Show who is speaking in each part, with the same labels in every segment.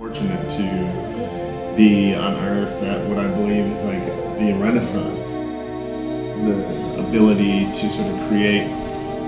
Speaker 1: fortunate to be on Earth at what I believe is like the Renaissance. The ability to sort of create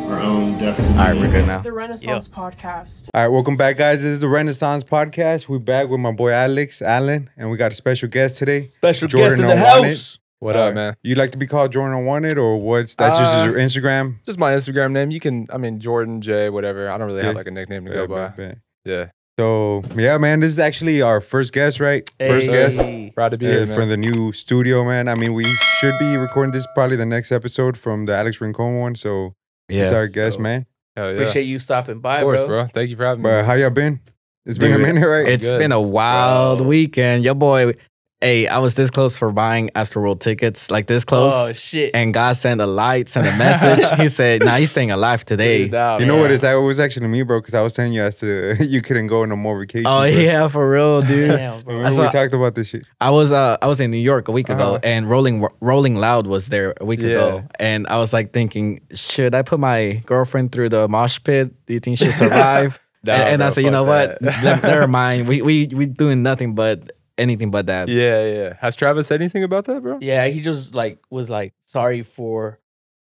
Speaker 1: our own destiny.
Speaker 2: All right, we're good now.
Speaker 3: The Renaissance Podcast.
Speaker 4: All right, welcome back, guys. This is the Renaissance Podcast. We're back with my boy Alex Allen, and we got a special guest today.
Speaker 2: Special guest in the
Speaker 4: Jordan Unwanted.
Speaker 2: house.
Speaker 5: What
Speaker 4: Uh,
Speaker 5: up, man?
Speaker 4: You like to be called Jordan Unwanted, or what's that's
Speaker 5: Uh,
Speaker 4: just your Instagram?
Speaker 5: Just my Instagram name. You can, I mean, Jordan J, whatever. I don't really have
Speaker 4: Yeah.
Speaker 5: like a nickname to
Speaker 4: Yeah,
Speaker 5: go by.
Speaker 4: man, man.
Speaker 5: Yeah,
Speaker 4: So yeah, man, this is actually our first guest, right? First guest uh,
Speaker 2: Hey.
Speaker 5: proud to be here, man.
Speaker 4: from the new studio, man. I mean, we should be recording this probably the next episode from the Alex Rincon one. So it's
Speaker 2: Yeah.
Speaker 4: our guest,
Speaker 2: So-
Speaker 4: man.
Speaker 5: Hell yeah.
Speaker 2: Appreciate you stopping by,
Speaker 5: Of course,
Speaker 2: bro.
Speaker 5: bro. Thank you for having me.
Speaker 4: But how y'all been? It's been
Speaker 2: Dude,
Speaker 4: a minute, right?
Speaker 2: It's
Speaker 5: Good.
Speaker 2: been a wild
Speaker 5: Bro.
Speaker 2: weekend. Your boy, hey, I was this close for buying Astroworld tickets, like this close.
Speaker 6: Oh shit!
Speaker 2: and God sent a light, sent a message. he said, nah, he's staying alive today.
Speaker 5: Dude, nah,
Speaker 4: you know what
Speaker 5: man.
Speaker 4: it is? I was actually me, bro, because I was telling you I said you couldn't go on no more vacation.
Speaker 2: Oh yeah, for real, dude.
Speaker 6: Damn, bro.
Speaker 4: Remember
Speaker 2: I saw-
Speaker 4: we talked about this shit.
Speaker 2: I was uh I was in New York a week ago
Speaker 5: Uh-huh.
Speaker 2: and Rolling Rolling Loud was there a week ago.
Speaker 5: Yeah.
Speaker 2: And I was like thinking, should I put my girlfriend through the mosh pit? Do you think she'll survive?
Speaker 5: Nah,
Speaker 2: and and I
Speaker 5: bro,
Speaker 2: said, you know
Speaker 5: fuck
Speaker 2: what?
Speaker 5: that.
Speaker 2: Ne- Never mind. We we we doing nothing but anything but that.
Speaker 5: Yeah, yeah. Has Travis said anything about that, bro?
Speaker 6: Yeah, he just like was like sorry for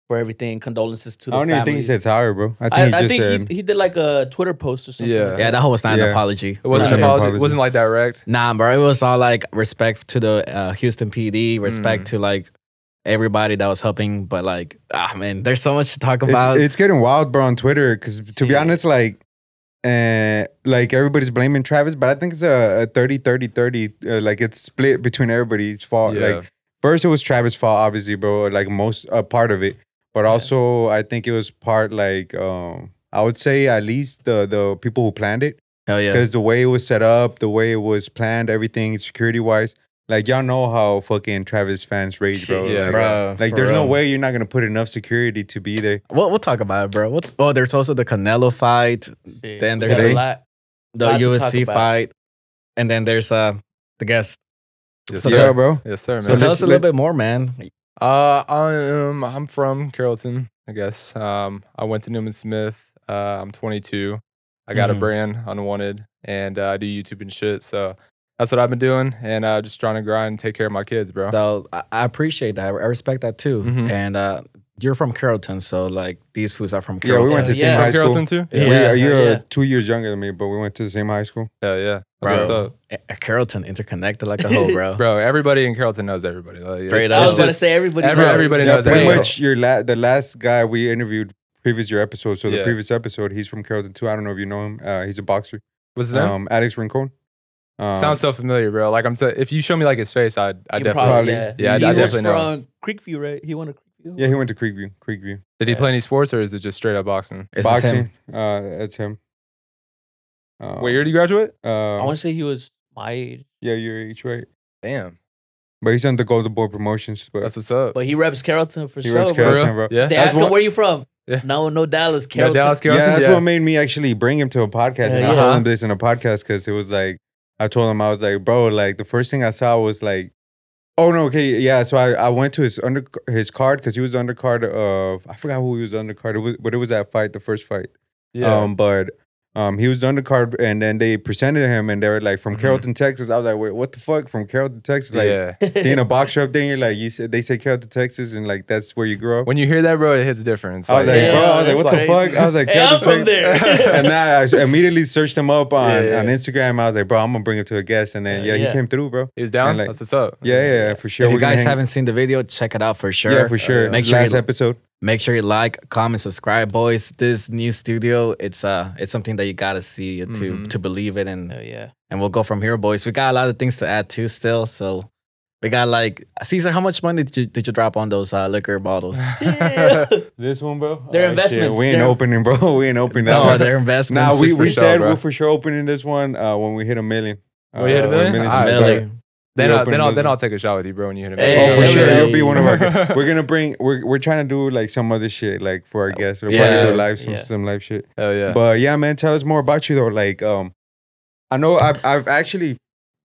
Speaker 6: for everything. Condolences
Speaker 4: I
Speaker 6: to the.
Speaker 4: don't even think he
Speaker 6: families.
Speaker 4: said tired, bro. I think
Speaker 6: I,
Speaker 4: he just
Speaker 6: I think
Speaker 4: said
Speaker 6: he, he did like a Twitter post or something.
Speaker 5: Yeah.
Speaker 6: like
Speaker 2: Yeah, that whole was not an
Speaker 4: Yeah.
Speaker 2: apology.
Speaker 5: It wasn't
Speaker 4: Nah.
Speaker 5: an apology.
Speaker 4: Apology.
Speaker 5: It wasn't like direct.
Speaker 2: Nah, bro. It was all like respect to the uh, Houston PD, respect
Speaker 5: Mm.
Speaker 2: to like everybody that was helping. But like, ah, man, there's so much to talk
Speaker 4: it's,
Speaker 2: about.
Speaker 4: it's getting wild, bro, on Twitter. Because to be
Speaker 6: Yeah.
Speaker 4: honest, like, uh, like everybody's blaming Travis, but I think it's a, a 30 30 30. Uh, like, it's split between everybody's fault.
Speaker 5: Yeah.
Speaker 4: Like, first, it was Travis' fault, obviously, bro, like most a part of it, but also I think it was part, like, um, I would say at least the, the people who planned it.
Speaker 2: Hell yeah.
Speaker 4: because the way it was set up, the way it was planned, everything security wise, like y'all know how fucking Travis fans rage, bro.
Speaker 6: Shit,
Speaker 5: yeah,
Speaker 4: like,
Speaker 2: bro.
Speaker 4: like
Speaker 2: for
Speaker 4: there's no
Speaker 2: real.
Speaker 4: way you're not gonna put enough security to be there.
Speaker 2: We'll, we'll talk about it, bro. We'll, oh, there's also the Canelo fight,
Speaker 6: Shit.
Speaker 2: Then
Speaker 6: We
Speaker 2: there's
Speaker 6: got a
Speaker 4: a-
Speaker 6: lot.
Speaker 2: the
Speaker 6: Lots to talk
Speaker 2: USC
Speaker 6: about.
Speaker 2: fight, and then there's uh the guest.
Speaker 5: yes,
Speaker 2: So
Speaker 5: sir.
Speaker 4: yeah, bro.
Speaker 5: Yes, sir, man.
Speaker 2: So tell
Speaker 4: let's-
Speaker 2: us a little
Speaker 4: let-
Speaker 2: bit more, man.
Speaker 5: Uh, I'm I'm from Carrollton, I guess. Um, I went to Newman Smith. Uh, I'm 22. I got
Speaker 4: Mm-hmm.
Speaker 2: Mhm.
Speaker 5: a brand, Unwanted, and uh, I do YouTube and shit. So that's what I've been doing, and uh, just trying to grind, and take care of my kids, bro.
Speaker 2: So I, I appreciate that. I respect that too.
Speaker 4: Mm-hmm.
Speaker 5: Mhm.
Speaker 2: And uh, you're from Carrollton, so like these foods are from
Speaker 4: Yeah,
Speaker 2: Carrollton.
Speaker 4: we went to the
Speaker 6: Yeah.
Speaker 4: same high school.
Speaker 5: From Carrollton too.
Speaker 4: Yeah,
Speaker 2: Yeah,
Speaker 4: we, are you
Speaker 6: hell
Speaker 4: uh,
Speaker 6: yeah.
Speaker 4: two years younger than me? But we went to the same high school.
Speaker 5: Yeah, yeah. That's
Speaker 2: Bro.
Speaker 5: what's
Speaker 2: A- Eh, Carrollton interconnected like a whole, bro.
Speaker 5: up, bro. Everybody in Carrollton knows everybody. Like, it's-
Speaker 2: Straight
Speaker 5: it's
Speaker 6: I was
Speaker 2: up.
Speaker 6: about to
Speaker 5: just-
Speaker 6: say everybody.
Speaker 5: every-
Speaker 6: knows.
Speaker 5: everybody
Speaker 4: Yeah,
Speaker 5: knows
Speaker 4: pretty
Speaker 5: everybody.
Speaker 4: much your la- the last guy we interviewed previous year episode. So the
Speaker 5: Yeah.
Speaker 4: previous episode, he's from Carrollton too. I don't know if you know him. Uh, he's a boxer.
Speaker 5: What's his name?
Speaker 4: Um, Alex Rincon. Um,
Speaker 5: Sounds so familiar, bro. Like I'm, t- if you show me like his face, I, I
Speaker 6: You
Speaker 5: definitely.
Speaker 4: Probably.
Speaker 6: yeah.
Speaker 5: Yeah, I-
Speaker 6: he
Speaker 5: I
Speaker 6: was
Speaker 5: definitely know.
Speaker 6: from Creekview, right? He won a Creekview.
Speaker 4: yeah, he went to Creekview. Creekview
Speaker 5: Did he play any sports or is it just straight up boxing?
Speaker 2: It's the same.
Speaker 4: boxing. Uh, that's him. Uh,
Speaker 5: What year did you graduate?
Speaker 4: Uh,
Speaker 6: I want to say he was my age,
Speaker 4: yeah, you're each right.
Speaker 5: Damn,
Speaker 4: But he's on the Golden Boy Promotions. But
Speaker 5: that's what's up.
Speaker 6: but he reps Carrollton for
Speaker 4: He
Speaker 6: sure.
Speaker 4: reps
Speaker 6: bro.
Speaker 4: Carrollton.
Speaker 5: For
Speaker 4: bro.
Speaker 5: real? Yeah.
Speaker 6: They
Speaker 4: That's
Speaker 6: asked him
Speaker 4: what-
Speaker 6: where you from.
Speaker 5: Yeah.
Speaker 6: No, no Dallas,
Speaker 5: Yeah,
Speaker 6: Carrollton.
Speaker 5: Dallas,
Speaker 4: yeah,
Speaker 5: Carrollton.
Speaker 4: that's what made me actually bring him to a podcast. and
Speaker 6: Yeah,
Speaker 4: I
Speaker 5: yeah.
Speaker 4: told him this in a podcast because it was like I told him I was like, bro, like the first thing I saw was like, oh no, okay, yeah. So I, I went to his under his card because he was undercard of I forgot who he was undercard. It was, but it was that fight, the first fight.
Speaker 5: Yeah.
Speaker 4: Um, but um, he was the undercard, and then they presented him, and they were like from
Speaker 5: Mhm.
Speaker 4: Carrollton, Texas. I was like, wait, what the fuck from Carrollton, Texas? Like
Speaker 5: yeah.
Speaker 4: seeing a boxer up there, you're like, you said they say Carrollton, Texas, and like that's where you grew up.
Speaker 5: When you hear that, bro, it hits different. It's
Speaker 4: I was like,
Speaker 6: Yeah,
Speaker 4: bro, I was
Speaker 6: that's
Speaker 4: like, what the
Speaker 6: crazy.
Speaker 4: fuck? I was like,
Speaker 6: Hey, I'm
Speaker 4: Carrollton,
Speaker 6: from
Speaker 4: Texas.
Speaker 6: there.
Speaker 4: and then I s- immediately searched him up on,
Speaker 5: Yeah, yeah.
Speaker 4: on Instagram. I was like, bro, I'm gonna bring him to a guest, and then
Speaker 6: Yeah,
Speaker 4: yeah,
Speaker 6: yeah.
Speaker 4: he came through, bro.
Speaker 5: he was down.
Speaker 4: and like-
Speaker 5: That's what's up.
Speaker 4: Yeah, yeah, yeah, for sure.
Speaker 2: If you
Speaker 4: We're gonna
Speaker 2: guys
Speaker 4: hang-
Speaker 2: haven't seen the video, check it out for sure.
Speaker 4: yeah, for sure.
Speaker 5: Uh,
Speaker 2: make sure
Speaker 4: Last
Speaker 2: you-
Speaker 4: episode,
Speaker 2: Make sure you like, comment, subscribe, boys. This new studio, it's uh, it's something that you gotta see to
Speaker 5: Mhm.
Speaker 2: to believe it, and
Speaker 6: Oh yeah.
Speaker 2: and we'll go from here, boys. We got a lot of things to add too, still. So we got like Caesar. How much money did you did you drop on those uh, liquor bottles?
Speaker 4: this one, bro.
Speaker 6: They're
Speaker 4: Oh, shit,
Speaker 6: investments.
Speaker 4: We ain't
Speaker 6: They're-
Speaker 4: opening, bro. We ain't opening that.
Speaker 2: no,
Speaker 4: one.
Speaker 2: their Oh, investments.
Speaker 4: Now we,
Speaker 5: for
Speaker 4: we
Speaker 5: sure,
Speaker 4: said
Speaker 5: bro.
Speaker 4: we're for sure opening this one uh, when we hit a million.
Speaker 5: When we hit a
Speaker 4: Uh,
Speaker 5: million?
Speaker 4: million's
Speaker 5: All right,
Speaker 4: better.
Speaker 2: Really?
Speaker 5: then, I'll,
Speaker 4: open
Speaker 5: then, I'll, then
Speaker 4: another.
Speaker 5: I'll take a shot with you, bro, when you hit him.
Speaker 2: Hey.
Speaker 4: Oh, for sure,
Speaker 2: Hey.
Speaker 4: it'll be one of our. We're gonna bring. We're, we're trying to do like some other shit, like for our guests. We'll
Speaker 2: Yeah.
Speaker 4: probably do live some
Speaker 6: Yeah.
Speaker 4: some live shit.
Speaker 5: Hell yeah.
Speaker 4: But yeah, man, tell us more about you though. Like, um, I know I've I've actually,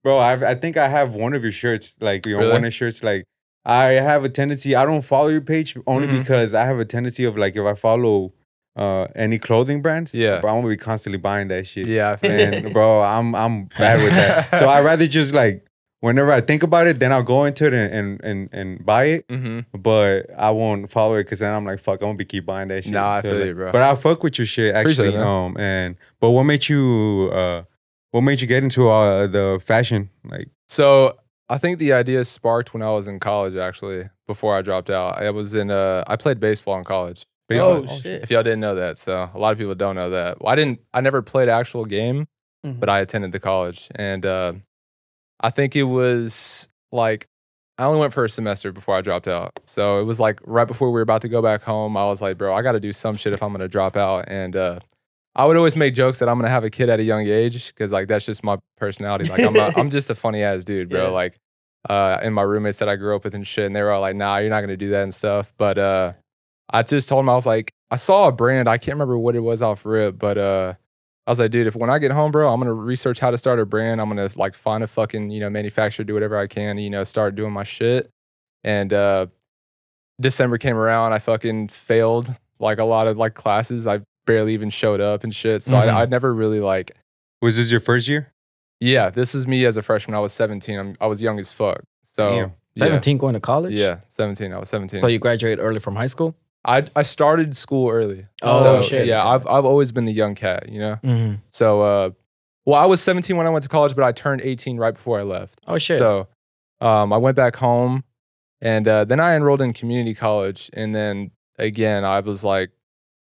Speaker 4: bro, I've I think I have one of your shirts, like your know,
Speaker 5: Really?
Speaker 4: one of your shirts. Like, I have a tendency. I don't follow your page only
Speaker 5: Mhm.
Speaker 4: because I have a tendency of like if I follow uh any clothing brands.
Speaker 5: Yeah.
Speaker 4: Bro, I'm gonna be constantly buying that shit.
Speaker 5: Yeah, I feel it.
Speaker 4: And bro, I'm I'm bad with that. So I rather just like whenever I think about it, then I'll go into it and and and, and buy it.
Speaker 5: Mm-hmm.
Speaker 4: But I won't follow it because then I'm like, fuck, I'm gonna be keep buying that shit.
Speaker 5: Nah, I
Speaker 4: So,
Speaker 5: feel
Speaker 4: like-
Speaker 5: you, bro.
Speaker 4: But I fuck with your shit
Speaker 5: Appreciate
Speaker 4: actually.
Speaker 5: it, man.
Speaker 4: um, and but what made you uh, what made you get into uh the fashion like?
Speaker 5: So I think the idea sparked when I was in college, actually, before I dropped out. I was in, uh, I played baseball in college.
Speaker 6: Oh,
Speaker 5: Y'all-
Speaker 6: shit.
Speaker 5: If y'all didn't know that, so a lot of people don't know that. Well, I didn't. I never played actual game,
Speaker 6: Mhm.
Speaker 5: but I attended the college, and uh, I think it was like I only went for a semester before I dropped out. So it was like right before we were about to go back home. I was like, bro, I got to do some shit if I'm gonna drop out, and. uh I would always make jokes that I'm gonna have a kid at a young age because like that's just my personality. Like I'm a, I'm just a funny ass dude, bro.
Speaker 6: Yeah.
Speaker 5: Like, uh, and my roommates that I grew up with and shit, and they were all like, "Nah, you're not gonna do that and stuff." But uh, I just told him I was like, I saw a brand, I can't remember what it was off rip, but uh, I was like, dude, if when I get home, bro, I'm gonna research how to start a brand. I'm gonna like find a fucking you know manufacturer, do whatever I can, you know, start doing my shit. And uh, December came around, I fucking failed like a lot of like classes. I barely even showed up and shit. So
Speaker 2: Mhm.
Speaker 5: I, I never really like,
Speaker 4: Was this your first year?
Speaker 5: yeah, this is me as a freshman. I was 17. I'm, I was young as fuck. So
Speaker 4: Damn.
Speaker 5: yeah.
Speaker 2: 17 going to college?
Speaker 5: Yeah, 17. I was 17.
Speaker 2: So you graduated early from high school?
Speaker 5: I I started school early.
Speaker 2: Oh, shit.
Speaker 5: Yeah, I've I've always been the young cat, you know.
Speaker 2: Mm-hmm.
Speaker 5: So uh, well, I was 17 when I went to college, but I turned 18 right before I left.
Speaker 2: Oh, shit.
Speaker 5: So um, I went back home and uh, then I enrolled in community college. And then again, I was like,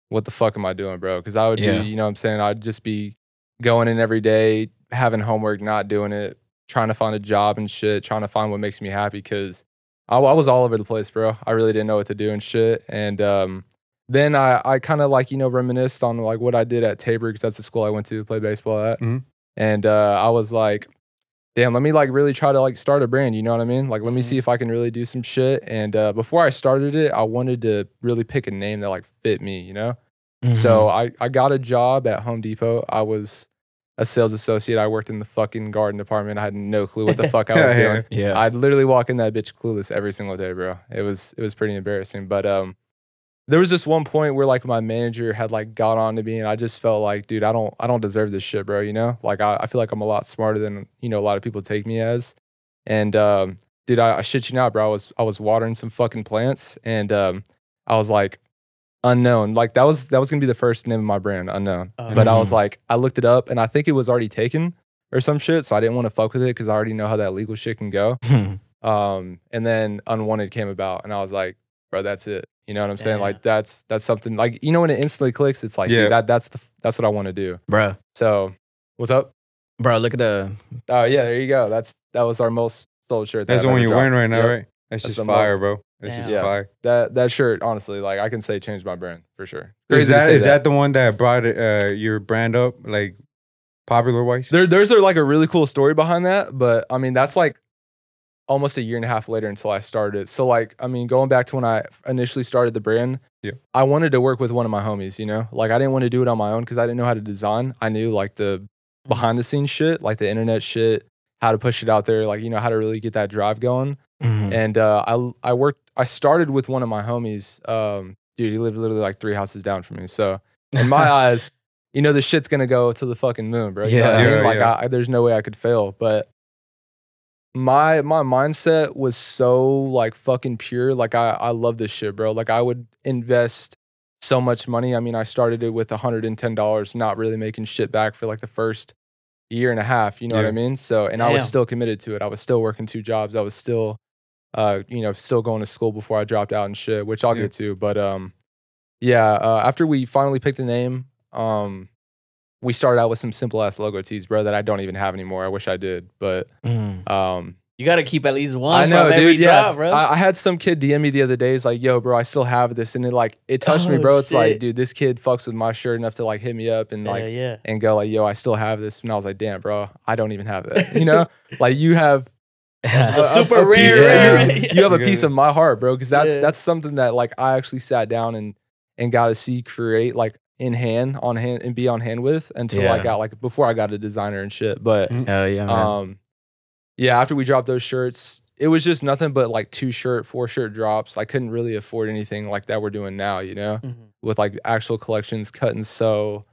Speaker 5: what the fuck am I doing, bro? Because I would
Speaker 2: Yeah.
Speaker 5: be, you know what I'm saying? I'd just be going in every day, having homework, not doing it, trying to find a job and shit, trying to find what makes me happy. Because I, I was all over the place, bro. I really didn't know what to do and shit. And um, then I, I kind of like, you know, reminisced on like what I did at Tabor because that's the school I went to play baseball at.
Speaker 4: Mhm.
Speaker 5: And uh, I was like, damn, let me like really try to like start a brand. You know what I mean? Like, let me
Speaker 6: Mhm.
Speaker 2: Mm-hmm.
Speaker 5: see if I can really do some shit. And uh, before I started it, I wanted to really pick a name that like fit me, you know?
Speaker 2: Mm-hmm.
Speaker 5: So I, I got a job at Home Depot. I was a sales associate. I worked in the fucking garden department. I had no clue what the fuck I was doing.
Speaker 2: yeah.
Speaker 5: I'd literally walk in that bitch clueless every single day, bro. It was it was pretty embarrassing. But um there was this one point where like my manager had like got on to me and I just felt like, dude, I don't I don't deserve this shit, bro. You know? Like I, I feel like I'm a lot smarter than, you know, a lot of people take me as. And um, dude, I, I shit you not, bro. I was I was watering some fucking plants and um I was like unknown. Like that was that was gonna be the first name of my brand, unknown.
Speaker 6: Oh.
Speaker 5: But I was
Speaker 2: Mhm.
Speaker 5: like, I looked it up and I think it was already taken or some shit. So I didn't want to fuck with it because I already know how that legal shit can go. Um, and then Unwanted came about, and I was like, bro, that's it. You know what I'm saying?
Speaker 6: Yeah.
Speaker 5: Like that's that's something like you know when it instantly clicks, it's like dude,
Speaker 4: Yeah.
Speaker 5: that that's the that's what I want to do.
Speaker 2: bro,
Speaker 5: So what's up?
Speaker 2: bro, look at the.
Speaker 5: Oh yeah, there you go. That's that was our most sold shirt. that
Speaker 4: That's the
Speaker 5: I've
Speaker 4: one
Speaker 5: ever
Speaker 4: you're
Speaker 5: dropped.
Speaker 4: wearing right now,
Speaker 5: Yep.
Speaker 4: right? That's,
Speaker 5: That's the
Speaker 4: just fire, bro. That's just
Speaker 5: Damn. Yeah.
Speaker 4: fire.
Speaker 5: That that shirt, honestly, like I can say changed my brand for sure.
Speaker 4: Is
Speaker 5: Crazy to
Speaker 4: that
Speaker 5: say
Speaker 4: is that the one that brought uh, your brand up like popular wise?
Speaker 5: There, there's a, like a really cool story behind that, but I mean that's like almost a year and a half later until I started. it. So like I mean going back to when I initially started the brand,
Speaker 4: Yeah.
Speaker 5: I wanted to work with one of my homies. You know, like I didn't want to do it on my own because I didn't know how to design. I knew like the behind the scenes shit, like the internet shit, how to push it out there, like you know how to really get that drive going.
Speaker 2: Mm-hmm.
Speaker 5: And uh, I I worked I started with one of my homies. Um, dude, he lived literally like three houses down from me. So in my eyes, you know the shit's gonna go to the fucking moon, bro. You know what I
Speaker 2: Yeah.
Speaker 5: mean?
Speaker 4: Yeah,
Speaker 5: like
Speaker 4: yeah.
Speaker 5: I, there's no way I could fail. But my my mindset was so like fucking pure. Like I I love this shit, bro. Like I would invest so much money. I mean, I started it with $110, not really making shit back for like the first year and a half. You know what
Speaker 4: Yeah.
Speaker 5: I mean? So, and I was
Speaker 6: Damn.
Speaker 5: still committed to it. I was still working two jobs. I was still, uh, you know, still going to school before I dropped out and shit, which I'll
Speaker 4: Yeah.
Speaker 5: get to. But um, yeah, uh, after we finally picked the name, um, we started out with some simple ass logo tees, bro, that I don't even have anymore. I wish I did, but um,
Speaker 6: You gotta keep at least one.
Speaker 5: I know,
Speaker 6: from every
Speaker 5: dude. Yeah,
Speaker 6: drop, bro.
Speaker 5: I, I had some kid DM me the other day. He's like, "Yo, bro, I still have this," and it like it touched me,
Speaker 6: Oh,
Speaker 5: bro. It's like,
Speaker 6: shit.
Speaker 5: dude, this kid fucks with my shirt enough to like hit me up and
Speaker 6: yeah,
Speaker 5: like
Speaker 6: yeah.
Speaker 5: and go like, "Yo, I still have this," and I was like, "Damn, bro, I don't even have that." You know, like you have
Speaker 6: A
Speaker 2: Mm-hmm.
Speaker 6: super
Speaker 5: piece-
Speaker 6: rare,
Speaker 5: yeah.
Speaker 2: rare,
Speaker 6: rare, yeah.
Speaker 5: You have a
Speaker 4: You
Speaker 5: piece
Speaker 4: got
Speaker 5: of my heart, bro, because that's
Speaker 6: Yeah.
Speaker 5: that's something that like I actually sat down and and got to see create like in hand on hand and be on hand with until I
Speaker 2: Yeah.
Speaker 5: got like before I got a designer and shit, but.
Speaker 2: Hell yeah, man.
Speaker 5: Um, yeah, after we dropped those shirts, it was just nothing but like two shirt, four shirt drops. I couldn't really afford anything like that we're doing now, you know, with like actual collections, cut and sew,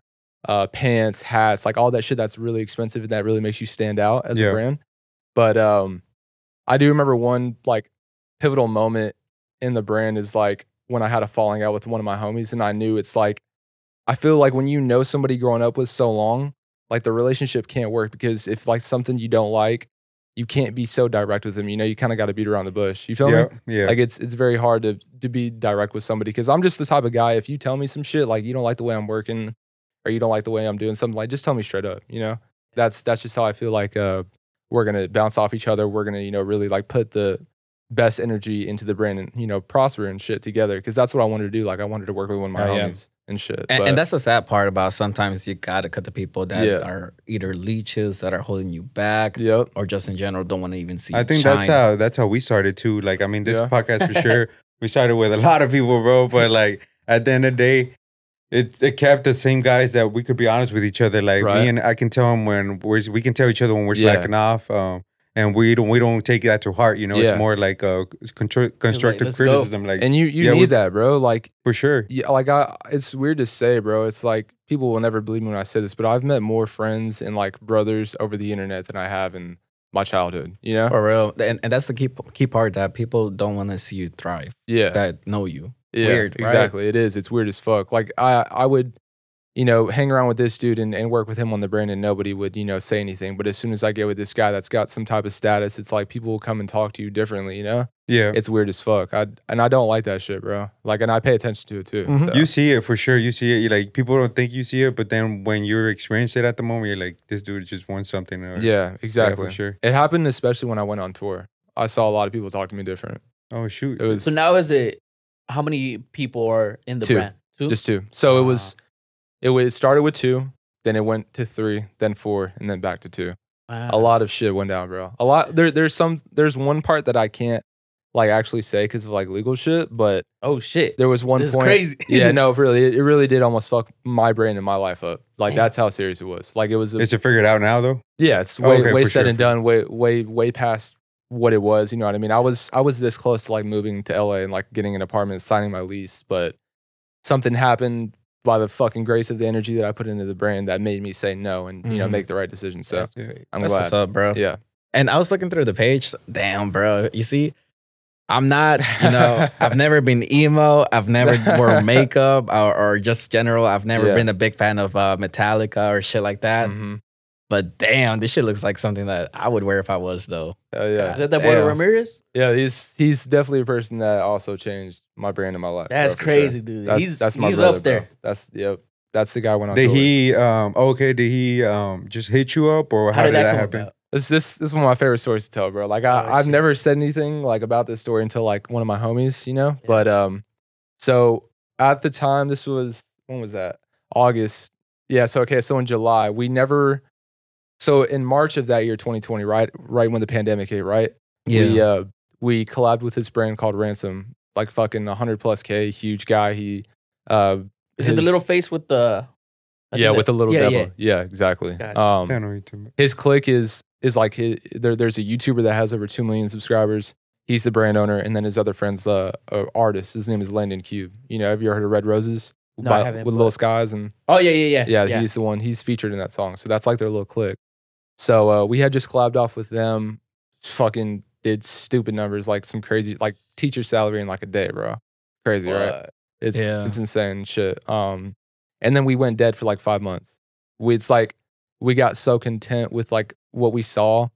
Speaker 5: uh, pants, hats, like all that shit that's really expensive and that really makes you stand out as
Speaker 4: Yeah.
Speaker 5: a brand. But um, I do remember one like pivotal moment in the brand is like when I had a falling out with one of my homies, and I knew it's like, I feel like when you know somebody growing up with so long, like the relationship can't work because if like something you don't like, you can't be so direct with them. You know, you kind of got to beat around the bush. You feel me?
Speaker 4: yeah, yeah.
Speaker 5: Like it's it's very hard to to be direct with somebody because I'm just the type of guy. If you tell me some shit like you don't like the way I'm working, or you don't like the way I'm doing something, like just tell me straight up. You know, that's that's just how I feel like uh we're gonna bounce off each other. We're gonna you know really like put the best energy into the brand and you know prosper and shit together because that's what I wanted to do. Like I wanted to work with one of my
Speaker 4: Oh, yeah.
Speaker 5: homies and shit.
Speaker 2: And,
Speaker 5: but-
Speaker 2: and that's the sad part about sometimes you gotta cut the people that
Speaker 5: Yeah.
Speaker 2: are either leeches that are holding you back
Speaker 5: yep.
Speaker 2: or just in general don't want to even see.
Speaker 4: I think
Speaker 2: shine.
Speaker 4: that's how that's how we started too. Like I mean, this
Speaker 5: Yeah.
Speaker 4: podcast for sure we started with a lot of people, bro. But like at the end of the day, it it kept the same guys that we could be honest with each other. Like
Speaker 5: Right.
Speaker 4: me and I can tell them when we're we can tell each other when we're
Speaker 5: Yeah.
Speaker 4: slacking off. Um, and we don't we don't take that to heart. You know,
Speaker 5: Yeah.
Speaker 4: it's more like a constru- constructive
Speaker 6: let's go.
Speaker 4: criticism. Like
Speaker 5: And you you
Speaker 4: Yeah,
Speaker 5: need
Speaker 4: we-
Speaker 5: that, bro. Like
Speaker 4: for sure.
Speaker 5: yeah, like I, it's weird to say, bro. It's like people will never believe me when I say this, but I've met more friends and like brothers over the internet than I have in my childhood. You know?
Speaker 2: for real. And, and that's the key key part that people don't want to see you thrive
Speaker 5: yeah.
Speaker 2: that know you.
Speaker 5: yeah.
Speaker 2: weird, right?
Speaker 5: Exactly. It is. It's weird as fuck. Like I, I would, you know, hang around with this dude and, and work with him on the brand, and nobody would, you know, say anything. But as soon as I get with this guy that's got some type of status, it's like people will come and talk to you differently. You know?
Speaker 4: Yeah.
Speaker 5: It's weird as fuck. I and I don't like that shit, bro. Like, and I pay attention to it too.
Speaker 2: Mhm.
Speaker 5: So.
Speaker 4: You see it for sure. You see it. You like people don't think you see it, but then when you're experiencing it at the moment, you're like, this dude just wants something. Or,
Speaker 5: yeah. Exactly.
Speaker 4: for sure.
Speaker 5: It happened especially when I went on tour. I saw a lot of people talk to me different.
Speaker 4: Oh shoot.
Speaker 5: It was
Speaker 6: So now is it how many people are in the
Speaker 5: Two.
Speaker 6: brand? Two.
Speaker 5: just two. So it was it was it started with two, then it went to three, then four, and then back to two.
Speaker 6: Wow.
Speaker 5: A lot of shit went down, bro. A lot there there's some there's one part that I can't like actually say because of like legal shit, but
Speaker 6: Oh shit.
Speaker 5: there was one
Speaker 6: This is
Speaker 5: point.
Speaker 6: crazy.
Speaker 5: yeah, no, really, it, it really did almost fuck my brain and my life up. Like
Speaker 6: Damn.
Speaker 5: that's how serious it was. Like it was a,
Speaker 4: Is it figured out now though?
Speaker 5: Yeah, it's
Speaker 4: Oh,
Speaker 5: way
Speaker 4: okay,
Speaker 5: way
Speaker 4: for
Speaker 5: said
Speaker 4: sure,
Speaker 5: and
Speaker 4: for
Speaker 5: done, way way way past what it was. You know what I mean? I was I was this close to like moving to LA and like getting an apartment, signing my lease, but something happened by the fucking grace of the energy that I put into the brand that made me say no and you know
Speaker 2: Mhm.
Speaker 5: make the right decision. So
Speaker 4: Yeah.
Speaker 5: I'm
Speaker 2: that's what's
Speaker 5: glad.
Speaker 2: up, bro.
Speaker 5: Yeah,
Speaker 2: And I was looking through the page. Damn, bro. You see, I'm not, you know, I've never been emo. I've never wore makeup or, or just general. I've never
Speaker 5: Yeah.
Speaker 2: been a big fan of uh, Metallica or shit like that.
Speaker 5: Mhm.
Speaker 2: But damn, this shit looks like something that I would wear if I was, though.
Speaker 5: Hell Oh, yeah,
Speaker 6: Is that that boy
Speaker 5: Damn.
Speaker 6: Ramirez?
Speaker 5: yeah. He's he's definitely a person that also changed my brand and my life. bro,
Speaker 6: That's
Speaker 5: for sure.
Speaker 6: crazy, dude.
Speaker 5: That's
Speaker 6: he's
Speaker 5: that's my
Speaker 6: he's
Speaker 5: brother,
Speaker 6: up
Speaker 5: bro.
Speaker 6: there.
Speaker 5: That's yep. That's the guy I went on.
Speaker 4: Did
Speaker 5: tour with.
Speaker 4: he um okay, did he um just hit you up or how, did, that,
Speaker 6: come
Speaker 4: happen?
Speaker 6: about?
Speaker 5: This this this is one of my favorite stories to tell, bro. Like I,
Speaker 6: Oh,
Speaker 5: I've
Speaker 6: shit.
Speaker 5: never said anything like about this story until like one of my homies, you know. But um, so at the time, this was when was that? August. Yeah. So okay. So in July, we never. So in March of that year, 2020, right, right when the pandemic hit, right? We uh, we collabed with this brand called Ransom, like fucking 100 plus K, huge guy. He uh,
Speaker 6: Is it the
Speaker 5: his-
Speaker 6: little face with the I think
Speaker 5: yeah
Speaker 6: that-
Speaker 5: with the little
Speaker 6: yeah,
Speaker 5: devil?
Speaker 6: yeah.
Speaker 5: Yeah, exactly.
Speaker 6: Gotcha.
Speaker 5: Um,
Speaker 4: Yeah, no, you too.
Speaker 5: his click is is like hi- there, there's a YouTuber that has over two million subscribers. He's the brand owner, and then his other friend's uh, a artist. His name is Landon Cube. You know, have you ever heard of Red Roses?
Speaker 6: No, I haven't,
Speaker 5: with
Speaker 6: but-
Speaker 5: Little Skies and
Speaker 6: Oh yeah, yeah, yeah.
Speaker 5: yeah, he's the one. He's featured in that song, so that's like their little click. So uh, we had just collabed off with them. Fucking did stupid numbers like some crazy like teacher salary in like a day, bro. Crazy, right?
Speaker 6: What?
Speaker 5: It's
Speaker 2: Yeah.
Speaker 5: it's insane shit. Um, and then we went dead for like five months. We, it's like we got so content with like what we saw,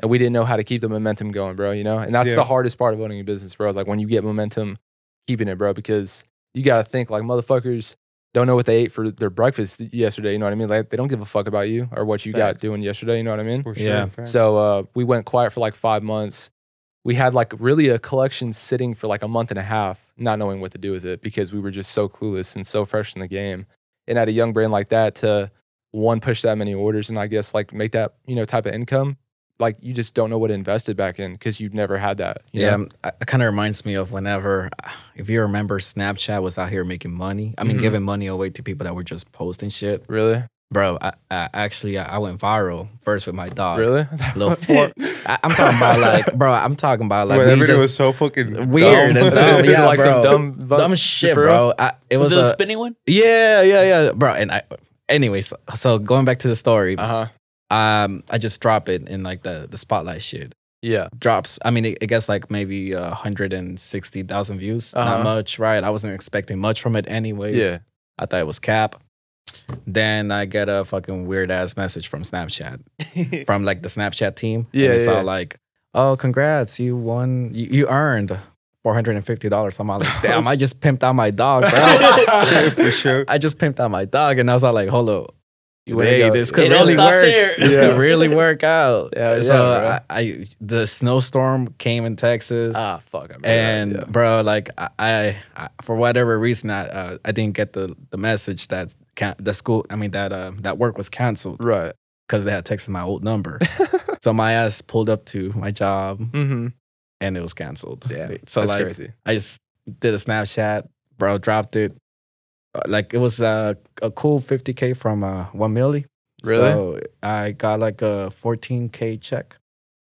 Speaker 5: and we didn't know how to keep the momentum going, bro. You know, and that's
Speaker 4: Yeah.
Speaker 5: the hardest part of owning a business, bro. Is like when you get momentum, keeping it, bro, because you got to think like motherfuckers don't know what they ate for their breakfast yesterday. You know what I mean? Like they don't give a fuck about you or what you got doing yesterday. You know what I mean?
Speaker 4: For sure.
Speaker 2: Yeah.
Speaker 4: fact.
Speaker 5: So uh, we went quiet for like five months. We had like really a collection sitting for like a month and a half, not knowing what to do with it because we were just so clueless and so fresh in the game. And at a young brand like that, to one push that many orders and I guess like make that you know type of income, like you just don't know what to invest it back in because you've never had that. you
Speaker 2: Yeah,
Speaker 5: know?
Speaker 2: um, it kind of reminds me of whenever, if you remember, Snapchat was out here making money. I mean,
Speaker 5: Mhm.
Speaker 6: Mm-hmm.
Speaker 2: giving money away to people that were just posting shit.
Speaker 5: really,
Speaker 2: Bro, I, I actually I, I went viral first with my dog.
Speaker 5: really.
Speaker 2: Little four, I, I'm talking about like, bro. I'm talking about like
Speaker 4: But
Speaker 2: we
Speaker 4: that video
Speaker 2: just-
Speaker 4: was so fucking
Speaker 2: weird
Speaker 4: dumb.
Speaker 2: and dumb.
Speaker 5: Is it
Speaker 2: yeah,
Speaker 5: like some
Speaker 2: bro.
Speaker 5: dumb vo-
Speaker 2: dumb shit,
Speaker 5: for real?
Speaker 2: bro. I, it
Speaker 6: Was
Speaker 2: was,
Speaker 6: it a
Speaker 2: a,
Speaker 6: spinning one?
Speaker 2: yeah, yeah, yeah, bro. And I, anyways, so going back to the story,
Speaker 5: Uh huh.
Speaker 2: um, I just drop it in like the the spotlight shit
Speaker 5: Yeah.
Speaker 2: drops. I mean, it, it gets like maybe uh, hundred and sixty thousand views.
Speaker 5: Uh-huh.
Speaker 2: Not much, right? I wasn't expecting much from it, anyways.
Speaker 5: Yeah.
Speaker 2: I thought it was cap. Then I get a fucking weird ass message from Snapchat from like the Snapchat team.
Speaker 5: Yeah,
Speaker 2: and it's
Speaker 5: yeah, yeah.
Speaker 2: all like, "Oh, congrats! You won. You, you earned four hundred and fifty dollars." I'm all like, "Damn! I just pimped out my dog, bro.
Speaker 4: for sure.
Speaker 2: I just pimped out my dog." And I was all like, "Hold up,
Speaker 6: You wanna
Speaker 2: hey,
Speaker 6: go-
Speaker 2: this
Speaker 6: It
Speaker 2: could
Speaker 6: don't
Speaker 2: really
Speaker 6: stop
Speaker 2: work.
Speaker 6: there.
Speaker 2: This
Speaker 5: Yeah.
Speaker 2: could really work out."
Speaker 5: Yeah, yeah,
Speaker 2: so
Speaker 5: bro.
Speaker 2: I, I, the snowstorm came in Texas.
Speaker 5: Ah, fuck. I remember that,
Speaker 2: And
Speaker 5: yeah.
Speaker 2: bro, like I, I, I, for whatever reason, I, uh, I didn't get the, the message that can, the school, I mean that uh, that work was canceled
Speaker 5: right.
Speaker 2: because they had texted my old number. so my ass pulled up to my job
Speaker 5: Mm-hmm.
Speaker 2: and it was canceled.
Speaker 5: Yeah,
Speaker 2: So
Speaker 5: That's
Speaker 2: like
Speaker 5: crazy.
Speaker 2: I just did a Snapchat, bro, dropped it. Uh, Like it was uh, a cool 50k from uh, one milli.
Speaker 5: Really?
Speaker 2: So I got like a 14k check.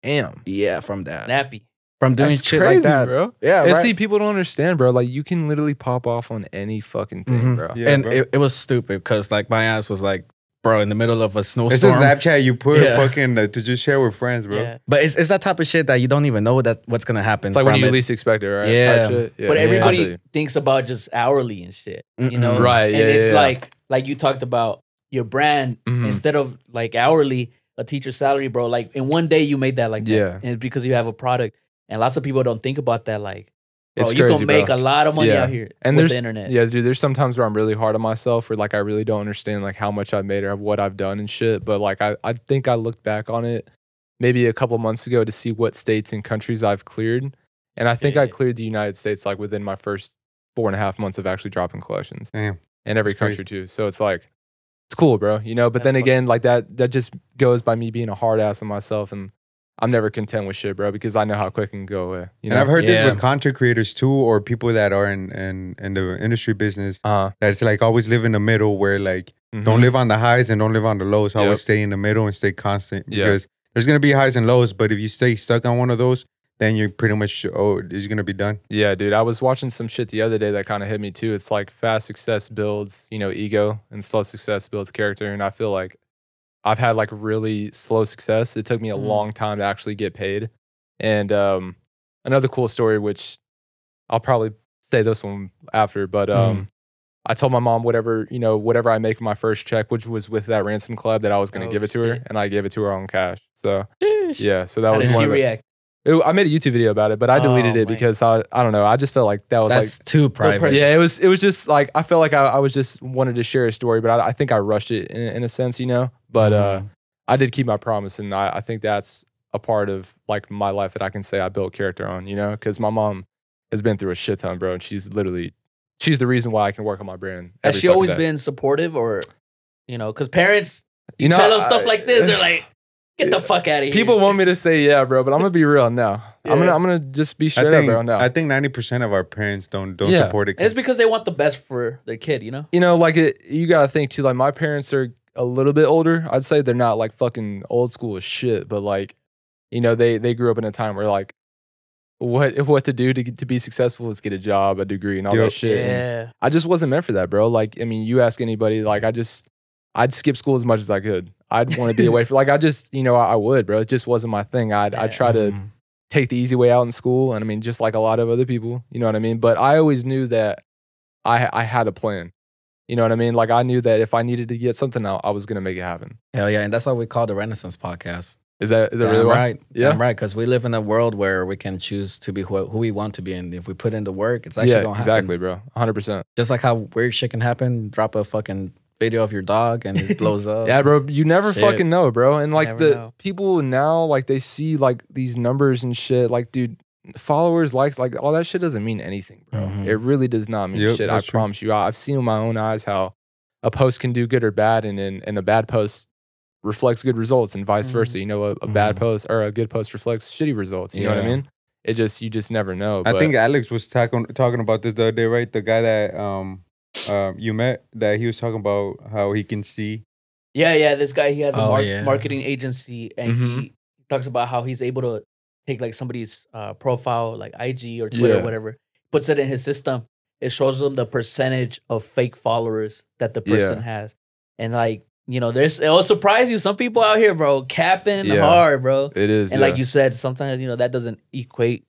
Speaker 5: Damn.
Speaker 2: Yeah, from that.
Speaker 6: Nappy.
Speaker 2: from doing
Speaker 5: That's
Speaker 2: shit
Speaker 5: crazy,
Speaker 2: like that.
Speaker 5: bro.
Speaker 2: Yeah,
Speaker 5: and
Speaker 2: right?
Speaker 5: see, people don't understand, bro. Like, you can literally pop off on any fucking thing,
Speaker 2: Mhm.
Speaker 5: bro.
Speaker 4: Yeah,
Speaker 2: and
Speaker 4: bro.
Speaker 2: it, it was stupid because like my ass was like, bro, in the middle of a
Speaker 4: It's a
Speaker 2: snowstorm.
Speaker 4: Snapchat you put
Speaker 2: Yeah.
Speaker 4: fucking uh, to just share with friends, bro.
Speaker 6: Yeah.
Speaker 2: but it's, it's that type of shit that you don't even know that what's gonna happen.
Speaker 5: It's like when
Speaker 2: from
Speaker 5: you
Speaker 2: it.
Speaker 5: least expect it, right? Type
Speaker 2: Yeah.
Speaker 5: shit. yeah.
Speaker 6: But
Speaker 5: I
Speaker 6: everybody
Speaker 5: feel you.
Speaker 6: thinks about just hourly and shit. You
Speaker 2: Mm-mm.
Speaker 6: know?
Speaker 5: Right,
Speaker 6: And
Speaker 5: yeah,
Speaker 6: it's
Speaker 5: yeah, yeah.
Speaker 6: like like you talked about your brand
Speaker 5: Mhm.
Speaker 6: instead of like hourly, a teacher's salary, bro. Like in one day you made that like that.
Speaker 5: Yeah.
Speaker 6: And it's because you have a product. And lots of people don't think about that. Like, bro,
Speaker 5: It's
Speaker 6: you
Speaker 5: crazy,
Speaker 6: can make
Speaker 5: bro.
Speaker 6: a lot of money
Speaker 5: Yeah.
Speaker 6: out here
Speaker 5: and
Speaker 6: with
Speaker 5: there's
Speaker 6: the internet.
Speaker 5: yeah, dude. There's sometimes where I'm really hard on myself, where like I really don't understand like how much I've made or what I've done and shit. But like I, I think I looked back on it maybe a couple months ago to see what states and countries I've cleared, and I think I
Speaker 6: Yeah.
Speaker 5: cleared the United States like within my first four and a half months of actually dropping collections.
Speaker 4: Damn.
Speaker 5: and every
Speaker 4: That's crazy.
Speaker 5: country too. So it's like it's cool, bro. You know. But then
Speaker 6: That's fucking-
Speaker 5: again, like that that just goes by me being a hard ass on myself and. I'm never content with shit, bro, because I know how quick it can go away. You
Speaker 4: And
Speaker 5: know?
Speaker 4: I've heard
Speaker 2: Yeah.
Speaker 4: this with content creators too, or people that are in, in in the industry business.
Speaker 5: uh,
Speaker 4: That it's like always live in the middle, where like
Speaker 5: Mm-hmm.
Speaker 4: don't live on the highs and don't live on the lows.
Speaker 5: Yep.
Speaker 4: Always stay in the middle and stay constant
Speaker 5: Yeah.
Speaker 4: because there's gonna be highs and lows. But if you stay stuck on one of those, then you're pretty much oh, it's gonna be done.
Speaker 5: Yeah, dude. I was watching some shit the other day that kind of hit me too. It's like fast success builds, you know, ego, and slow success builds character. And I feel like I've had like really slow success. It took me a
Speaker 6: Mhm.
Speaker 5: long time to actually get paid. And um, another cool story, which I'll probably say this one after, but
Speaker 6: Mm-hmm.
Speaker 5: um, I told my mom whatever you know, whatever I make my first check, which was with that ransom club, that I was gonna
Speaker 6: Oh,
Speaker 5: give it to her,
Speaker 6: shit.
Speaker 5: and I gave it to her on cash. So
Speaker 6: Sheesh.
Speaker 5: yeah, so that
Speaker 6: How
Speaker 5: was
Speaker 6: did
Speaker 5: one.
Speaker 6: she
Speaker 5: Of the,
Speaker 6: react?
Speaker 5: it- I made a YouTube video about it, but I deleted
Speaker 6: Oh,
Speaker 5: it
Speaker 6: man.
Speaker 5: because I I don't know. I just felt like that was like
Speaker 2: That's too private.
Speaker 6: person-
Speaker 5: yeah, it was it was just like I felt like I, I was just wanted to share a story, but I, I think I rushed it in, in a sense, you know. But uh,
Speaker 6: Mm-hmm.
Speaker 5: I did keep my promise, and I, I think that's a part of like my life that I can say I built character on, you know, because my mom has been through a shit ton, bro, and she's literally she's the reason why I can work on my brand.
Speaker 6: Has
Speaker 5: every
Speaker 6: she
Speaker 5: fucking
Speaker 6: always
Speaker 5: day.
Speaker 6: been supportive or, you know, because parents
Speaker 5: You know,
Speaker 6: tell them stuff
Speaker 5: I-
Speaker 6: like this, they're like, get the fuck out of here.
Speaker 5: people want me to say yeah, bro, but I'm gonna be real now. I'm gonna I'm gonna just be straight
Speaker 4: I
Speaker 5: up,
Speaker 4: think
Speaker 5: bro. Now
Speaker 4: I think ninety percent of our parents don't don't
Speaker 5: Yeah.
Speaker 4: support it.
Speaker 6: And it's
Speaker 4: 'cause-
Speaker 6: because they want the best for their kid, you know?
Speaker 5: you know, like it, you gotta think too. Like my parents are a little bit older. I'd say they're not like fucking old school as shit, but like, you know, they they grew up in a time where like, what what to do to get- to be successful is get a job, a degree, and all
Speaker 4: Yup.
Speaker 5: that shit. And I just wasn't meant for that, bro. Like, I mean, you ask anybody, like, I just I'd skip school as much as I could. I'd want to be away for like I just you know I, I would, bro. It just wasn't my thing. I'd I'd
Speaker 6: Yeah.
Speaker 5: try to
Speaker 2: Mm-hmm.
Speaker 5: take the easy way out in school and i mean just like a lot of other people you know what i mean but i always knew that i i had a plan you know what i mean like i knew that if i needed to get something out i was gonna make it happen
Speaker 2: Hell yeah, and that's why we call the Renaissance podcast.
Speaker 5: is that is that
Speaker 2: Damn
Speaker 5: really why?
Speaker 2: right.
Speaker 5: Yeah.
Speaker 2: Yeah, Damn right. Because we live in a world where we can choose to be who, who we want to be, and if we put in the work, it's actually
Speaker 5: yeah
Speaker 2: gonna happen.
Speaker 5: exactly bro 100%
Speaker 2: Just like how weird shit can happen. Drop a fucking video of your dog and it blows up.
Speaker 5: yeah bro you never
Speaker 2: Shit.
Speaker 5: fucking know bro and like
Speaker 6: never
Speaker 5: the
Speaker 6: know.
Speaker 5: people now like they see like these numbers and shit like dude followers likes like all that shit doesn't mean anything bro
Speaker 2: Mhm.
Speaker 5: it really does not mean
Speaker 4: Yep,
Speaker 5: shit i
Speaker 4: Mm-hmm. that's true.
Speaker 5: promise you I, i've seen with my own eyes how a post can do good or bad and and, and a bad post reflects good results and vice
Speaker 6: Mhm.
Speaker 5: versa you know a, a bad
Speaker 4: Mm-hmm.
Speaker 2: Mhm.
Speaker 5: post or a good post reflects shitty results you know what i
Speaker 2: Yeah.
Speaker 5: mean it just you just never know
Speaker 4: I
Speaker 5: but-
Speaker 4: think Alex was talking talking about this the other day, right? The guy that um uh, you met that he was talking about how he can see
Speaker 6: Yeah, yeah. This guy, he has a
Speaker 2: Oh,
Speaker 6: mar-
Speaker 2: yeah.
Speaker 6: marketing agency and
Speaker 5: Mhm.
Speaker 6: he talks about how he's able to take like somebody's uh, profile, like IG or Twitter
Speaker 5: Yeah.
Speaker 6: or whatever, puts it in his system. It shows them the percentage of fake followers that the
Speaker 5: Yeah.
Speaker 6: person has, and like you know, there's it'll surprise you. Some people out here, bro, capping
Speaker 5: Yeah.
Speaker 6: hard, bro.
Speaker 5: It is.
Speaker 6: And
Speaker 5: yeah.
Speaker 6: like you said, sometimes you know that doesn't equate.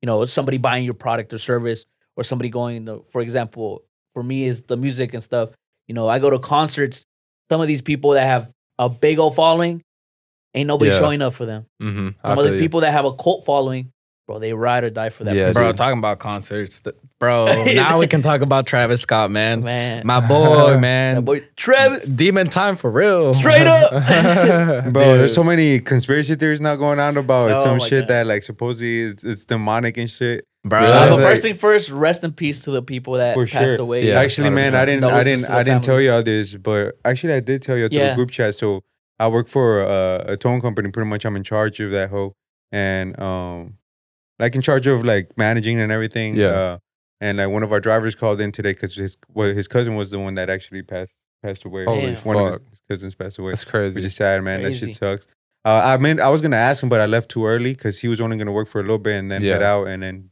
Speaker 6: You know, somebody buying your product or service, or somebody going to, for example, for me is the music and stuff. You know, I go to concerts. Some of these people that have a big old following, ain't nobody
Speaker 5: Yeah.
Speaker 6: showing up for them.
Speaker 5: mm-hmm.
Speaker 6: Some of these people that have a cult following, bro, they ride or die for that.
Speaker 5: Yeah,
Speaker 6: person.
Speaker 2: bro, talking about concerts, th- bro. now we can talk about Travis Scott, man.
Speaker 6: man,
Speaker 2: My boy, man.
Speaker 6: that boy Travis,
Speaker 2: Demon time for real.
Speaker 6: straight up.
Speaker 5: up.
Speaker 4: Bro, there's so many conspiracy theories now going on about
Speaker 6: Oh
Speaker 4: some
Speaker 6: my
Speaker 4: shit
Speaker 6: God.
Speaker 4: that like supposedly it's, it's demonic and shit.
Speaker 2: bro.
Speaker 5: Yeah,
Speaker 6: Uh, but
Speaker 4: like-
Speaker 6: first thing first, rest in peace to the people that
Speaker 4: For
Speaker 6: passed
Speaker 4: sure.
Speaker 6: away.
Speaker 5: Yeah,
Speaker 4: actually, man, I
Speaker 6: 100%.
Speaker 4: didn't, I
Speaker 6: Condolences
Speaker 4: didn't,
Speaker 6: to the
Speaker 4: I didn't tell
Speaker 6: families.
Speaker 4: y'all this, but actually, I did tell y'all through
Speaker 6: Yeah.
Speaker 4: the group chat. So I work for uh, a, a towing company. Pretty much, I'm in charge of that whole, and um, like in charge of like managing and everything.
Speaker 5: Yeah.
Speaker 4: Uh, and like one of our drivers called in today because his well, his cousin was the one that actually passed passed away.
Speaker 5: Holy
Speaker 6: Damn.
Speaker 4: one of
Speaker 5: fuck.
Speaker 4: his, his cousins passed away,
Speaker 5: That's crazy.
Speaker 4: which is sad, man. That
Speaker 6: Crazy.
Speaker 4: shit sucks. Uh, I meant I was gonna ask him, but I left too early because he was only gonna work for a little bit and then head
Speaker 5: Yeah.
Speaker 4: out and then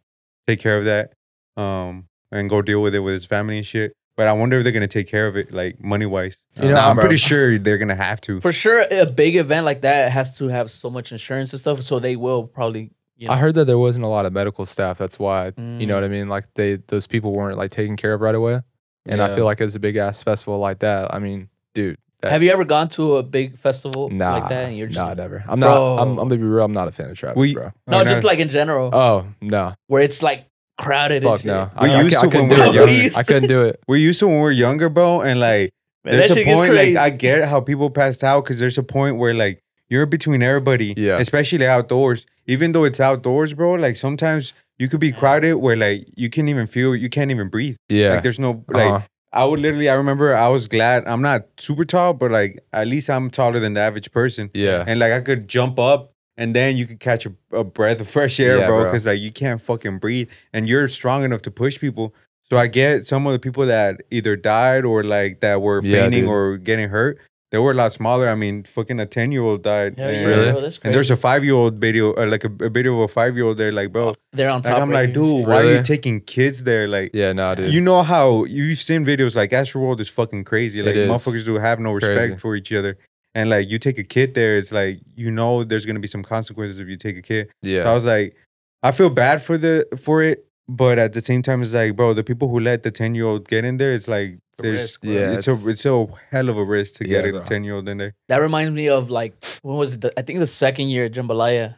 Speaker 4: take care of that, um, and go deal with it with his family and shit. But I wonder if they're gonna take care of it like money wise.
Speaker 5: You know,
Speaker 4: I'm
Speaker 5: bro.
Speaker 4: pretty sure they're gonna have to.
Speaker 6: for sure a big event like that has to have so much insurance and stuff so they will probably you know
Speaker 5: I heard that there wasn't a lot of medical staff. That's why you know
Speaker 6: Mm.
Speaker 5: what I mean. Like they, those people weren't like taken care of right away. And I
Speaker 2: Yeah.
Speaker 5: feel like as a big ass festival like that, I mean, dude, that,
Speaker 6: have you ever gone to a big festival
Speaker 5: nah,
Speaker 6: like that and you're just
Speaker 5: nah, never. I'm
Speaker 6: Bro.
Speaker 5: not. I'm, I'm gonna be real. I'm not a fan of Travis,
Speaker 4: We-
Speaker 5: bro.
Speaker 6: no just like in general
Speaker 5: Oh no,
Speaker 6: where it's like crowded and
Speaker 5: fuck
Speaker 6: shit.
Speaker 5: no.
Speaker 4: We
Speaker 5: I,
Speaker 4: used
Speaker 5: I,
Speaker 4: to
Speaker 5: I couldn't
Speaker 4: when we
Speaker 5: do it.
Speaker 4: were
Speaker 5: yo.
Speaker 6: younger.
Speaker 5: I couldn't do it.
Speaker 4: we're used to when we were younger, bro, and like
Speaker 6: Man,
Speaker 4: there's a
Speaker 6: that shit gets
Speaker 4: point like
Speaker 6: crazy.
Speaker 4: I get how people passed out because there's a point where like you're between everybody,
Speaker 5: Yeah.
Speaker 4: especially outdoors. Even though it's outdoors, bro, like sometimes you could be
Speaker 6: Mm.
Speaker 4: crowded where like you can't even feel, you can't even breathe.
Speaker 5: Yeah.
Speaker 4: Like there's no like
Speaker 5: Uh-huh.
Speaker 4: I would literally I remember I was glad I'm not super tall, but like at least I'm taller than the average person.
Speaker 5: Yeah.
Speaker 4: And like I could jump up and then you could catch a, a breath of fresh air,
Speaker 5: Yeah,
Speaker 4: bro,
Speaker 5: bro.
Speaker 4: because like you can't fucking breathe and you're strong enough to push people. So I get some of the people that either died or like that were
Speaker 5: Yeah,
Speaker 4: fainting
Speaker 5: dude.
Speaker 4: or getting hurt. They were a lot smaller. I mean, fucking a ten year old died.
Speaker 6: Hell yeah,
Speaker 4: and,
Speaker 5: Really?
Speaker 6: bro, that's
Speaker 4: and there's
Speaker 6: crazy.
Speaker 4: a five year old video, uh, like a, a video of a five year old there, like bro.
Speaker 6: they're on Oh, top
Speaker 4: Like I'm
Speaker 6: right
Speaker 4: like,
Speaker 6: here and
Speaker 4: dude,
Speaker 6: shit.
Speaker 4: why are you
Speaker 5: Really?
Speaker 4: taking kids there? Like,
Speaker 5: Yeah, nah, dude.
Speaker 4: you know how you've seen videos like Astro World is fucking crazy.
Speaker 5: It
Speaker 4: Like
Speaker 5: is.
Speaker 4: motherfuckers do have no respect
Speaker 5: Crazy.
Speaker 4: for each other. And like you take a kid there, it's like you know there's gonna be some consequences if you take a kid.
Speaker 5: yeah.
Speaker 4: So I was like, I feel bad for the for it, but at the same time, it's like, bro, the people who let the ten year old get in there, it's like
Speaker 6: It's a
Speaker 4: there's
Speaker 6: risk, bro.
Speaker 5: Yeah.
Speaker 4: it's a
Speaker 5: it's-
Speaker 4: it's a hell of a risk to get
Speaker 5: Yeah,
Speaker 4: a
Speaker 5: bro.
Speaker 4: ten year old in there.
Speaker 6: that reminds me of like when was it the, i think the second year jambalaya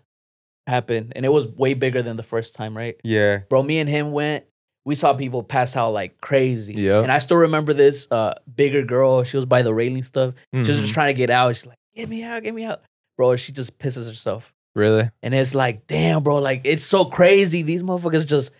Speaker 6: happened and it was way bigger than the first time right
Speaker 4: Yeah,
Speaker 6: bro me and him went we saw people pass out like crazy
Speaker 5: Yeah.
Speaker 6: and i still remember this uh bigger girl she was by the railing stuff She was
Speaker 4: Mm-hmm.
Speaker 6: just
Speaker 5: Mhm.
Speaker 6: trying to get out. She's like, get me out, get me out. Bro, she just pisses herself.
Speaker 5: really.
Speaker 6: And it's like, damn, bro, like it's so crazy. These motherfuckers just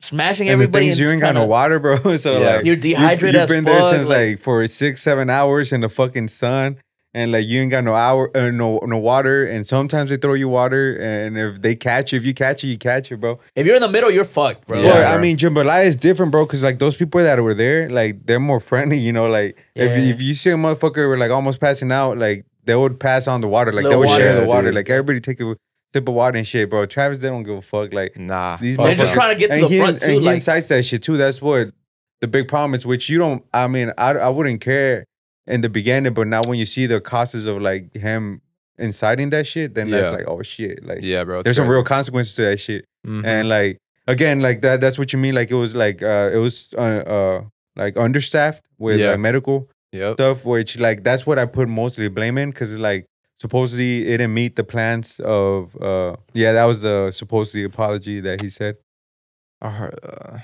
Speaker 6: smashing
Speaker 4: and the
Speaker 6: everybody.
Speaker 4: things you ain't got
Speaker 6: trying
Speaker 4: no
Speaker 6: to-
Speaker 4: water, bro. So
Speaker 5: Yeah.
Speaker 4: like
Speaker 6: You're
Speaker 4: You-
Speaker 6: dehydrated
Speaker 4: You've
Speaker 6: as
Speaker 4: been
Speaker 6: fuck.
Speaker 4: there since like, for six, seven hours in the fucking sun, and like you ain't got no hour, uh, no no water. And sometimes they throw you water, and if they catch you, if you catch it, you catch it, bro.
Speaker 6: if you're in the middle, you're fucked, bro.
Speaker 5: Yeah.
Speaker 4: but I mean, jambalaya is different, bro, because like those people that were there, like they're more friendly, you know. Like if
Speaker 6: Yeah.
Speaker 4: if you see a motherfucker were like almost passing out, like they would pass on the water, like
Speaker 6: The
Speaker 4: they would share
Speaker 5: water.
Speaker 4: the
Speaker 5: Yeah,
Speaker 4: water,
Speaker 5: dude.
Speaker 4: like everybody take a sip of water and shit, bro. Travis, they don't give a fuck, like.
Speaker 5: Nah.
Speaker 4: These
Speaker 5: fuck
Speaker 6: They're
Speaker 5: no.
Speaker 6: just trying to get to
Speaker 4: And
Speaker 6: the
Speaker 4: he,
Speaker 6: front too.
Speaker 4: and he
Speaker 6: Like,
Speaker 4: incites that shit too. That's what the big problem is, which you don't. I mean, I I wouldn't care in the beginning, but now when you see the costs of like him inciting that shit, then that's
Speaker 5: Yeah.
Speaker 4: like, oh shit, like
Speaker 5: Yeah, bro. it's
Speaker 4: there's some
Speaker 5: crazy.
Speaker 4: real consequences to that shit.
Speaker 5: Mhm.
Speaker 4: And like again, like that that's what you mean. Like it was like uh it was uh, uh like understaffed with
Speaker 5: Yeah.
Speaker 4: like medical
Speaker 5: Yep.
Speaker 4: stuff, which like that's what I put mostly blame in because like supposedly it didn't meet the plans of uh yeah that was the supposedly apology that he said.
Speaker 5: I heard, uh,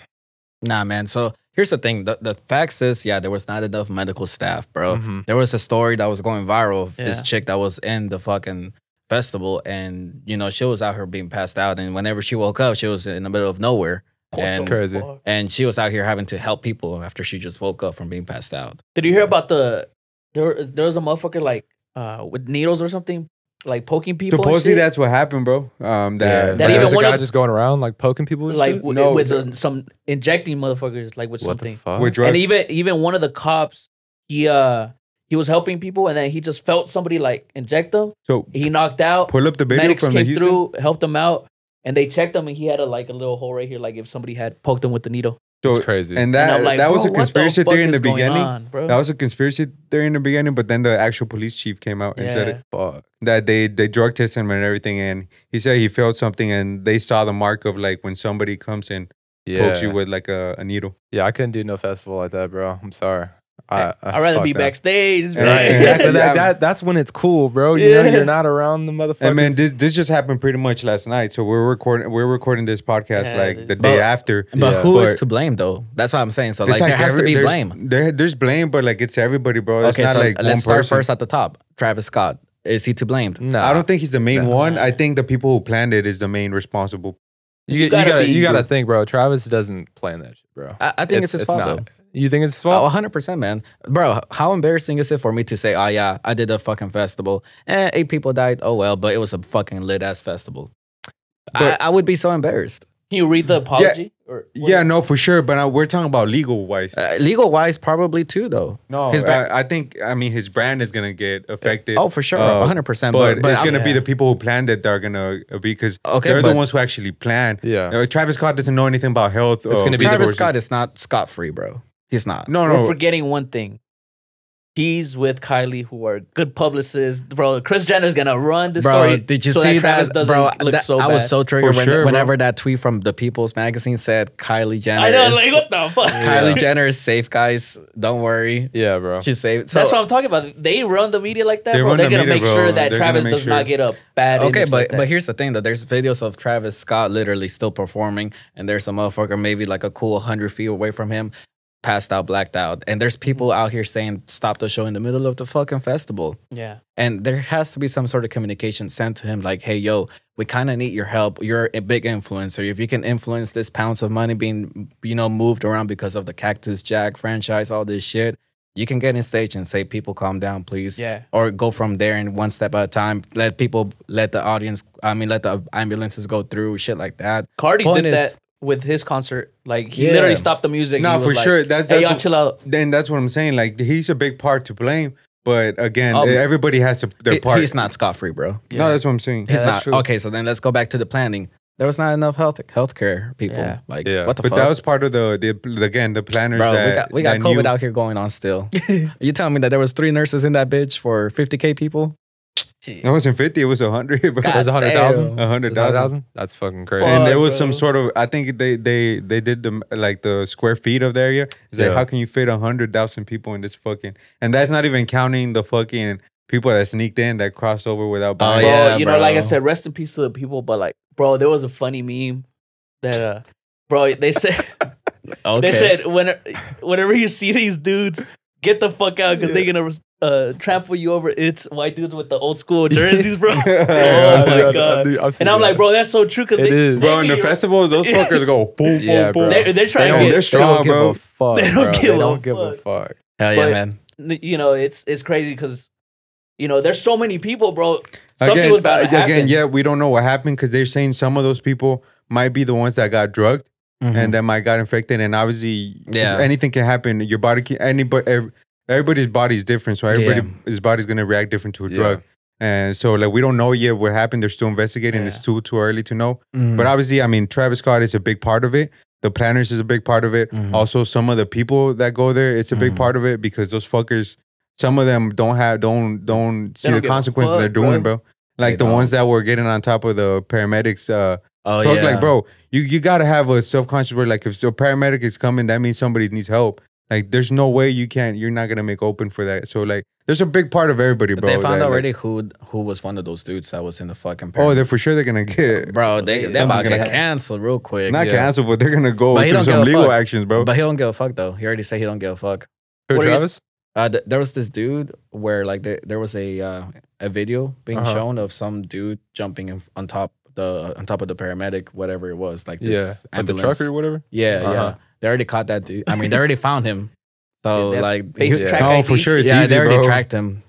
Speaker 2: Nah, man. So here's the thing. The, the facts is, yeah, there was not enough medical staff, bro.
Speaker 5: mhm.
Speaker 2: There was a story that was going viral of this
Speaker 6: Yeah.
Speaker 2: chick that was in the fucking festival, and you know she was out here being passed out, and whenever she woke up, she was in the middle of nowhere, and
Speaker 5: Crazy.
Speaker 2: and she was out here having to help people after she just woke up from being passed out.
Speaker 6: Did you hear about the there there was a motherfucker like uh with needles or something? Like poking people. and
Speaker 4: Supposedly
Speaker 6: shit?
Speaker 4: that's what happened, bro. Um, that,
Speaker 5: Yeah.
Speaker 6: That
Speaker 5: there's
Speaker 6: even
Speaker 5: a
Speaker 6: one
Speaker 5: guy
Speaker 6: of-
Speaker 5: just going around like poking people. and
Speaker 6: like
Speaker 5: shit?
Speaker 6: with,
Speaker 4: No,
Speaker 6: with
Speaker 4: the-
Speaker 6: uh, some injecting motherfuckers like with
Speaker 5: what the
Speaker 6: something.
Speaker 5: fuck?
Speaker 4: with drugs.
Speaker 6: And even even one of the cops, he uh he was helping people, and then he just felt somebody like inject him.
Speaker 4: So
Speaker 6: He knocked out.
Speaker 4: pull up the video
Speaker 6: Medics
Speaker 4: from the
Speaker 6: came
Speaker 4: Houston.
Speaker 6: through, helped him out, and they checked him, and he had a, like a little hole right here, like if somebody had poked him with the needle.
Speaker 4: So
Speaker 5: it's crazy.
Speaker 4: and
Speaker 6: And
Speaker 4: that
Speaker 6: I'm like,
Speaker 4: that was
Speaker 6: "Bro,
Speaker 4: a
Speaker 6: what the
Speaker 4: conspiracy
Speaker 6: fuck
Speaker 4: theory in the
Speaker 6: is going
Speaker 4: beginning.
Speaker 6: on, bro?
Speaker 4: That was a conspiracy theory in the beginning, but then the actual police chief came out and said
Speaker 6: Yeah.
Speaker 4: it,
Speaker 5: Fuck.
Speaker 4: that they they drug tested him and everything, and he said he failed something, and they saw the mark of like when somebody comes and
Speaker 5: Yeah.
Speaker 4: pokes you with like a, a needle.
Speaker 5: yeah, I couldn't do no festival like that, bro. I'm sorry. I, I,
Speaker 6: I'd rather
Speaker 5: fuck
Speaker 6: be
Speaker 5: that.
Speaker 6: backstage, man.
Speaker 5: Right. Exactly.
Speaker 4: Ah, Yeah.
Speaker 5: That, that, that's when it's cool, bro. You know,
Speaker 6: Yeah.
Speaker 5: you're not around the motherfuckers.
Speaker 4: And man, this this just happened pretty much last night. So we're recording we're recording this podcast
Speaker 6: Yeah,
Speaker 4: like
Speaker 6: it
Speaker 4: the
Speaker 6: is.
Speaker 4: day
Speaker 2: But-
Speaker 4: after.
Speaker 2: But
Speaker 5: Yeah.
Speaker 2: who is
Speaker 4: But-
Speaker 2: to blame though? That's what I'm saying. So
Speaker 4: It's
Speaker 2: like, there has
Speaker 4: every-
Speaker 2: to be
Speaker 4: there's-
Speaker 2: blame.
Speaker 4: There, there's blame, but like it's everybody, bro. It's
Speaker 2: Okay,
Speaker 4: not
Speaker 2: so
Speaker 4: like one
Speaker 2: let's start
Speaker 4: person.
Speaker 2: first at the top. Travis Scott is he to blame?
Speaker 5: no,
Speaker 4: I don't think he's the main
Speaker 2: Nah.
Speaker 4: one. I think the people who planned it is the main responsible.
Speaker 5: You,
Speaker 6: You
Speaker 5: you
Speaker 6: gotta
Speaker 5: gotta,
Speaker 6: be-
Speaker 5: you gotta think, bro. Travis doesn't plan that shit, bro.
Speaker 2: I, I think it's, his fault
Speaker 5: not.
Speaker 2: though.
Speaker 5: You think it's his
Speaker 2: Oh,
Speaker 5: fault?
Speaker 2: 100%, man. Bro, how embarrassing is it for me to say, oh, yeah, I did a fucking festival and eight people died? Oh, well, but it was a fucking lit ass festival.
Speaker 4: But-
Speaker 2: I, I would be so embarrassed.
Speaker 6: Can you read the apology? Or what-
Speaker 4: Yeah, no, for sure. But I, we're talking about legal wise.
Speaker 2: Uh, Legal wise, probably too, though.
Speaker 4: no,
Speaker 2: his brand-
Speaker 4: I, I think I mean his brand is gonna get affected.
Speaker 2: Oh, for sure.
Speaker 4: Uh, but,
Speaker 2: 100%. But, but
Speaker 4: it's
Speaker 2: I'm-
Speaker 4: gonna be
Speaker 6: yeah.
Speaker 4: the people who planned it that are gonna uh, be because
Speaker 2: Okay,
Speaker 4: they're the
Speaker 2: but-
Speaker 4: ones who actually planned.
Speaker 5: Yeah.
Speaker 4: Uh, Travis Scott doesn't know anything about health.
Speaker 5: It's
Speaker 4: uh,
Speaker 5: gonna be the
Speaker 2: Travis
Speaker 5: person.
Speaker 2: Scott is not scot free, bro. He's not.
Speaker 4: No,
Speaker 6: We're
Speaker 4: no.
Speaker 6: forgetting one thing. He's with Kylie, who are good publicists, bro. Chris Jenner's gonna run this
Speaker 2: bro,
Speaker 6: story.
Speaker 2: did you
Speaker 6: so
Speaker 2: see
Speaker 6: Travis
Speaker 2: that,
Speaker 6: doesn't
Speaker 2: bro?
Speaker 6: look
Speaker 2: that-
Speaker 6: so
Speaker 2: I
Speaker 6: bad.
Speaker 2: was so triggered
Speaker 4: For
Speaker 2: when,
Speaker 4: sure, bro.
Speaker 2: whenever that tweet from the People's Magazine said Kylie Jenner.
Speaker 6: I know,
Speaker 2: is,
Speaker 6: like what the fuck.
Speaker 2: Kylie Jenner is safe, guys. Don't worry.
Speaker 5: Yeah, bro.
Speaker 2: She's safe. So,
Speaker 6: That's what I'm talking about. They run the media like that,
Speaker 4: They
Speaker 6: bro.
Speaker 4: run
Speaker 6: They're
Speaker 4: the
Speaker 6: gonna
Speaker 4: media,
Speaker 6: make
Speaker 4: bro.
Speaker 6: sure that
Speaker 4: They're
Speaker 6: Travis
Speaker 4: gonna make
Speaker 6: does not
Speaker 4: sure.
Speaker 6: get a bad.
Speaker 2: Okay,
Speaker 6: image
Speaker 2: but
Speaker 6: like that.
Speaker 2: but here's the thing though. There's videos of Travis Scott literally still performing, and there's a motherfucker maybe like a cool hundred feet away from him, passed out, blacked out, and there's people
Speaker 6: Mm-hmm.
Speaker 2: out here saying stop the show in the middle of the fucking festival.
Speaker 6: yeah,
Speaker 2: And there has to be some sort of communication sent to him, like, "Hey, yo, we kind of need your help. You're a big influencer. If you can influence this pounds of money being, you know, moved around because of the Cactus Jack franchise, all this shit, you can get in stage and say, people, calm down, please.'"
Speaker 6: yeah.
Speaker 2: or go from there and one step at a time. Let people, let the audience, I mean, let the ambulances go through, shit like that.
Speaker 6: Cardi
Speaker 2: Point
Speaker 6: did
Speaker 2: is-
Speaker 6: that with his concert. Like he
Speaker 2: Yeah.
Speaker 6: literally stopped the music.
Speaker 4: No,
Speaker 6: He was
Speaker 4: for
Speaker 6: like,
Speaker 4: sure. That's-
Speaker 6: hey,
Speaker 4: that's
Speaker 6: y'all
Speaker 4: what-
Speaker 6: chill out.
Speaker 4: then that's what I'm saying. Like he's a big part to blame, but again,
Speaker 6: Oh,
Speaker 4: e,
Speaker 2: Um,
Speaker 4: everybody has to, their
Speaker 2: He-
Speaker 4: part.
Speaker 2: he's not scot free, bro.
Speaker 4: No,
Speaker 6: Yeah.
Speaker 4: that's what I'm saying.
Speaker 2: He's
Speaker 6: that's
Speaker 2: not.
Speaker 6: true.
Speaker 2: Okay, so then let's go back to the planning. There was not enough health healthcare people.
Speaker 6: Yeah.
Speaker 2: Like,
Speaker 5: Yeah.
Speaker 2: what the
Speaker 4: But
Speaker 2: fuck?
Speaker 4: that was part of the, the again the planners.
Speaker 2: Bro,
Speaker 4: that,
Speaker 2: we got, we got
Speaker 4: that
Speaker 2: COVID
Speaker 4: knew-
Speaker 2: out here going on still. you telling me that there was three nurses in that bitch for 50K people?
Speaker 4: It wasn't fifty. It was hundred. It
Speaker 5: It was
Speaker 2: God
Speaker 5: 100,000?
Speaker 2: damn.
Speaker 4: hundred thousand.
Speaker 5: That's fucking crazy.
Speaker 4: And
Speaker 6: Fuck,
Speaker 4: there was some
Speaker 6: bro.
Speaker 4: sort of. I think they they they did the like the square feet of the area. It's like
Speaker 5: Yeah.
Speaker 4: how can you fit hundred thousand people in this fucking? And that's not even counting the fucking people that sneaked in that crossed over without
Speaker 2: Oh,
Speaker 6: Bro,
Speaker 4: buying.
Speaker 2: yeah,
Speaker 6: you know, like I
Speaker 2: bro.
Speaker 6: said, rest in peace to the people. But like, bro, there was a funny meme that, uh, bro, they said
Speaker 2: Okay.
Speaker 6: they said when whenever you see these dudes, get the fuck out because they're gonna uh, trample you over. It's white dudes with the old school jerseys, bro.
Speaker 4: Yeah,
Speaker 6: oh my god. And I'm like, bro, that's so true. Cause
Speaker 5: It
Speaker 6: they,
Speaker 5: is.
Speaker 6: they
Speaker 4: Bro, in the
Speaker 6: be-
Speaker 4: festivals, those fuckers go boom, boom, boom.
Speaker 5: Yeah, bro.
Speaker 6: They're, they're
Speaker 5: they
Speaker 6: trying
Speaker 5: don't,
Speaker 6: to
Speaker 4: they're
Speaker 6: get.
Speaker 4: strong,
Speaker 5: give
Speaker 4: bro.
Speaker 5: a fuck.
Speaker 6: They
Speaker 5: They
Speaker 6: don't
Speaker 5: don't,
Speaker 6: give a
Speaker 5: give a fuck.
Speaker 2: Hell yeah,
Speaker 6: but-
Speaker 2: man.
Speaker 6: You know, it's it's crazy because, you know, there's so many people, bro. Something
Speaker 4: again,
Speaker 6: was about to
Speaker 4: uh, again,
Speaker 6: happen.
Speaker 4: yeah, we don't know what happened because they're saying some of those people might be the ones that got drugged.
Speaker 2: Mhm.
Speaker 5: Mm-hmm.
Speaker 4: and that might got infected and obviously
Speaker 2: Yeah.
Speaker 4: anything can happen your body can anybody ev- everybody's body is different so everybody's body's going to react different to a
Speaker 5: Yeah.
Speaker 4: drug and so like we don't know yet what happened they're still investigating it's
Speaker 6: Yeah.
Speaker 4: too too early to know
Speaker 2: Mhm.
Speaker 4: but obviously i mean travis scott is a big part of it the planners is a big part of it
Speaker 2: Mhm.
Speaker 4: also some of the people that go there it's a big
Speaker 2: Mhm.
Speaker 4: part of it because those fuckers some of them don't have don't don't see
Speaker 6: don't
Speaker 4: the
Speaker 6: give a
Speaker 4: consequences
Speaker 6: fuck,
Speaker 4: they're doing
Speaker 6: bro.
Speaker 4: bro, like
Speaker 2: They
Speaker 4: the ones that were getting on top of the paramedics uh
Speaker 2: oh,
Speaker 4: so I was
Speaker 2: yeah.
Speaker 4: like, bro, you, you gotta have a self conscious word. Like, if a paramedic is coming, that means somebody needs help. Like, there's no way you can't. You're not gonna make open for that. So like, there's a big part of everybody, bro.
Speaker 2: they found
Speaker 4: that,
Speaker 2: already
Speaker 4: Like,
Speaker 2: who who was one of those dudes that was in the fucking
Speaker 4: oh, they're for sure they're gonna get
Speaker 2: Bro, they
Speaker 6: Yeah,
Speaker 2: they about
Speaker 4: something's
Speaker 2: to get
Speaker 4: gonna-
Speaker 2: canceled real quick.
Speaker 4: not
Speaker 5: yeah.
Speaker 4: canceled, but they're gonna go
Speaker 2: But he
Speaker 4: through
Speaker 2: don't give
Speaker 4: some
Speaker 2: a
Speaker 4: legal
Speaker 2: fuck.
Speaker 4: actions, bro.
Speaker 2: But he don't give a fuck though. He already said he don't give a fuck.
Speaker 5: Who,
Speaker 6: What are you-
Speaker 5: Travis?
Speaker 2: Uh, th- there was this dude where like there, there was a uh, a video being
Speaker 5: Uh-huh.
Speaker 2: shown of some dude jumping in, on top the on top of the paramedic, whatever it was, like
Speaker 5: Yeah.
Speaker 2: this
Speaker 5: Like the
Speaker 2: ambulance.
Speaker 5: truck or whatever?
Speaker 2: yeah, yeah.
Speaker 5: Uh-huh.
Speaker 2: They already caught that dude. I mean, they already found him. So
Speaker 6: Yeah, that
Speaker 2: like,
Speaker 6: face
Speaker 2: he-
Speaker 6: track
Speaker 4: no,
Speaker 6: ID.
Speaker 4: for sure, it's
Speaker 2: yeah,
Speaker 4: easy,
Speaker 2: they already
Speaker 4: bro.
Speaker 2: tracked him.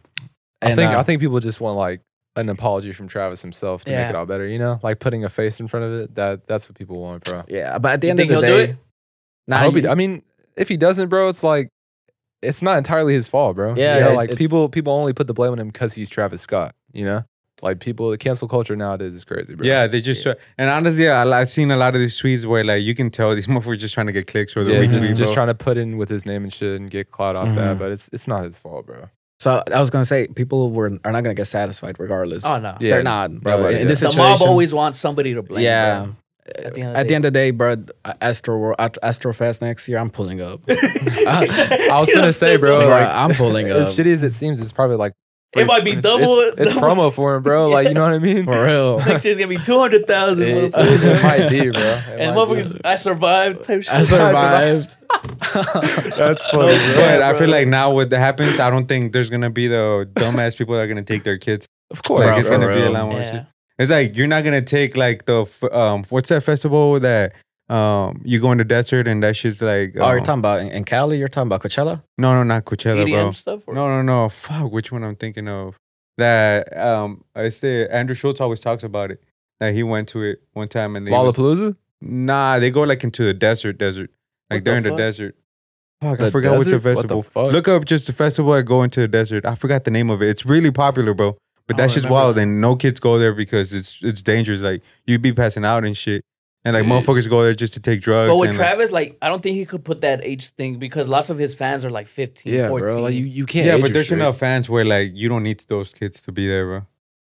Speaker 5: I think
Speaker 2: uh,
Speaker 5: I think people just want like an apology from Travis himself to
Speaker 6: Yeah.
Speaker 5: make it all better, you know? Like putting a face in front of it. That that's what people want, bro.
Speaker 2: yeah, but at the
Speaker 6: You
Speaker 2: end of
Speaker 6: think
Speaker 2: the
Speaker 6: he'll do
Speaker 2: day,
Speaker 6: it?
Speaker 2: nah,
Speaker 5: I hope
Speaker 2: he-
Speaker 5: he, I mean, if he doesn't, bro, it's like it's not entirely his fault, bro.
Speaker 2: Yeah,
Speaker 5: You know,
Speaker 2: it's-
Speaker 5: like
Speaker 2: it's-
Speaker 5: people people only put the blame on him because he's Travis Scott. You know, like people the cancel culture nowadays is crazy, bro.
Speaker 4: Yeah, they just try- and honestly, I, I've seen a lot of these tweets where like you can tell these motherfuckers just trying to get clicks or the
Speaker 5: Yeah,
Speaker 4: retweet,
Speaker 5: just, just
Speaker 4: bro.
Speaker 5: trying to put in with his name and shit and get clout off that,
Speaker 2: Mhm.
Speaker 5: but it's it's not his fault, bro.
Speaker 2: So I was gonna say people were are not gonna get satisfied regardless.
Speaker 6: Oh, no.
Speaker 5: Yeah,
Speaker 2: they're not, bro.
Speaker 5: nobody,
Speaker 2: in
Speaker 5: yeah.
Speaker 2: this
Speaker 6: The
Speaker 2: situation,
Speaker 6: mob always wants somebody to blame.
Speaker 2: yeah.
Speaker 6: bro. At the end of
Speaker 2: At
Speaker 6: the
Speaker 2: the
Speaker 6: day.
Speaker 2: end of the day, bro, Astro World, Ast- Astrofest next year, I'm pulling up. Uh,
Speaker 5: I was
Speaker 6: You know what
Speaker 5: gonna
Speaker 6: I'm
Speaker 5: say,
Speaker 6: saying?
Speaker 5: bro,
Speaker 2: Bro,
Speaker 5: like
Speaker 2: I'm pulling up.
Speaker 5: as shitty as it seems, it's probably like
Speaker 6: It might be
Speaker 5: it's-
Speaker 6: double-
Speaker 5: It's, it's
Speaker 6: double-
Speaker 5: promo for him, bro. Like you know what I mean?
Speaker 2: For real.
Speaker 6: Next year's gonna be two hundred thousand.
Speaker 5: It, it might be, bro. It
Speaker 6: And
Speaker 5: might be.
Speaker 6: motherfuckers, I survived type shit.
Speaker 2: I survived.
Speaker 5: That's funny.
Speaker 6: No,
Speaker 5: bro.
Speaker 4: But I feel
Speaker 6: bro.
Speaker 4: like now what that happens, I don't think there's gonna be the dumbass people that are gonna take their kids.
Speaker 5: Of course,
Speaker 4: like
Speaker 2: Bro,
Speaker 4: it's
Speaker 2: for
Speaker 4: gonna be a
Speaker 2: real.
Speaker 4: lot more. shit.
Speaker 6: Yeah.
Speaker 4: It's like you're not gonna take like the f- um what's that festival that um you go in the desert and that shit's like
Speaker 2: Oh, you're
Speaker 4: um,
Speaker 2: talking about in, in Cali? You're talking about Coachella?
Speaker 4: no no not Coachella
Speaker 6: EDM
Speaker 4: bro
Speaker 6: E stuff. Or?
Speaker 4: no no no fuck which one I'm thinking of that um I say Andrew Schultz always talks about it that he went to it one time and they was-
Speaker 5: Lollapalooza.
Speaker 4: nah they go like into the desert desert like
Speaker 6: What
Speaker 4: they're
Speaker 6: the
Speaker 4: in the
Speaker 6: fuck?
Speaker 4: desert fuck I
Speaker 5: The
Speaker 4: forgot what's the
Speaker 5: desert? What the
Speaker 4: festival
Speaker 5: fuck?
Speaker 4: Look up just the festival I go into the desert. I forgot the name of it. It's really popular, bro. But
Speaker 6: Oh, I don't
Speaker 4: that's just
Speaker 6: remember
Speaker 4: wild,
Speaker 6: that.
Speaker 4: and no kids go there because it's it's dangerous. Like you'd be passing out and shit, and like
Speaker 5: It is.
Speaker 4: motherfuckers go there just to take drugs.
Speaker 6: But with
Speaker 4: and, like-
Speaker 6: Travis, like, I don't think he could put that age thing because lots of his fans are like 15, 14.
Speaker 5: Like you,
Speaker 6: you,
Speaker 5: you can't.
Speaker 4: yeah,
Speaker 5: age
Speaker 4: but there's
Speaker 5: restrict.
Speaker 4: enough fans where like you don't need those kids to be there, bro.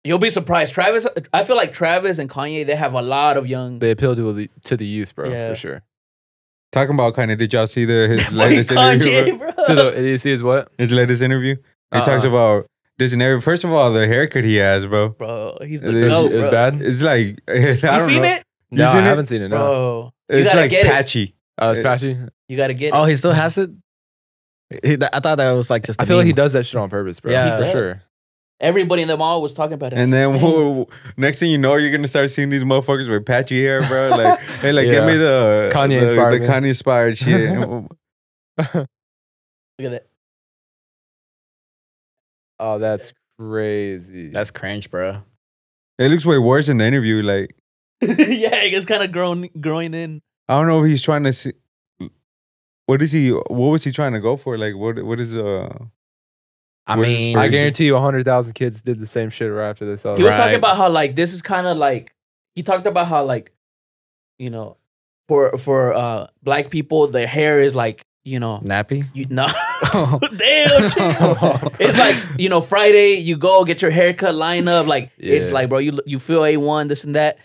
Speaker 6: will be surprised. Travis, I feel like Travis and Kanye, they have a lot of young.
Speaker 5: They appeal to the to the youth, bro,
Speaker 6: Yeah.
Speaker 5: for sure.
Speaker 4: Talking about kind of, did y'all see the his
Speaker 6: Fucking
Speaker 4: latest interview? bro?
Speaker 6: Kanye, bro.
Speaker 5: to the you see is what?
Speaker 4: His latest interview. He talks
Speaker 5: Uh-uh.
Speaker 4: about this and every. First of all, the haircut he has, bro.
Speaker 6: Bro, he's the
Speaker 4: It is-
Speaker 6: goat,
Speaker 5: it was
Speaker 6: bro.
Speaker 5: bad?
Speaker 4: It's like I
Speaker 6: You
Speaker 4: don't
Speaker 6: seen
Speaker 4: know.
Speaker 6: it?
Speaker 4: You
Speaker 5: no, I
Speaker 4: seen it?
Speaker 5: haven't seen it. No,
Speaker 6: Bro, you
Speaker 4: It's
Speaker 6: gotta
Speaker 4: like
Speaker 6: get it.
Speaker 4: patchy.
Speaker 5: uh, it's
Speaker 4: it-
Speaker 5: patchy.
Speaker 6: You gotta get it.
Speaker 2: Oh, he still has it? He, I thought that was like just I
Speaker 5: I feel like he does that shit on purpose, bro. for
Speaker 2: Yeah.
Speaker 6: He does.
Speaker 5: sure.
Speaker 6: Everybody in the mall was talking about it.
Speaker 4: And then
Speaker 5: Mm-hmm.
Speaker 4: whoa, next thing you know, you're gonna start seeing these motherfuckers with patchy hair, bro. Like, hey, like, give
Speaker 5: Yeah.
Speaker 4: me the
Speaker 5: Kanye
Speaker 4: the,
Speaker 5: inspired
Speaker 4: the
Speaker 5: me.
Speaker 4: Kanye inspired shit.
Speaker 6: Look at that.
Speaker 5: Oh, that's crazy.
Speaker 2: That's cringe, bro.
Speaker 4: it looks way worse in the interview. Like,
Speaker 6: yeah, it gets kind of grown, growing in.
Speaker 4: I don't know if he's trying to see. What is he? What was he trying to go for? Like, what? What is uh?
Speaker 2: I
Speaker 4: Where's his
Speaker 2: mean,
Speaker 5: I
Speaker 4: crazy.
Speaker 5: guarantee you, hundred thousand kids did the same shit right after they saw.
Speaker 6: He was
Speaker 5: that.
Speaker 6: talking
Speaker 2: Right.
Speaker 6: about how like this is kind of like he talked about how like you know for for uh black people their hair is like you know
Speaker 2: nappy.
Speaker 6: you no Oh. damn chill. it's like you know Friday you go get your haircut line up like it's
Speaker 5: Yeah.
Speaker 6: like bro you you feel a one this and that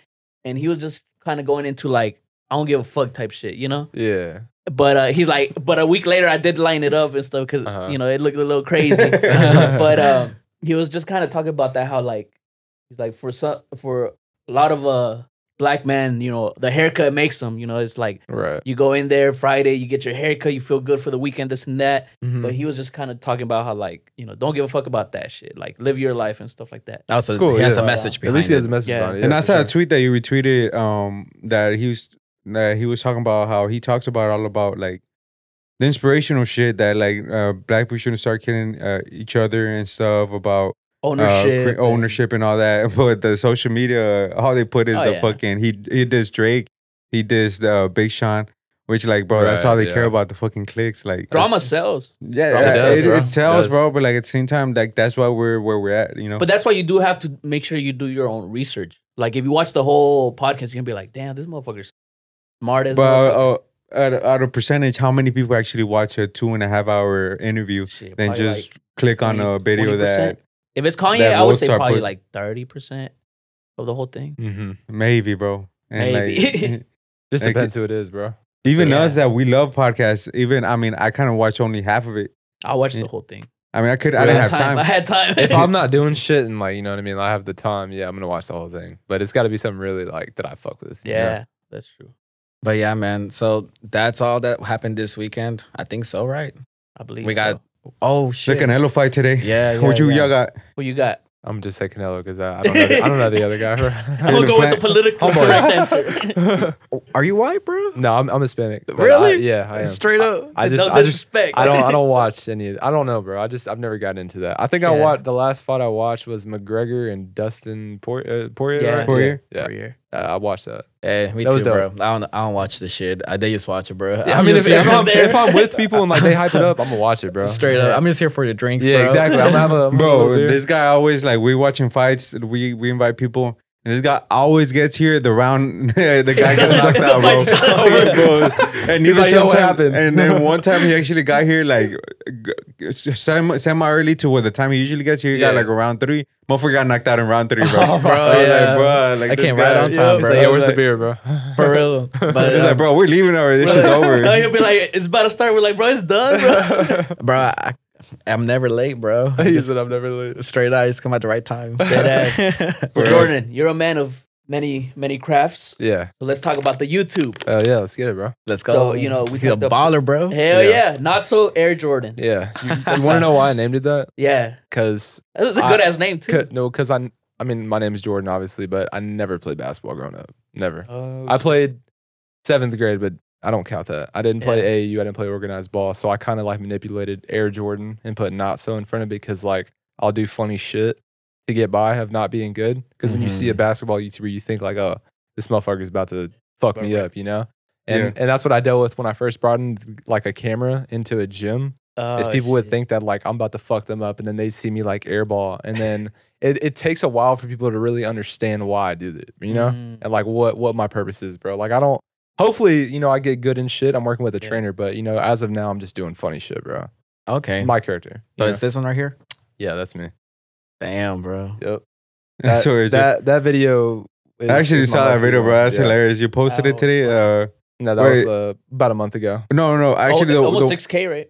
Speaker 6: and he was just kind of going into like I don't give a fuck type shit you know
Speaker 5: Yeah,
Speaker 6: but uh, he's like but a week later I did line it up and stuff because
Speaker 5: Uh-huh.
Speaker 6: you know it looked a little crazy but um, he was just kind of talking about that how like he's like for some for a lot of uh black men, you know, the haircut makes them. You know, it's like
Speaker 5: right.
Speaker 6: you go in there Friday, you get your haircut, you feel good for the weekend, this and that.
Speaker 5: Mhm.
Speaker 6: But he
Speaker 4: Mm-hmm.
Speaker 6: was just kind of talking about how like you know don't give a fuck about that shit, like live your life and stuff like that.
Speaker 2: Also,
Speaker 5: It's cool,
Speaker 2: he has
Speaker 5: yeah.
Speaker 2: a message
Speaker 5: At
Speaker 2: behind
Speaker 5: least he
Speaker 2: it.
Speaker 5: has a message
Speaker 6: Yeah.
Speaker 5: on it.
Speaker 4: and
Speaker 5: yeah,
Speaker 4: I
Speaker 5: for
Speaker 4: saw
Speaker 5: sure.
Speaker 4: a tweet that you retweeted. Um, that he was that he was talking about how he talks about all about like the inspirational shit that like uh, black people shouldn't start killing uh, each other and stuff about uh,
Speaker 6: Ownership,
Speaker 4: cre- ownership, and all that. But the social media, all they put is
Speaker 6: Oh,
Speaker 4: the
Speaker 6: yeah.
Speaker 4: fucking he he dissed Drake, he dissed uh, Big Sean, which like bro, that's
Speaker 5: Right,
Speaker 4: all they care
Speaker 5: yeah.
Speaker 4: about the fucking clicks. Like
Speaker 6: and drama sells.
Speaker 4: yeah,
Speaker 5: Drama
Speaker 4: yeah,
Speaker 5: does,
Speaker 4: it,
Speaker 5: bro.
Speaker 4: it sells,
Speaker 5: Does.
Speaker 4: bro. But like at the same time, like that's why we're where we're at, you know.
Speaker 6: But that's why you do have to make sure you do your own research. Like if you watch the whole podcast, you're gonna be like, damn, this motherfucker's smart as.
Speaker 4: But
Speaker 6: motherfucker.
Speaker 4: uh, out, of, out of percentage, how many people actually watch a two and a half hour interview
Speaker 6: Shit,
Speaker 4: than
Speaker 6: probably,
Speaker 4: oh, just click on a
Speaker 6: 20
Speaker 4: video that
Speaker 6: 20%? If it's Kanye,
Speaker 4: that
Speaker 6: I
Speaker 4: will
Speaker 6: would say
Speaker 4: start
Speaker 6: probably
Speaker 4: put-
Speaker 6: like thirty percent of the whole thing.
Speaker 5: Mhm.
Speaker 4: maybe, bro. And
Speaker 6: Maybe.
Speaker 4: like
Speaker 5: Just
Speaker 4: Like,
Speaker 5: depends who it is, bro.
Speaker 4: even
Speaker 6: Yeah.
Speaker 4: us that we love podcasts, even I mean, I kind of watch only half of it.
Speaker 6: I watched
Speaker 4: Yeah.
Speaker 6: the whole thing.
Speaker 4: I mean, I could,
Speaker 5: I
Speaker 4: I didn't
Speaker 6: had
Speaker 4: have time.
Speaker 6: I had time.
Speaker 5: if I'm not doing shit and like you know what I mean, I have the time. Yeah, I'm gonna watch the whole thing. But it's got to be something really like that I fuck with. you know?
Speaker 6: yeah, that's true.
Speaker 2: But yeah, man. So that's all that happened this weekend. I think so, right?
Speaker 6: I believe
Speaker 2: We got.
Speaker 6: so.
Speaker 2: Oh
Speaker 4: the
Speaker 2: shit.
Speaker 4: Canelo fight today.
Speaker 2: yeah, yeah.
Speaker 4: what you
Speaker 2: yeah.
Speaker 4: y'all got?
Speaker 6: Who you got?
Speaker 5: I'm just say Canelo because I, I don't know. The, I don't know the other guy.
Speaker 6: I'm
Speaker 5: bro.
Speaker 6: gonna go with the
Speaker 4: plant-
Speaker 6: political
Speaker 5: Homeboy.
Speaker 6: correct answer.
Speaker 2: Are you white, bro?
Speaker 5: no, I'm, I'm Hispanic. but
Speaker 2: Really?
Speaker 5: I, yeah, I am.
Speaker 2: Straight up.
Speaker 5: I just,
Speaker 6: no
Speaker 5: I just,
Speaker 6: disrespect.
Speaker 5: I don't, I don't watch any. I don't know, bro. I just, I've never gotten into that. I think I
Speaker 6: Yeah.
Speaker 5: watched the last fight I watched was McGregor and Dustin Por- uh, Poirier.
Speaker 6: Yeah.
Speaker 5: right?
Speaker 4: Poirier.
Speaker 5: Yeah. yeah.
Speaker 6: Career.
Speaker 5: Uh, I watched that.
Speaker 2: Hey, me
Speaker 5: That was
Speaker 2: too, bro.
Speaker 5: dope.
Speaker 2: I don't, I don't watch this shit. I, they just watch it, bro.
Speaker 5: I
Speaker 2: I'm
Speaker 5: mean, if,
Speaker 2: just
Speaker 5: if,
Speaker 2: here-
Speaker 5: I'm, if I'm with people and like they hype it up, I'm gonna watch it, bro.
Speaker 2: straight up, I'm just here for the drinks,
Speaker 5: Yeah,
Speaker 2: bro.
Speaker 5: exactly. I'm having a
Speaker 4: Bro,
Speaker 5: This,
Speaker 4: this guy always like we watching fights. We we invite people, and this guy always gets here. The round, the guy got knocked out, bro.
Speaker 6: Fight's over.
Speaker 4: Bro, And
Speaker 5: He's
Speaker 4: even
Speaker 5: like, "Yo, what
Speaker 4: sometime-
Speaker 5: happened?"
Speaker 4: And then one time he actually got here like g- semi semi early to what the time he usually gets here. He got
Speaker 5: Yeah.
Speaker 4: like around three. Motherfucker got knocked out in round three, bro. bro,
Speaker 2: yeah.
Speaker 4: bro, like
Speaker 2: I
Speaker 4: this
Speaker 2: came
Speaker 4: guy-
Speaker 2: right on
Speaker 4: Yeah,
Speaker 2: time,
Speaker 5: He's
Speaker 2: bro.
Speaker 5: like, yeah, where's
Speaker 4: Like-
Speaker 5: the beer, bro?
Speaker 2: for real. But
Speaker 4: He's
Speaker 2: uh,
Speaker 4: like, bro, we're leaving already. This shit's over.
Speaker 6: He'll be like, it's about to start. We're like, bro, it's done, bro.
Speaker 2: bro, I, I'm never late, bro.
Speaker 5: he said, I'm never late.
Speaker 2: straight out, I just come at the right time.
Speaker 6: Well, Jordan, you're a man of many, many crafts.
Speaker 5: Yeah.
Speaker 6: So let's talk about the YouTube.
Speaker 5: Hell yeah, let's get it, bro.
Speaker 2: Let's go.
Speaker 6: So, you know, we
Speaker 2: he's a
Speaker 6: took the-
Speaker 2: baller, bro.
Speaker 6: Hell
Speaker 5: Yeah.
Speaker 6: yeah. Not so Air Jordan. Yeah.
Speaker 5: Yeah. You, want to know why I named it that? Because,
Speaker 6: That's a
Speaker 5: I-
Speaker 6: good ass name, too.
Speaker 5: no, because I, I mean, my name is Jordan, obviously, but I never played basketball growing up. Never.
Speaker 6: Oh,
Speaker 5: I played seventh grade, but I don't count that. I didn't play
Speaker 6: Yeah.
Speaker 5: AAU. I didn't play organized ball. So I kind of like manipulated Air Jordan and put not so in front of it because like I'll do funny shit to get by of not being good. Because when you see a basketball YouTuber, you think like, oh, this motherfucker is about to fuck me up, you know? And and that's what I dealt with when I first brought in like a camera into a gym.
Speaker 6: oh,
Speaker 5: is people would
Speaker 6: shit.
Speaker 5: think that like I'm about to fuck them up, and then they see me like airball, and then it, it takes a while for people to really understand why I do it, you know?
Speaker 6: Mm.
Speaker 5: and like what what my purpose is, bro. Like I don't. Hopefully, you know I get good and shit. I'm working with a
Speaker 6: Yeah.
Speaker 5: trainer, but you know, as of now, I'm just doing funny shit, bro.
Speaker 2: Okay.
Speaker 5: My character. you
Speaker 2: so
Speaker 5: know?
Speaker 2: it's this one right here.
Speaker 5: yeah, that's me.
Speaker 2: Damn, bro.
Speaker 5: Yep.
Speaker 4: That's
Speaker 5: that,
Speaker 4: hilarious.
Speaker 5: that that video. Is,
Speaker 4: I actually
Speaker 5: is my
Speaker 4: saw that
Speaker 5: last
Speaker 4: video, bro.
Speaker 5: one.
Speaker 4: That's
Speaker 5: Yeah.
Speaker 4: hilarious. You posted
Speaker 6: Oh,
Speaker 4: it today. Uh,
Speaker 5: No, that was
Speaker 4: Wait.
Speaker 5: uh, about a month ago.
Speaker 4: no, no. Actually,
Speaker 6: oh,
Speaker 4: the-
Speaker 6: almost
Speaker 4: the,
Speaker 6: 6K, right?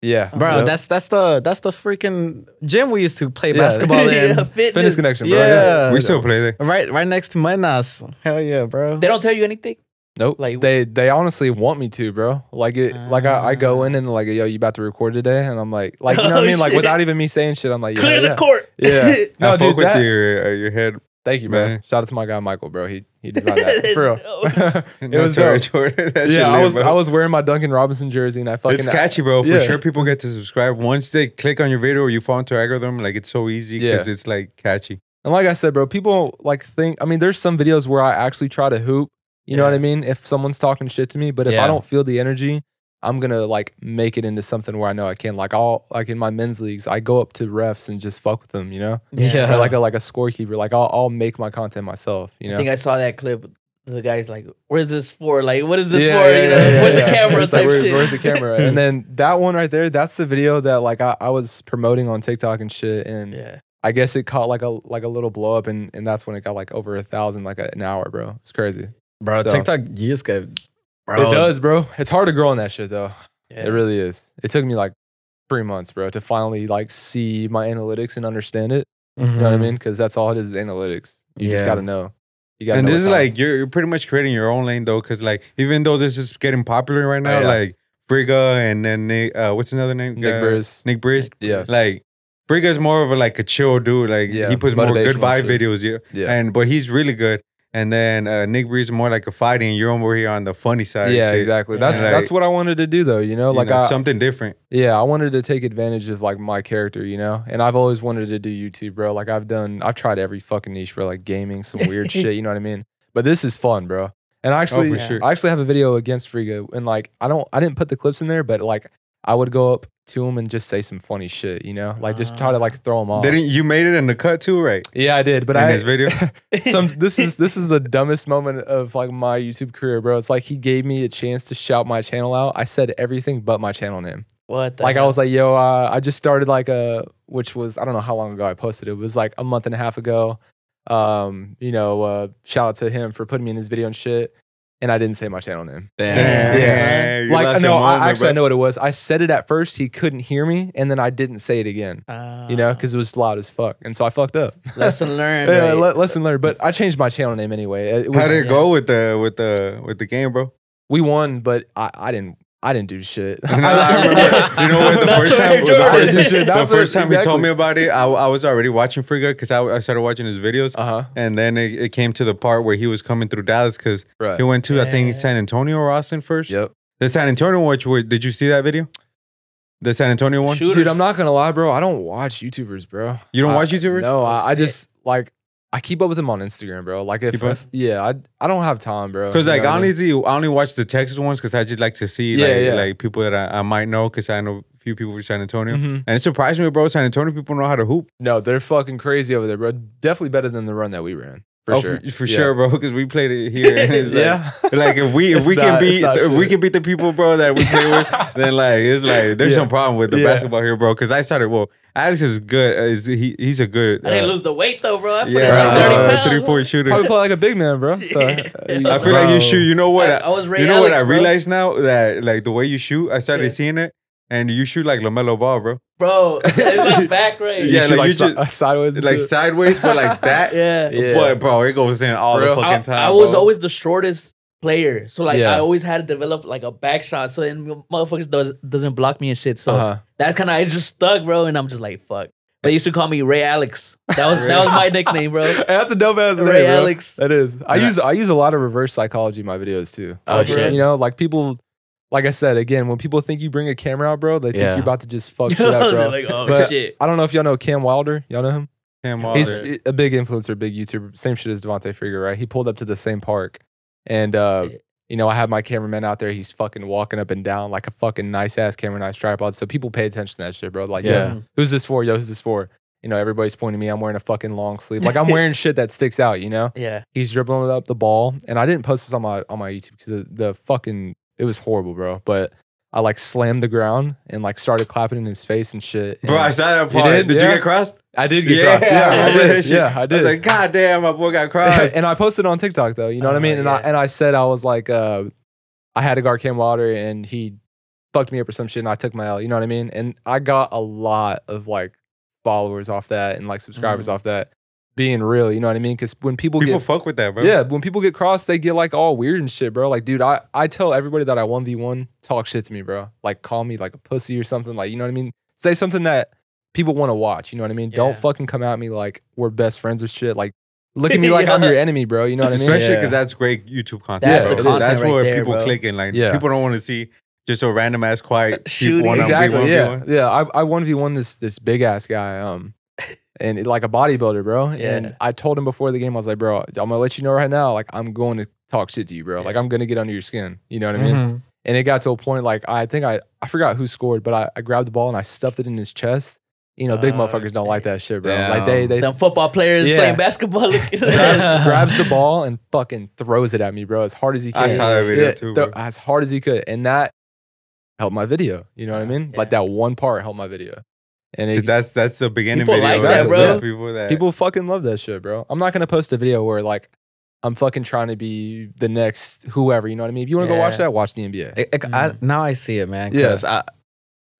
Speaker 5: Yeah,
Speaker 2: Bro,
Speaker 5: Yep.
Speaker 2: that's that's the that's the freaking gym we used to play
Speaker 5: Yeah.
Speaker 2: basketball in.
Speaker 6: Yeah, fitness.
Speaker 5: fitness connection, bro.
Speaker 2: Yeah.
Speaker 4: we still play there.
Speaker 2: Right, right next to Manas. Hell yeah, bro.
Speaker 6: They don't tell you anything.
Speaker 5: Nope.
Speaker 6: Like-
Speaker 5: Like they they honestly want me to, bro. Like it like I, I go in and like, yo, you about to record today? And I'm like, like you know what
Speaker 6: Ah. Oh,
Speaker 5: I mean? Like
Speaker 6: shit.
Speaker 5: without even me saying shit, I'm like, yeah,
Speaker 6: Clear
Speaker 5: yeah.
Speaker 6: the court.
Speaker 5: Yeah. No,
Speaker 4: I
Speaker 5: dude,
Speaker 4: fuck with
Speaker 5: that-
Speaker 4: your uh, your head.
Speaker 5: Thank you, man.
Speaker 4: Man.
Speaker 5: Shout out to my guy Michael, bro. He he designed that. For
Speaker 6: Oh.
Speaker 5: real.
Speaker 4: It
Speaker 5: was dope.
Speaker 4: Jordan. That shit
Speaker 5: yeah, I
Speaker 4: lit,
Speaker 5: was
Speaker 4: bro.
Speaker 5: I was wearing my Duncan Robinson jersey and I fucking
Speaker 4: It's catchy, bro. For
Speaker 5: Yeah.
Speaker 4: sure, people get to subscribe once they click on your video. You fall into algorithm. Like it's so easy because
Speaker 5: Yeah.
Speaker 4: it's like catchy.
Speaker 5: And like I said, bro, people like think I mean, there's some videos where I actually try to hoop. You know what I mean? If someone's talking shit to me, but if
Speaker 2: Yeah.
Speaker 5: I don't feel the energy, I'm gonna like make it into something where I know I can. Like I'll like in my men's leagues, I go up to refs and just fuck with them, you know?
Speaker 2: Yeah.
Speaker 5: or like a like a scorekeeper. Like I'll I'll make my content myself. You
Speaker 6: Uh-huh. I
Speaker 5: know.
Speaker 6: think I saw that clip. The guy's like, "Where's this for? Like, what is this
Speaker 5: Yeah,
Speaker 6: for?
Speaker 5: yeah,
Speaker 6: you know,
Speaker 5: yeah,
Speaker 6: where's
Speaker 5: yeah,
Speaker 6: the
Speaker 5: yeah.
Speaker 6: camera?"
Speaker 5: It's like,
Speaker 6: type
Speaker 5: where-
Speaker 6: shit.
Speaker 5: Where's the camera? and then that one right there, that's the video that like I, I was promoting on TikTok and shit, and
Speaker 6: Yeah,
Speaker 5: I guess it caught like a like a little blow up, and and that's when it got like over a thousand like an hour, bro. It's crazy.
Speaker 2: bro,
Speaker 5: So-
Speaker 2: TikTok, you just get bro.
Speaker 5: It does, bro. It's hard to grow on that shit though.
Speaker 6: yeah.
Speaker 5: It really is. It took me like three months, bro, to finally like see my analytics and understand it.
Speaker 2: Mm-hmm.
Speaker 5: You
Speaker 4: Mm-hmm.
Speaker 5: know what I mean? Because that's all it is, is analytics. You just
Speaker 2: Yeah.
Speaker 5: gotta know. You gotta.
Speaker 4: and
Speaker 5: know
Speaker 4: this is
Speaker 5: what time.
Speaker 4: like you're, you're pretty much creating your own lane though, because like even though this is getting popular right now,
Speaker 5: Oh, yeah.
Speaker 4: like Frigga and then Nick, uh, what's another name?
Speaker 5: Nick
Speaker 4: Uh,
Speaker 5: Burris.
Speaker 4: Nick Briz.
Speaker 5: Yeah.
Speaker 4: Like Frigga's more of a, like a chill dude. Like
Speaker 5: Yeah,
Speaker 4: he puts more good
Speaker 5: motivational
Speaker 4: vibe
Speaker 5: shit.
Speaker 4: videos. Yeah.
Speaker 5: yeah.
Speaker 4: and but he's really good. And then uh, Nick Brees is more like a fighting. You're more here on the funny side.
Speaker 5: yeah,
Speaker 4: and shit.
Speaker 5: exactly.
Speaker 6: Yeah.
Speaker 5: That's
Speaker 4: And,
Speaker 5: that's
Speaker 4: like,
Speaker 5: what I wanted to do though. You know,
Speaker 4: You
Speaker 5: like
Speaker 4: know,
Speaker 5: I,
Speaker 4: something different.
Speaker 5: yeah, I wanted to take advantage of like my character. You know, and I've always wanted to do YouTube, bro. Like I've done, I've tried every fucking niche, bro. Like gaming, some weird shit. You know what I mean? But this is fun, bro. And I actually,
Speaker 4: oh, for
Speaker 6: yeah.
Speaker 4: sure.
Speaker 5: I actually have a video against Frigo, and like I don't, I didn't put the clips in there, but like I would go up to him and just say some funny shit. You know, like just try to like throw him off.
Speaker 4: Ah. Didn't you made it in the cut too, right?
Speaker 5: yeah, I did, but
Speaker 4: in
Speaker 5: I
Speaker 4: his video.
Speaker 5: some this is this is the dumbest moment of like my YouTube career, bro. It's like he gave me a chance to shout my channel out. I said everything but my channel name.
Speaker 6: what? The
Speaker 5: Like I
Speaker 6: hell?
Speaker 5: was like, yo, uh, I just started like a which was I don't know how long ago I posted it. It was like a month and a half ago. Um, you know, uh, shout out to him for putting me in his video and shit. And I didn't say my channel name.
Speaker 2: Damn.
Speaker 6: Yeah.
Speaker 4: Yeah, you
Speaker 5: like
Speaker 4: lost
Speaker 5: no,
Speaker 4: your moment,
Speaker 5: I, actually
Speaker 4: bro.
Speaker 5: I know what it was. I said it at first. He couldn't hear me, and then I didn't say it again. You know,
Speaker 6: Ah,
Speaker 5: because it was loud as fuck, and so I fucked up.
Speaker 6: lesson learned.
Speaker 5: Yeah,
Speaker 6: right?
Speaker 5: le- lesson learned. But I changed my channel name anyway. It- it was-
Speaker 4: How did it
Speaker 6: yeah.
Speaker 4: go with the with the with the game, bro?
Speaker 5: we won, but I, I didn't. I didn't do shit.
Speaker 4: No, I remember. You know what? The
Speaker 6: That's
Speaker 4: first
Speaker 6: what
Speaker 4: time,
Speaker 6: I
Speaker 4: the
Speaker 6: enjoyed.
Speaker 4: first,
Speaker 6: That's
Speaker 4: the
Speaker 5: what-
Speaker 4: first time he
Speaker 5: exactly.
Speaker 4: told me about it, I, I was already watching Frigga because I, I started watching his videos,
Speaker 5: Uh huh.
Speaker 4: and then it, it came to the part where he was coming through Dallas because
Speaker 5: Right.
Speaker 4: he went to I
Speaker 6: Yeah.
Speaker 4: think San Antonio or Austin first.
Speaker 5: Yep.
Speaker 4: The San Antonio one. which were- Did you see that video? The San Antonio one.
Speaker 6: Shooters.
Speaker 5: Dude, I'm not gonna lie, bro. I don't watch YouTubers, bro.
Speaker 4: You don't
Speaker 5: I-
Speaker 4: watch YouTubers?
Speaker 5: No, I, I just like I keep up with him on Instagram, bro. Like if,
Speaker 4: Keep up?
Speaker 5: if- yeah, I I don't have time, bro.
Speaker 4: Because
Speaker 5: You
Speaker 4: like
Speaker 5: know what
Speaker 4: I
Speaker 5: I mean?
Speaker 4: only see, I only watch the Texas ones because I just like to see
Speaker 5: Yeah,
Speaker 4: like,
Speaker 5: yeah.
Speaker 4: like people that I, I might know because I know a few people from San Antonio,
Speaker 5: Mhm.
Speaker 4: and it surprised me, bro. San Antonio people know how to hoop.
Speaker 5: No, they're fucking crazy over there, bro. Definitely better than the run that we ran. For
Speaker 4: oh,
Speaker 5: sure.
Speaker 4: for, for
Speaker 5: Yeah.
Speaker 4: sure, bro. Because we played it here. and it's like-
Speaker 5: yeah.
Speaker 4: Like if we if
Speaker 5: It's
Speaker 4: we can
Speaker 5: not- it's
Speaker 4: beat
Speaker 5: not
Speaker 4: if we
Speaker 5: shit.
Speaker 4: can beat the people, bro, that we play with, then like it's like there's
Speaker 5: Yeah.
Speaker 4: no problem with the
Speaker 5: Yeah.
Speaker 4: basketball here, bro. Because I started. Well, Alex is good. uh, Is he? He's a good.
Speaker 6: I didn't
Speaker 4: uh,
Speaker 6: lose the weight though, bro. I put
Speaker 4: Yeah,
Speaker 6: on
Speaker 5: around
Speaker 4: uh,
Speaker 6: 30 pounds.
Speaker 4: three point shooter.
Speaker 5: Probably play like a big man, bro. So uh,
Speaker 6: Yeah.
Speaker 4: I feel like you shoot. You know what?
Speaker 6: I, I was Ray
Speaker 4: you know what
Speaker 6: Alex,
Speaker 4: I
Speaker 6: bro.
Speaker 4: realized now that like the way you shoot, I started
Speaker 6: Yeah.
Speaker 4: seeing it, and you shoot like Lamelo Ball, bro.
Speaker 6: bro. It's like back right.
Speaker 4: Yeah,
Speaker 5: yeah,
Speaker 4: like,
Speaker 5: like,
Speaker 4: you
Speaker 5: si-
Speaker 4: just-
Speaker 5: uh, sideways, and
Speaker 4: Like
Speaker 5: shit.
Speaker 4: sideways, but like that.
Speaker 6: yeah.
Speaker 5: Yeah.
Speaker 4: But bro, it goes in all
Speaker 5: Bro,
Speaker 4: the
Speaker 6: I,
Speaker 4: fucking time.
Speaker 6: I was
Speaker 4: bro.
Speaker 6: always the shortest player, so like
Speaker 5: Yeah.
Speaker 6: I always had to develop like a back shot, so then motherfuckers does doesn't block me and shit. So
Speaker 5: Uh-huh.
Speaker 6: that kind of I just stuck, bro, and I'm just like fuck. They used to call me Ray Alex. That was that was my nickname, bro.
Speaker 5: Hey, that's a dope ass name,
Speaker 6: Ray
Speaker 5: bro.
Speaker 6: Alex.
Speaker 5: That is. I
Speaker 4: Yeah.
Speaker 5: use I use a lot of reverse psychology in my videos too.
Speaker 6: Oh,
Speaker 5: Like,
Speaker 6: shit.
Speaker 5: You know, like people, like I said again, when people think you bring a camera out, bro, they think
Speaker 2: Yeah.
Speaker 5: you're about to just fuck shit up,
Speaker 6: They're
Speaker 5: bro.
Speaker 6: like, oh
Speaker 5: But-
Speaker 6: shit.
Speaker 5: I don't know if y'all know Cam Wilder. Y'all know him.
Speaker 4: Cam
Speaker 5: He's
Speaker 4: Wilder.
Speaker 5: a big influencer, big YouTuber. Same shit as Devontae Frigger, right? He pulled up to the same park, and uh,
Speaker 6: Yeah.
Speaker 5: you know, I have my cameraman out there. He's fucking walking up and down like a fucking nice ass camera, nice tripod. So people pay attention to that shit, bro. Like, yeah,
Speaker 2: Yeah.
Speaker 5: who's this for? Yo, who's this for? You know, everybody's pointing at me. I'm wearing a fucking long sleeve. Like I'm wearing shit that sticks out. You know,
Speaker 6: Yeah.
Speaker 5: he's dribbling up the ball, and I didn't post this on my on my YouTube because the, the fucking it was horrible, bro. But I like slammed the ground and like started clapping in his face and shit.
Speaker 4: Bro,
Speaker 5: And
Speaker 4: I saw that
Speaker 5: You
Speaker 4: part.
Speaker 5: did?
Speaker 4: Did, you
Speaker 5: Yeah.
Speaker 4: get crossed?
Speaker 5: I did get crossed. Yeah, I
Speaker 4: remember that
Speaker 5: did.
Speaker 4: shit.
Speaker 5: Yeah, I did.
Speaker 4: was like, God damn, my boy got crossed.
Speaker 5: and I posted on TikTok though. You know what I
Speaker 6: Oh,
Speaker 5: mean? And I
Speaker 6: yeah.
Speaker 5: and I said I was like, uh, I had a guard Cam Wilder and he fucked me up or some shit, and I took my L. You know what I mean? And I got a lot of like followers off that and like subscribers
Speaker 6: Mm.
Speaker 5: off that. Being real, you know what I mean? Because when people,
Speaker 4: People
Speaker 5: get
Speaker 4: fuck with that, bro.
Speaker 5: yeah, when people get crossed, they get like all weird and shit, bro. Like, dude, I, I tell everybody that I 1v1, talk shit to me, bro. Like, call me like a pussy or something. Like, you know what I mean? Say something that people want to watch. You know what I mean?
Speaker 6: Yeah.
Speaker 5: Don't fucking come at me like we're best friends or shit. Like, look at me like I'm your enemy, bro. You know what I mean?
Speaker 4: Especially
Speaker 2: Yeah.
Speaker 4: because that's great YouTube content.
Speaker 6: That's
Speaker 5: the
Speaker 4: bro.
Speaker 6: content
Speaker 4: That's
Speaker 6: right
Speaker 4: where
Speaker 6: there,
Speaker 4: people
Speaker 6: bro.
Speaker 4: clicking. Like
Speaker 5: Yeah.
Speaker 4: people don't want to see just a random ass quiet
Speaker 6: Shooting.
Speaker 4: One
Speaker 5: exactly.
Speaker 4: on one
Speaker 5: yeah, yeah. I I one v one this this big ass guy, um, and it- like a bodybuilder, bro.
Speaker 6: Yeah.
Speaker 5: And I told him before the game, I was like, bro, I'm gonna let you know right now, like I'm going to talk shit to you, bro. Like I'm gonna get under your skin. You know
Speaker 4: Mm-hmm.
Speaker 5: what I mean?
Speaker 2: Mm-hmm.
Speaker 5: And it got to a point like I think I I forgot who scored, but I, I grabbed the ball and I stuffed it in his chest. You know, big
Speaker 6: Oh,
Speaker 5: motherfuckers don't like that shit, bro. Like they
Speaker 4: damn.
Speaker 5: they
Speaker 6: Them football players
Speaker 5: Yeah.
Speaker 6: playing basketball. look at that.
Speaker 5: grabs, grabs the ball and fucking throws it at me, bro, as hard as he can
Speaker 4: I saw that video
Speaker 5: yeah,
Speaker 4: too.
Speaker 5: throw-
Speaker 4: Bro.
Speaker 5: as hard as he could, and that helped my video. You know what I mean? Like
Speaker 6: Yeah.
Speaker 5: that one part helped my video, and
Speaker 4: 'Cause
Speaker 5: it,
Speaker 4: that's that's the beginning
Speaker 6: People
Speaker 4: video.
Speaker 6: like
Speaker 5: that,
Speaker 4: that's
Speaker 5: bro.
Speaker 4: the people that
Speaker 5: people fucking love that shit, bro. I'm not gonna post a video where like I'm fucking trying to be the next whoever. You know what I mean? If you want to go watch
Speaker 6: Yeah.
Speaker 5: that, watch the NBA.
Speaker 2: It- it- I, now I see it, man.
Speaker 5: Mm. Yeah.
Speaker 2: 'cause I,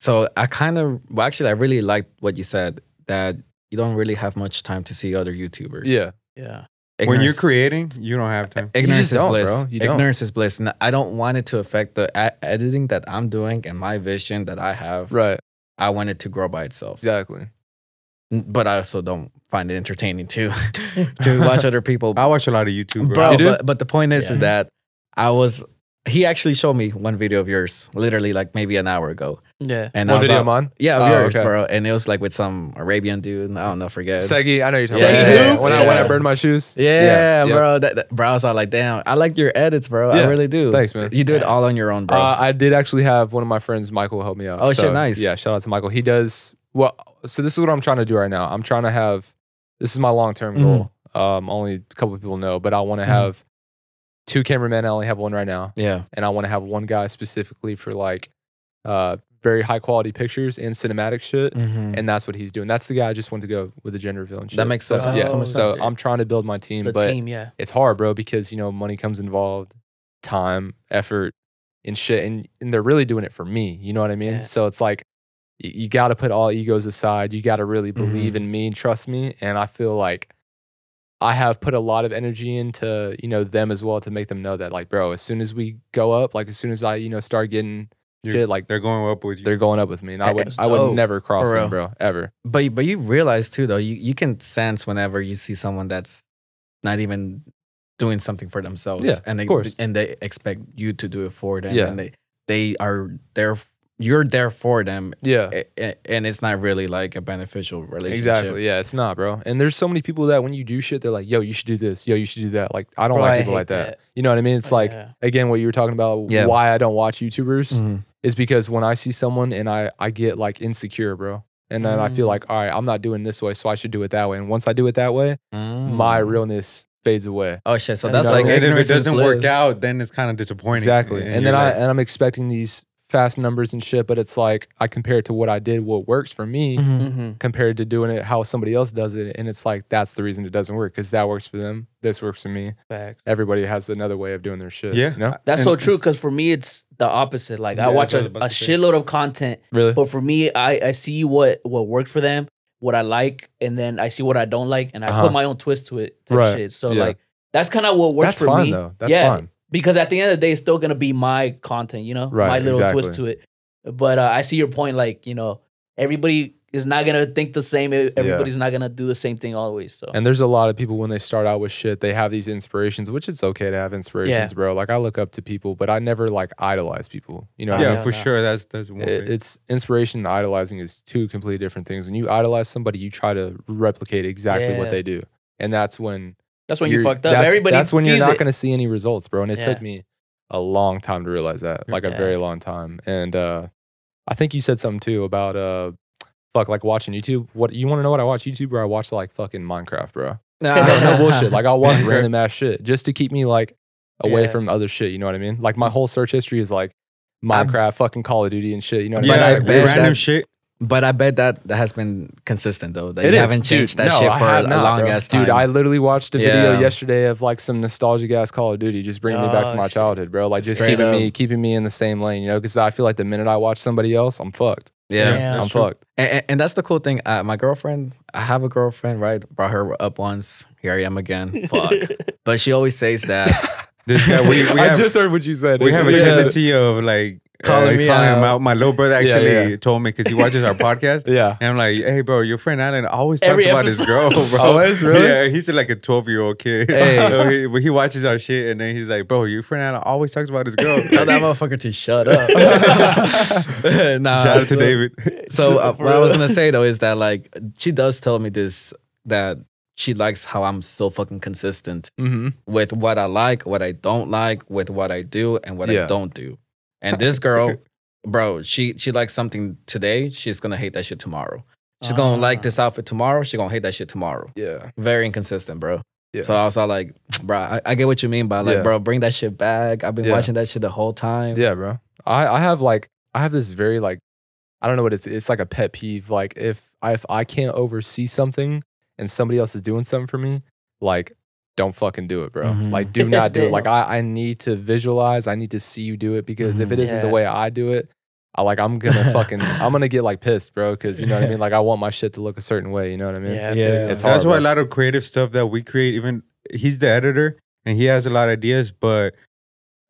Speaker 2: so I kind of, well, actually, I really liked what you said that you don't really have much time to see other YouTubers.
Speaker 5: Yeah,
Speaker 6: yeah.
Speaker 4: when you're
Speaker 2: Ignorance-
Speaker 4: creating, you don't have time.
Speaker 2: Ignorance
Speaker 5: just
Speaker 2: is
Speaker 5: don't,
Speaker 2: bliss.
Speaker 5: bro. You don't.
Speaker 2: Ignorance is bliss. And I don't want it to affect the e- editing that I'm doing and my vision that I have.
Speaker 5: right.
Speaker 2: I want it to grow by itself.
Speaker 5: Exactly.
Speaker 2: N- But I also don't find it entertaining to to watch other people.
Speaker 4: I watch a lot of YouTube, bro.
Speaker 2: Bro,
Speaker 5: You do?
Speaker 2: but, but the point is,
Speaker 6: Yeah.
Speaker 2: is that I was. He actually showed me one video of yours, literally like maybe an hour ago,
Speaker 6: Yeah.
Speaker 2: and I
Speaker 5: One
Speaker 2: was
Speaker 5: video,
Speaker 2: out-
Speaker 5: man.
Speaker 2: yeah, of
Speaker 5: Oh,
Speaker 2: yours,
Speaker 5: okay.
Speaker 2: bro, and it was like with some Arabian dude. I don't know, forget.
Speaker 5: Seggy, I know you're talking
Speaker 2: Yeah.
Speaker 5: about.
Speaker 2: Seggy
Speaker 5: Yeah.
Speaker 2: Hoop?
Speaker 5: When I when I
Speaker 2: Yeah.
Speaker 5: burned my shoes.
Speaker 2: yeah,
Speaker 5: yeah.
Speaker 2: bro. That, that, bro, I was all like, damn, I like your edits, bro.
Speaker 5: Yeah.
Speaker 2: I really do.
Speaker 5: Thanks, man.
Speaker 2: You do it
Speaker 6: Yeah.
Speaker 2: all on your own, bro.
Speaker 5: Uh, I did actually have one of my friends, Michael, help me out.
Speaker 2: Oh, shit,
Speaker 5: So,
Speaker 2: nice.
Speaker 5: Yeah, shout out to Michael. He does well. So this is what I'm trying to do right now. I'm trying to have this is my long term
Speaker 2: Mhm.
Speaker 5: goal. Um, only a couple of people know, but I want to
Speaker 2: Mhm.
Speaker 5: have two cameramen. I only have one right now,
Speaker 2: yeah,
Speaker 5: and I want to have one guy specifically for like uh very high quality pictures and cinematic shit.
Speaker 2: Mhm.
Speaker 5: And that's what he's doing. That's the guy I just want to go with the gender reveal and shit.
Speaker 2: That makes Oh, so-
Speaker 5: so, yeah.
Speaker 6: so much
Speaker 5: so
Speaker 6: sense.
Speaker 5: I'm trying to build my team,
Speaker 6: The
Speaker 5: but
Speaker 6: team, yeah.
Speaker 5: it's hard, bro, because you know money comes involved, time, effort, and shit, and and they're really doing it for me. You know what I mean?
Speaker 6: Yeah.
Speaker 5: So it's like y- you got to put all egos aside. You got to really believe in me and trust me. And I feel like I have put a lot of energy into you know them as well to make them know that like, bro, as soon as we go up, like as soon as I you know start getting
Speaker 4: You-
Speaker 5: shit, like
Speaker 4: They're going up with you.
Speaker 5: they're going up with me, and I would
Speaker 6: That's
Speaker 5: I would
Speaker 6: dope.
Speaker 5: never cross
Speaker 2: For
Speaker 5: them, bro, ever.
Speaker 2: but but you realize too, though, you you can sense whenever you see someone that's not even doing something for themselves,
Speaker 5: Yeah,
Speaker 2: and they
Speaker 5: course.
Speaker 2: and they expect you to do it for them,
Speaker 5: Yeah.
Speaker 2: and they they are there you're there for them,
Speaker 5: Yeah.
Speaker 2: a- a- and it's not really like a beneficial relationship.
Speaker 5: Exactly. Yeah, it's not, bro. And there's so many people that when you do shit, they're like, "Yo, you should do this. Yo, you should do that." Like, I don't
Speaker 6: Bro, I
Speaker 5: like people
Speaker 6: hate
Speaker 5: like that.
Speaker 6: that. Oh,
Speaker 5: You know what I mean? It's like
Speaker 6: Yeah. Mm.
Speaker 5: again, what you were talking about.
Speaker 2: Yeah.
Speaker 5: Why I don't watch YouTubers
Speaker 4: Mhm.
Speaker 5: is because when I see someone and I I get like insecure, bro. And then I feel
Speaker 6: Mm.
Speaker 5: like, all right, I'm not doing this way, so I should do it that way. And once I do it that way,
Speaker 6: Mm.
Speaker 5: my
Speaker 2: Mm.
Speaker 5: realness fades away.
Speaker 2: Oh shit! So
Speaker 5: And
Speaker 2: that's
Speaker 5: no.
Speaker 2: like
Speaker 4: and if it
Speaker 2: ignorance is
Speaker 4: doesn't
Speaker 2: bliss.
Speaker 4: work out, then it's kind of disappointing.
Speaker 5: Exactly. And,
Speaker 4: you're
Speaker 5: then I
Speaker 4: like-
Speaker 5: and I'm expecting these fast numbers and shit, but it's like I compare it to what I did, what works for me.
Speaker 6: Mm-hmm.
Speaker 5: compared to doing it how somebody else does it. And it's like that's the reason it doesn't work because that works for them. This works for me.
Speaker 6: Fact.
Speaker 5: Everybody has another way of doing their shit.
Speaker 4: Yeah. Uh,
Speaker 5: You know?
Speaker 6: That's
Speaker 4: And-
Speaker 6: so true because for me it's the opposite. Like
Speaker 4: Yeah,
Speaker 6: I watch
Speaker 4: that's what I
Speaker 6: a,
Speaker 4: was
Speaker 6: a
Speaker 4: about to say.
Speaker 6: shitload of content,
Speaker 5: Really?
Speaker 6: but for me, I I see what what worked for them, what I like, and then I see what I don't like, and I
Speaker 5: Uh-huh.
Speaker 6: put my own twist to it. Type
Speaker 5: Right.
Speaker 6: Shit. So
Speaker 5: Yeah.
Speaker 6: like that's kind of what works
Speaker 5: That's
Speaker 6: for
Speaker 5: fine
Speaker 6: me
Speaker 5: though. That's
Speaker 6: Yeah.
Speaker 5: fine.
Speaker 6: because at the end of the day, it's still gonna be my content. You know,
Speaker 5: Right,
Speaker 6: my little twist to
Speaker 5: exactly.
Speaker 6: it. But uh, I see your point. Like you know, everybody is not gonna think the same. e- Everybody's not gonna do the same thing always. So
Speaker 5: And there's a lot of people when they start out with shit, they have these inspirations, which it's okay to have inspirations, bro. Like I look up to people, but I never like idolize people. You know what I
Speaker 4: yeah,
Speaker 5: mean?
Speaker 4: for
Speaker 6: Yeah.
Speaker 4: sure. That's that's one.
Speaker 5: It,
Speaker 4: thing.
Speaker 5: it's inspiration and idolizing is two completely different things. When you idolize somebody, you try to replicate exactly
Speaker 6: Yeah.
Speaker 5: what they do. And that's when
Speaker 6: that's when you
Speaker 5: you're-
Speaker 6: fucked up.
Speaker 5: That's,
Speaker 6: Everybody
Speaker 5: that's when you're
Speaker 6: sees
Speaker 5: not
Speaker 6: it.
Speaker 5: going to see any results, bro. And it took
Speaker 6: Yeah.
Speaker 5: me a long time to realize that, like a
Speaker 6: Yeah.
Speaker 5: very long time. And uh, I think you said something too about uh, fuck, like watching YouTube. What you want to know? What I watch YouTube, bro? I watch like fucking Minecraft, bro.
Speaker 2: Nah.
Speaker 5: No, no bullshit. Like I'll watch
Speaker 4: Minecraft.
Speaker 5: random ass shit just to keep me like away
Speaker 6: Yeah.
Speaker 5: from other shit. You know what I mean? Like my whole search history is like Minecraft, fucking Call of Duty and shit. You know what
Speaker 4: yeah,
Speaker 5: I
Speaker 2: I
Speaker 5: mean? Like,
Speaker 2: bet
Speaker 4: random
Speaker 2: that-
Speaker 4: shit.
Speaker 2: But I bet that that has been consistent though. That
Speaker 5: It
Speaker 2: you
Speaker 5: is,
Speaker 2: haven't
Speaker 5: dude.
Speaker 2: changed that
Speaker 5: No,
Speaker 2: shit
Speaker 5: I
Speaker 2: for
Speaker 5: have
Speaker 2: a
Speaker 5: not,
Speaker 2: long
Speaker 5: bro.
Speaker 2: ass time.
Speaker 5: Dude, I literally watched a video
Speaker 2: Yeah.
Speaker 5: yesterday of like some nostalgic ass Call of Duty, just bringing me back to
Speaker 6: Oh,
Speaker 5: my
Speaker 6: shit.
Speaker 5: childhood, bro. Like just
Speaker 2: Straight
Speaker 5: keeping
Speaker 2: up.
Speaker 5: me keeping me in the same lane, you know? Because I feel like the minute I watch somebody else, I'm fucked.
Speaker 2: yeah.
Speaker 6: Yeah.
Speaker 5: I'm
Speaker 6: That's
Speaker 5: fucked.
Speaker 2: And, and- and that's the cool thing. Uh, my girlfriend, I have a girlfriend, right? Brought her up once. Here I am again. Fuck. But she always says that.
Speaker 4: This guy, we, we
Speaker 5: I
Speaker 4: have,
Speaker 5: just heard what you said.
Speaker 4: we have a
Speaker 5: Yeah.
Speaker 4: tendency of like
Speaker 2: Calling
Speaker 4: uh,
Speaker 2: me
Speaker 4: calling him
Speaker 2: out.
Speaker 4: out. My little brother
Speaker 5: Yeah,
Speaker 4: actually
Speaker 5: yeah.
Speaker 4: told me because he watches our podcast.
Speaker 5: Yeah.
Speaker 4: And I'm like, hey, bro, your friend Alan always talks
Speaker 6: Every
Speaker 4: about his girl, bro.
Speaker 5: Always? Really?
Speaker 4: Yeah, he's like a 12 year old kid.
Speaker 2: Hey.
Speaker 4: So he, but he watches our shit and then he's like, bro, your friend Alan always talks about his girl.
Speaker 2: Tell that motherfucker to shut up. nah,
Speaker 4: Shout out to
Speaker 2: so-
Speaker 4: David.
Speaker 2: So uh, what I was gonna say though is that like she does tell me this that she likes how I'm so fucking consistent
Speaker 5: Mm-hmm.
Speaker 2: with what I like, what I don't like, with what I do and what
Speaker 5: Yeah.
Speaker 2: I don't do. And this girl, bro, she she likes something today, she's gonna hate that shit tomorrow. She's gonna like
Speaker 6: Ah.
Speaker 2: this outfit tomorrow, she's gonna hate that shit tomorrow.
Speaker 5: Yeah.
Speaker 2: Very inconsistent, bro.
Speaker 5: Yeah.
Speaker 2: So I was all like, bro, I, I get what you mean by like,
Speaker 5: Yeah.
Speaker 2: bro, bring that shit back. I've been
Speaker 5: Yeah.
Speaker 2: watching that shit the whole time.
Speaker 5: Yeah, bro. I, I have like I have this very like I don't know what it's it's like a pet peeve. Like if I if I can't oversee something and somebody else is doing something for me, like don't fucking do it, bro.
Speaker 4: Mm-hmm.
Speaker 2: Mhm.
Speaker 5: Like do not do it. Like I, I need to visualize, I need to see you do it because if it
Speaker 2: Mhm.
Speaker 5: isn't the
Speaker 6: Yeah.
Speaker 5: way I do it, I like I'm gonna fucking I'm gonna get like pissed, bro, because you know what I mean? Like I want my shit to look a certain way, you know what I mean?
Speaker 6: Yeah,
Speaker 2: Yeah.
Speaker 5: It's hard.
Speaker 4: That's why a
Speaker 5: bro.
Speaker 4: lot of creative stuff that we create, even he's the editor and he has a lot of ideas, but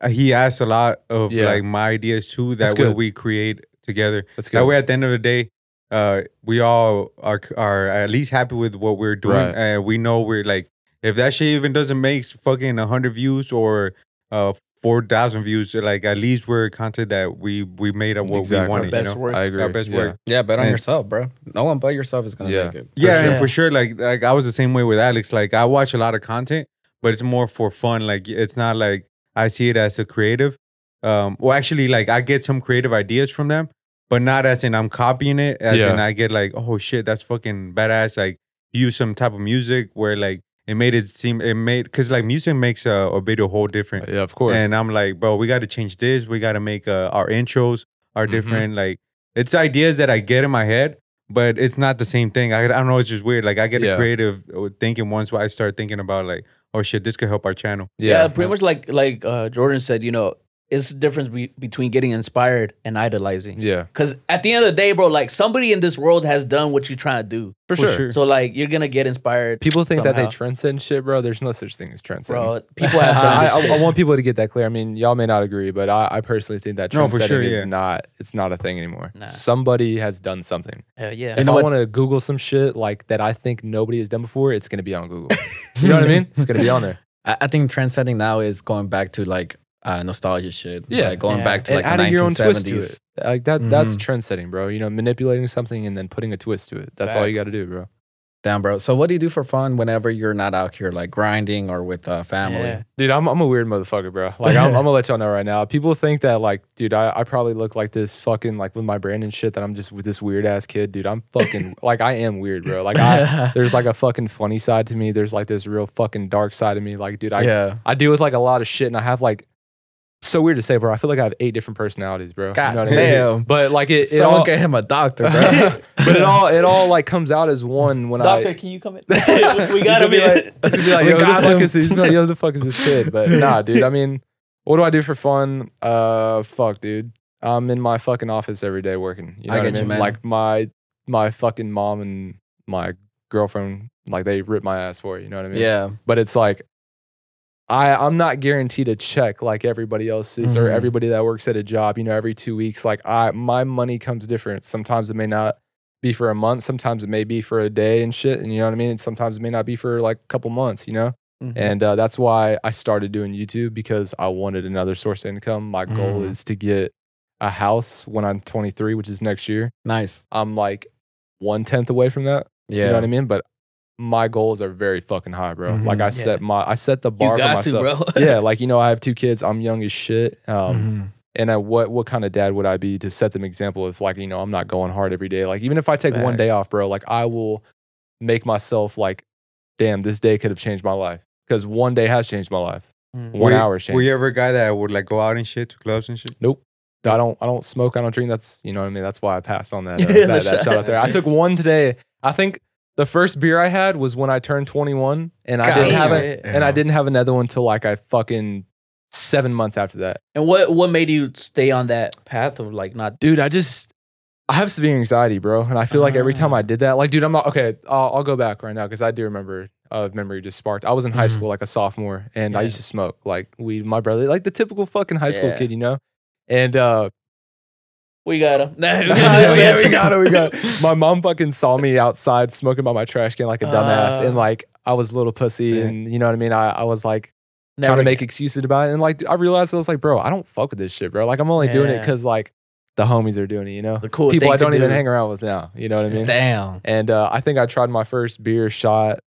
Speaker 4: he asks a lot of
Speaker 5: Yeah.
Speaker 4: like my ideas too.
Speaker 5: That's
Speaker 4: That way
Speaker 5: good.
Speaker 4: we create together.
Speaker 5: That's good.
Speaker 4: That way, at the end of the day, uh, we all are are at least happy with what we're doing,
Speaker 5: Right.
Speaker 4: and we know we're like, if that shit even doesn't make fucking hundred views or uh four thousand views, like at least we're content that we we made up what
Speaker 5: Exactly.
Speaker 4: we wanted.
Speaker 5: Our
Speaker 4: you
Speaker 6: best
Speaker 4: know?
Speaker 6: work.
Speaker 5: I agree.
Speaker 4: Our best
Speaker 5: yeah.
Speaker 4: work.
Speaker 2: Yeah, bet on
Speaker 4: And-
Speaker 2: yourself, bro. No one but yourself is gonna
Speaker 5: Yeah.
Speaker 2: make it.
Speaker 4: Yeah, and
Speaker 6: sure.
Speaker 4: for sure, like like I was the same way with Alex. Like I watch a lot of content, but it's more for fun. Like it's not like I see it as a creative. Um, well, actually, like I get some creative ideas from them, but not as in I'm copying it. As
Speaker 5: Yeah.
Speaker 4: in I get like, oh shit, that's fucking badass. Like use some type of music where like it made it seem it made because like music makes a, a video whole different.
Speaker 5: Yeah, of course.
Speaker 4: And I'm like, bro, we got to change this. We got to make uh, our intros are
Speaker 5: Mhm.
Speaker 4: different. Like, it's ideas that I get in my head, but it's not the same thing. I, I don't know. It's just weird. Like, I get
Speaker 5: Yeah.
Speaker 4: a creative uh, thinking once I start thinking about like, oh shit, this could help our channel.
Speaker 6: yeah, pretty much like like uh, Jordan said, you know, it's the difference be- between getting inspired and idolizing.
Speaker 5: Yeah.
Speaker 6: Because at the end of the day, bro, like somebody in this world has done what you're trying to do.
Speaker 5: For
Speaker 4: For
Speaker 5: sure.
Speaker 4: sure.
Speaker 6: So like you're gonna get inspired,
Speaker 5: People think that
Speaker 6: Somehow.
Speaker 5: they transcend shit, bro. There's no such thing as transcend.
Speaker 6: bro. People have done
Speaker 5: I,
Speaker 6: this
Speaker 5: I-
Speaker 6: shit.
Speaker 5: I want people to get that clear. I mean, y'all may not agree, but I, I personally think that
Speaker 4: No, for
Speaker 5: trendsetting
Speaker 4: sure,
Speaker 5: is
Speaker 4: yeah.
Speaker 5: not it's not a thing anymore.
Speaker 6: Nah.
Speaker 5: Somebody has done something.
Speaker 6: Hell yeah.
Speaker 5: if
Speaker 2: know
Speaker 5: I
Speaker 2: what-
Speaker 5: want to Google some shit like that, I think nobody has done before. It's gonna be on Google. you know what I mean? It's gonna be on there.
Speaker 2: I, I think transcending now is going back to like uh, nostalgia shit.
Speaker 5: Yeah.
Speaker 2: like going
Speaker 6: Yeah.
Speaker 2: back to
Speaker 5: And
Speaker 2: like the
Speaker 5: adding
Speaker 2: 1970s.
Speaker 5: your own twist to it. Like that that's
Speaker 4: Mhm.
Speaker 5: trend setting, bro. You know, manipulating something and then putting a twist to it. That's all you got
Speaker 6: Facts.
Speaker 5: to do, bro.
Speaker 2: Damn, bro. So, what do you do for fun whenever you're not out here like grinding or with uh, family?
Speaker 6: Yeah.
Speaker 5: Dude, I'm, I'm a weird motherfucker, bro. Like, I'm, I'm gonna let y'all know right now. People think that, like, dude, I, I probably look like this fucking, like, with my brand and shit, that I'm just with this weird ass kid, dude. I'm fucking, like, I am weird, bro. Like, I, there's like a fucking funny side to me. There's like this real fucking dark side of me. Like, dude, I,
Speaker 2: yeah.
Speaker 5: I deal with like a lot of shit and I have like, so weird to say, bro. I feel like I have eight different personalities, bro. You
Speaker 2: God
Speaker 5: know what I mean?
Speaker 2: damn.
Speaker 5: But like, it, it
Speaker 2: Someone
Speaker 5: all,
Speaker 2: get him a doctor, bro.
Speaker 5: but it all, it all like comes out as one when I,
Speaker 6: Doctor, can you come in? we got him
Speaker 5: He's gonna be
Speaker 6: in.
Speaker 5: like- he's gonna be like,
Speaker 2: We
Speaker 5: yo, who
Speaker 2: got
Speaker 5: the fuck
Speaker 2: him.
Speaker 5: is this? He's like, yo, who the fuck is this kid? But nah, dude. I mean, what do I do for fun? Uh, fuck, dude. I'm in my fucking office every day working. You know
Speaker 2: I
Speaker 5: what
Speaker 2: get you,
Speaker 5: mean?
Speaker 2: man.
Speaker 5: Like my my fucking mom and my girlfriend, like they rip my ass for it. You know what I mean?
Speaker 2: yeah.
Speaker 5: But it's like. I, I'm not guaranteed a check like everybody else is or
Speaker 2: Mhm.
Speaker 5: everybody that works at a job, you know, every two weeks. Like I my money comes different. Sometimes it may not be for a month. Sometimes it may be for a day and shit. And you know what I mean? And sometimes it may not be for like a couple months, you know?
Speaker 6: Mm-hmm.
Speaker 5: And uh, that's why I started doing YouTube because I wanted another source of income. My goal
Speaker 2: Mm.
Speaker 5: is to get a house when I'm 23, which is next year.
Speaker 2: Nice.
Speaker 5: I'm like one tenth away from that.
Speaker 2: Yeah.
Speaker 5: You know what I mean? But my goals are very fucking high, bro.
Speaker 4: Mm-hmm.
Speaker 2: Mhm.
Speaker 5: Like I
Speaker 6: Yeah.
Speaker 5: set my, I set the bar
Speaker 6: You got
Speaker 5: for
Speaker 6: to,
Speaker 5: myself.
Speaker 6: bro.
Speaker 5: yeah. Like, you know, I have two kids. I'm young as shit. Um,
Speaker 4: Mm-hmm.
Speaker 5: and I, what what kind of dad would I be to set them example if like you know I'm not going hard every day like even if I take one day
Speaker 2: Facts.
Speaker 5: off bro like I will make myself like damn this day could have changed my life because one day has changed my life
Speaker 6: Mhm.
Speaker 5: one
Speaker 4: Were-
Speaker 5: hour has changed
Speaker 4: Were you ever a guy that would like go out and shit to clubs and shit?
Speaker 5: I don't I don't smoke I don't drink that's you know what I mean that's why I passed on that uh,
Speaker 6: The
Speaker 5: that, that
Speaker 6: shot.
Speaker 5: shot out there I took one today I think the first beer I had was when I turned 21 and I didn't
Speaker 6: God
Speaker 5: have it
Speaker 6: shit.
Speaker 5: and I didn't have another one till like I fucking seven months after that
Speaker 6: And what what made you stay on that path of like not?
Speaker 5: dude i just i have severe anxiety bro and i feel like every time i did that like dude i'm not okay i'll, I'll go back right now because i do remember uh, memory just sparked i was in high
Speaker 2: Mhm.
Speaker 5: school like a sophomore and i
Speaker 6: Yeah.
Speaker 5: used to smoke like weed with my brother like the typical fucking high school
Speaker 6: Yeah.
Speaker 5: kid you know and uh
Speaker 6: We got him. Nah, we
Speaker 5: yeah,
Speaker 6: got him.
Speaker 5: yeah, we got it we got it my mom fucking saw me outside smoking by my trash can like a dumbass
Speaker 6: Ah.
Speaker 5: and like i was a little pussy
Speaker 4: Yeah.
Speaker 5: and you know what i mean i, I was like
Speaker 6: Never
Speaker 5: trying to make
Speaker 6: again.
Speaker 5: excuses about it. And like I realized I was like, bro, I don't fuck with this shit, bro. Like I'm only doing it
Speaker 6: Yeah.
Speaker 5: because like the homies are doing it, you know?
Speaker 6: The cool
Speaker 5: People
Speaker 6: thing
Speaker 5: I
Speaker 6: to
Speaker 5: don't even
Speaker 6: do.
Speaker 5: hang around with now. You know what I mean?
Speaker 2: Damn.
Speaker 5: And uh, I think I tried my first beer shot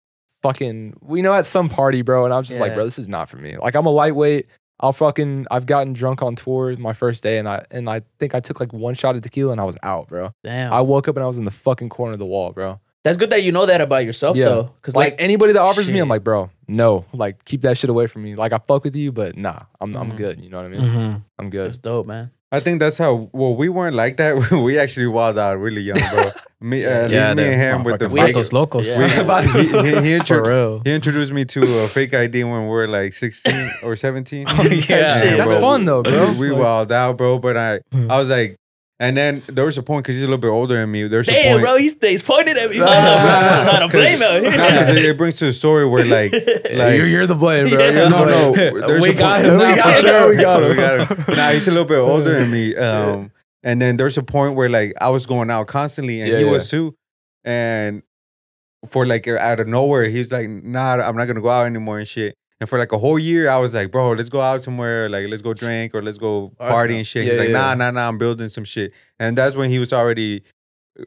Speaker 5: fucking we know at some party, bro. And I was just like,
Speaker 6: Yeah.
Speaker 5: bro, this is not for me. Like I'm a lightweight. I'll fucking I've gotten drunk on tour my first day and I and I think I took like one shot of tequila and I was out, bro.
Speaker 6: Damn.
Speaker 5: I woke up and I was in the fucking corner of the wall, bro.
Speaker 6: That's good that you know that about yourself
Speaker 5: Yeah.
Speaker 6: though, because
Speaker 5: like,
Speaker 6: like,
Speaker 5: anybody that offers me, I'm
Speaker 6: shit.
Speaker 5: like, bro, no, like keep that shit away from me. Like I fuck with you, but nah, I'm I'm
Speaker 6: Mhm.
Speaker 5: good. You know what I
Speaker 4: Mm-hmm.
Speaker 5: mean?
Speaker 2: Mhm.
Speaker 5: I'm
Speaker 6: it's
Speaker 5: good.
Speaker 6: dope, man.
Speaker 4: I think that's how. Well, we weren't like that. we actually wild out really young, bro. Me, uh, at least me
Speaker 2: they're
Speaker 4: and him with the
Speaker 2: motherfucking
Speaker 4: fake.
Speaker 2: Vatos locos.
Speaker 6: Yeah.
Speaker 4: We, he, he, he,
Speaker 2: For
Speaker 4: intro-
Speaker 2: real.
Speaker 4: he introduced me to a fake ID when we were like sixteen or seventeen.
Speaker 2: Yeah.
Speaker 4: shit.
Speaker 5: Oh, That's
Speaker 4: bro.
Speaker 5: fun though, bro.
Speaker 4: we wild out, bro. But I, I was like, and then there was a point because he's a little bit older than me. There's a
Speaker 6: Damn,
Speaker 4: point.
Speaker 6: bro, he stays pointed at me.
Speaker 4: Nah,
Speaker 6: Nah,
Speaker 4: nah,
Speaker 6: I'm
Speaker 4: nah,
Speaker 6: not to blame out
Speaker 4: nah, 'cause it,
Speaker 6: here.
Speaker 4: it brings to a story where like, like
Speaker 5: you're, you're the blame, bro.
Speaker 6: Yeah.
Speaker 5: You're the
Speaker 4: no, no,
Speaker 5: blame.
Speaker 4: there's
Speaker 5: we
Speaker 4: a
Speaker 5: got
Speaker 4: point-
Speaker 5: him.
Speaker 4: Nah,
Speaker 5: now,
Speaker 4: for
Speaker 5: for
Speaker 4: sure,
Speaker 5: We got him.
Speaker 4: we got him. Nah, he's a little bit older than me. Um, and then there's a point where like I was going out constantly, and
Speaker 5: Yeah,
Speaker 4: he
Speaker 5: yeah.
Speaker 4: was too. And for like out of nowhere, he's like, "Nah, I'm not gonna go out anymore and shit." And for like a whole year, I was like, "Bro, let's go out somewhere. Like, let's go drink or let's go
Speaker 6: Or-
Speaker 4: party and shit."
Speaker 5: Yeah,
Speaker 4: he's like,
Speaker 5: yeah, yeah.
Speaker 4: "Nah, nah, nah. I'm building some shit." And that's when he was already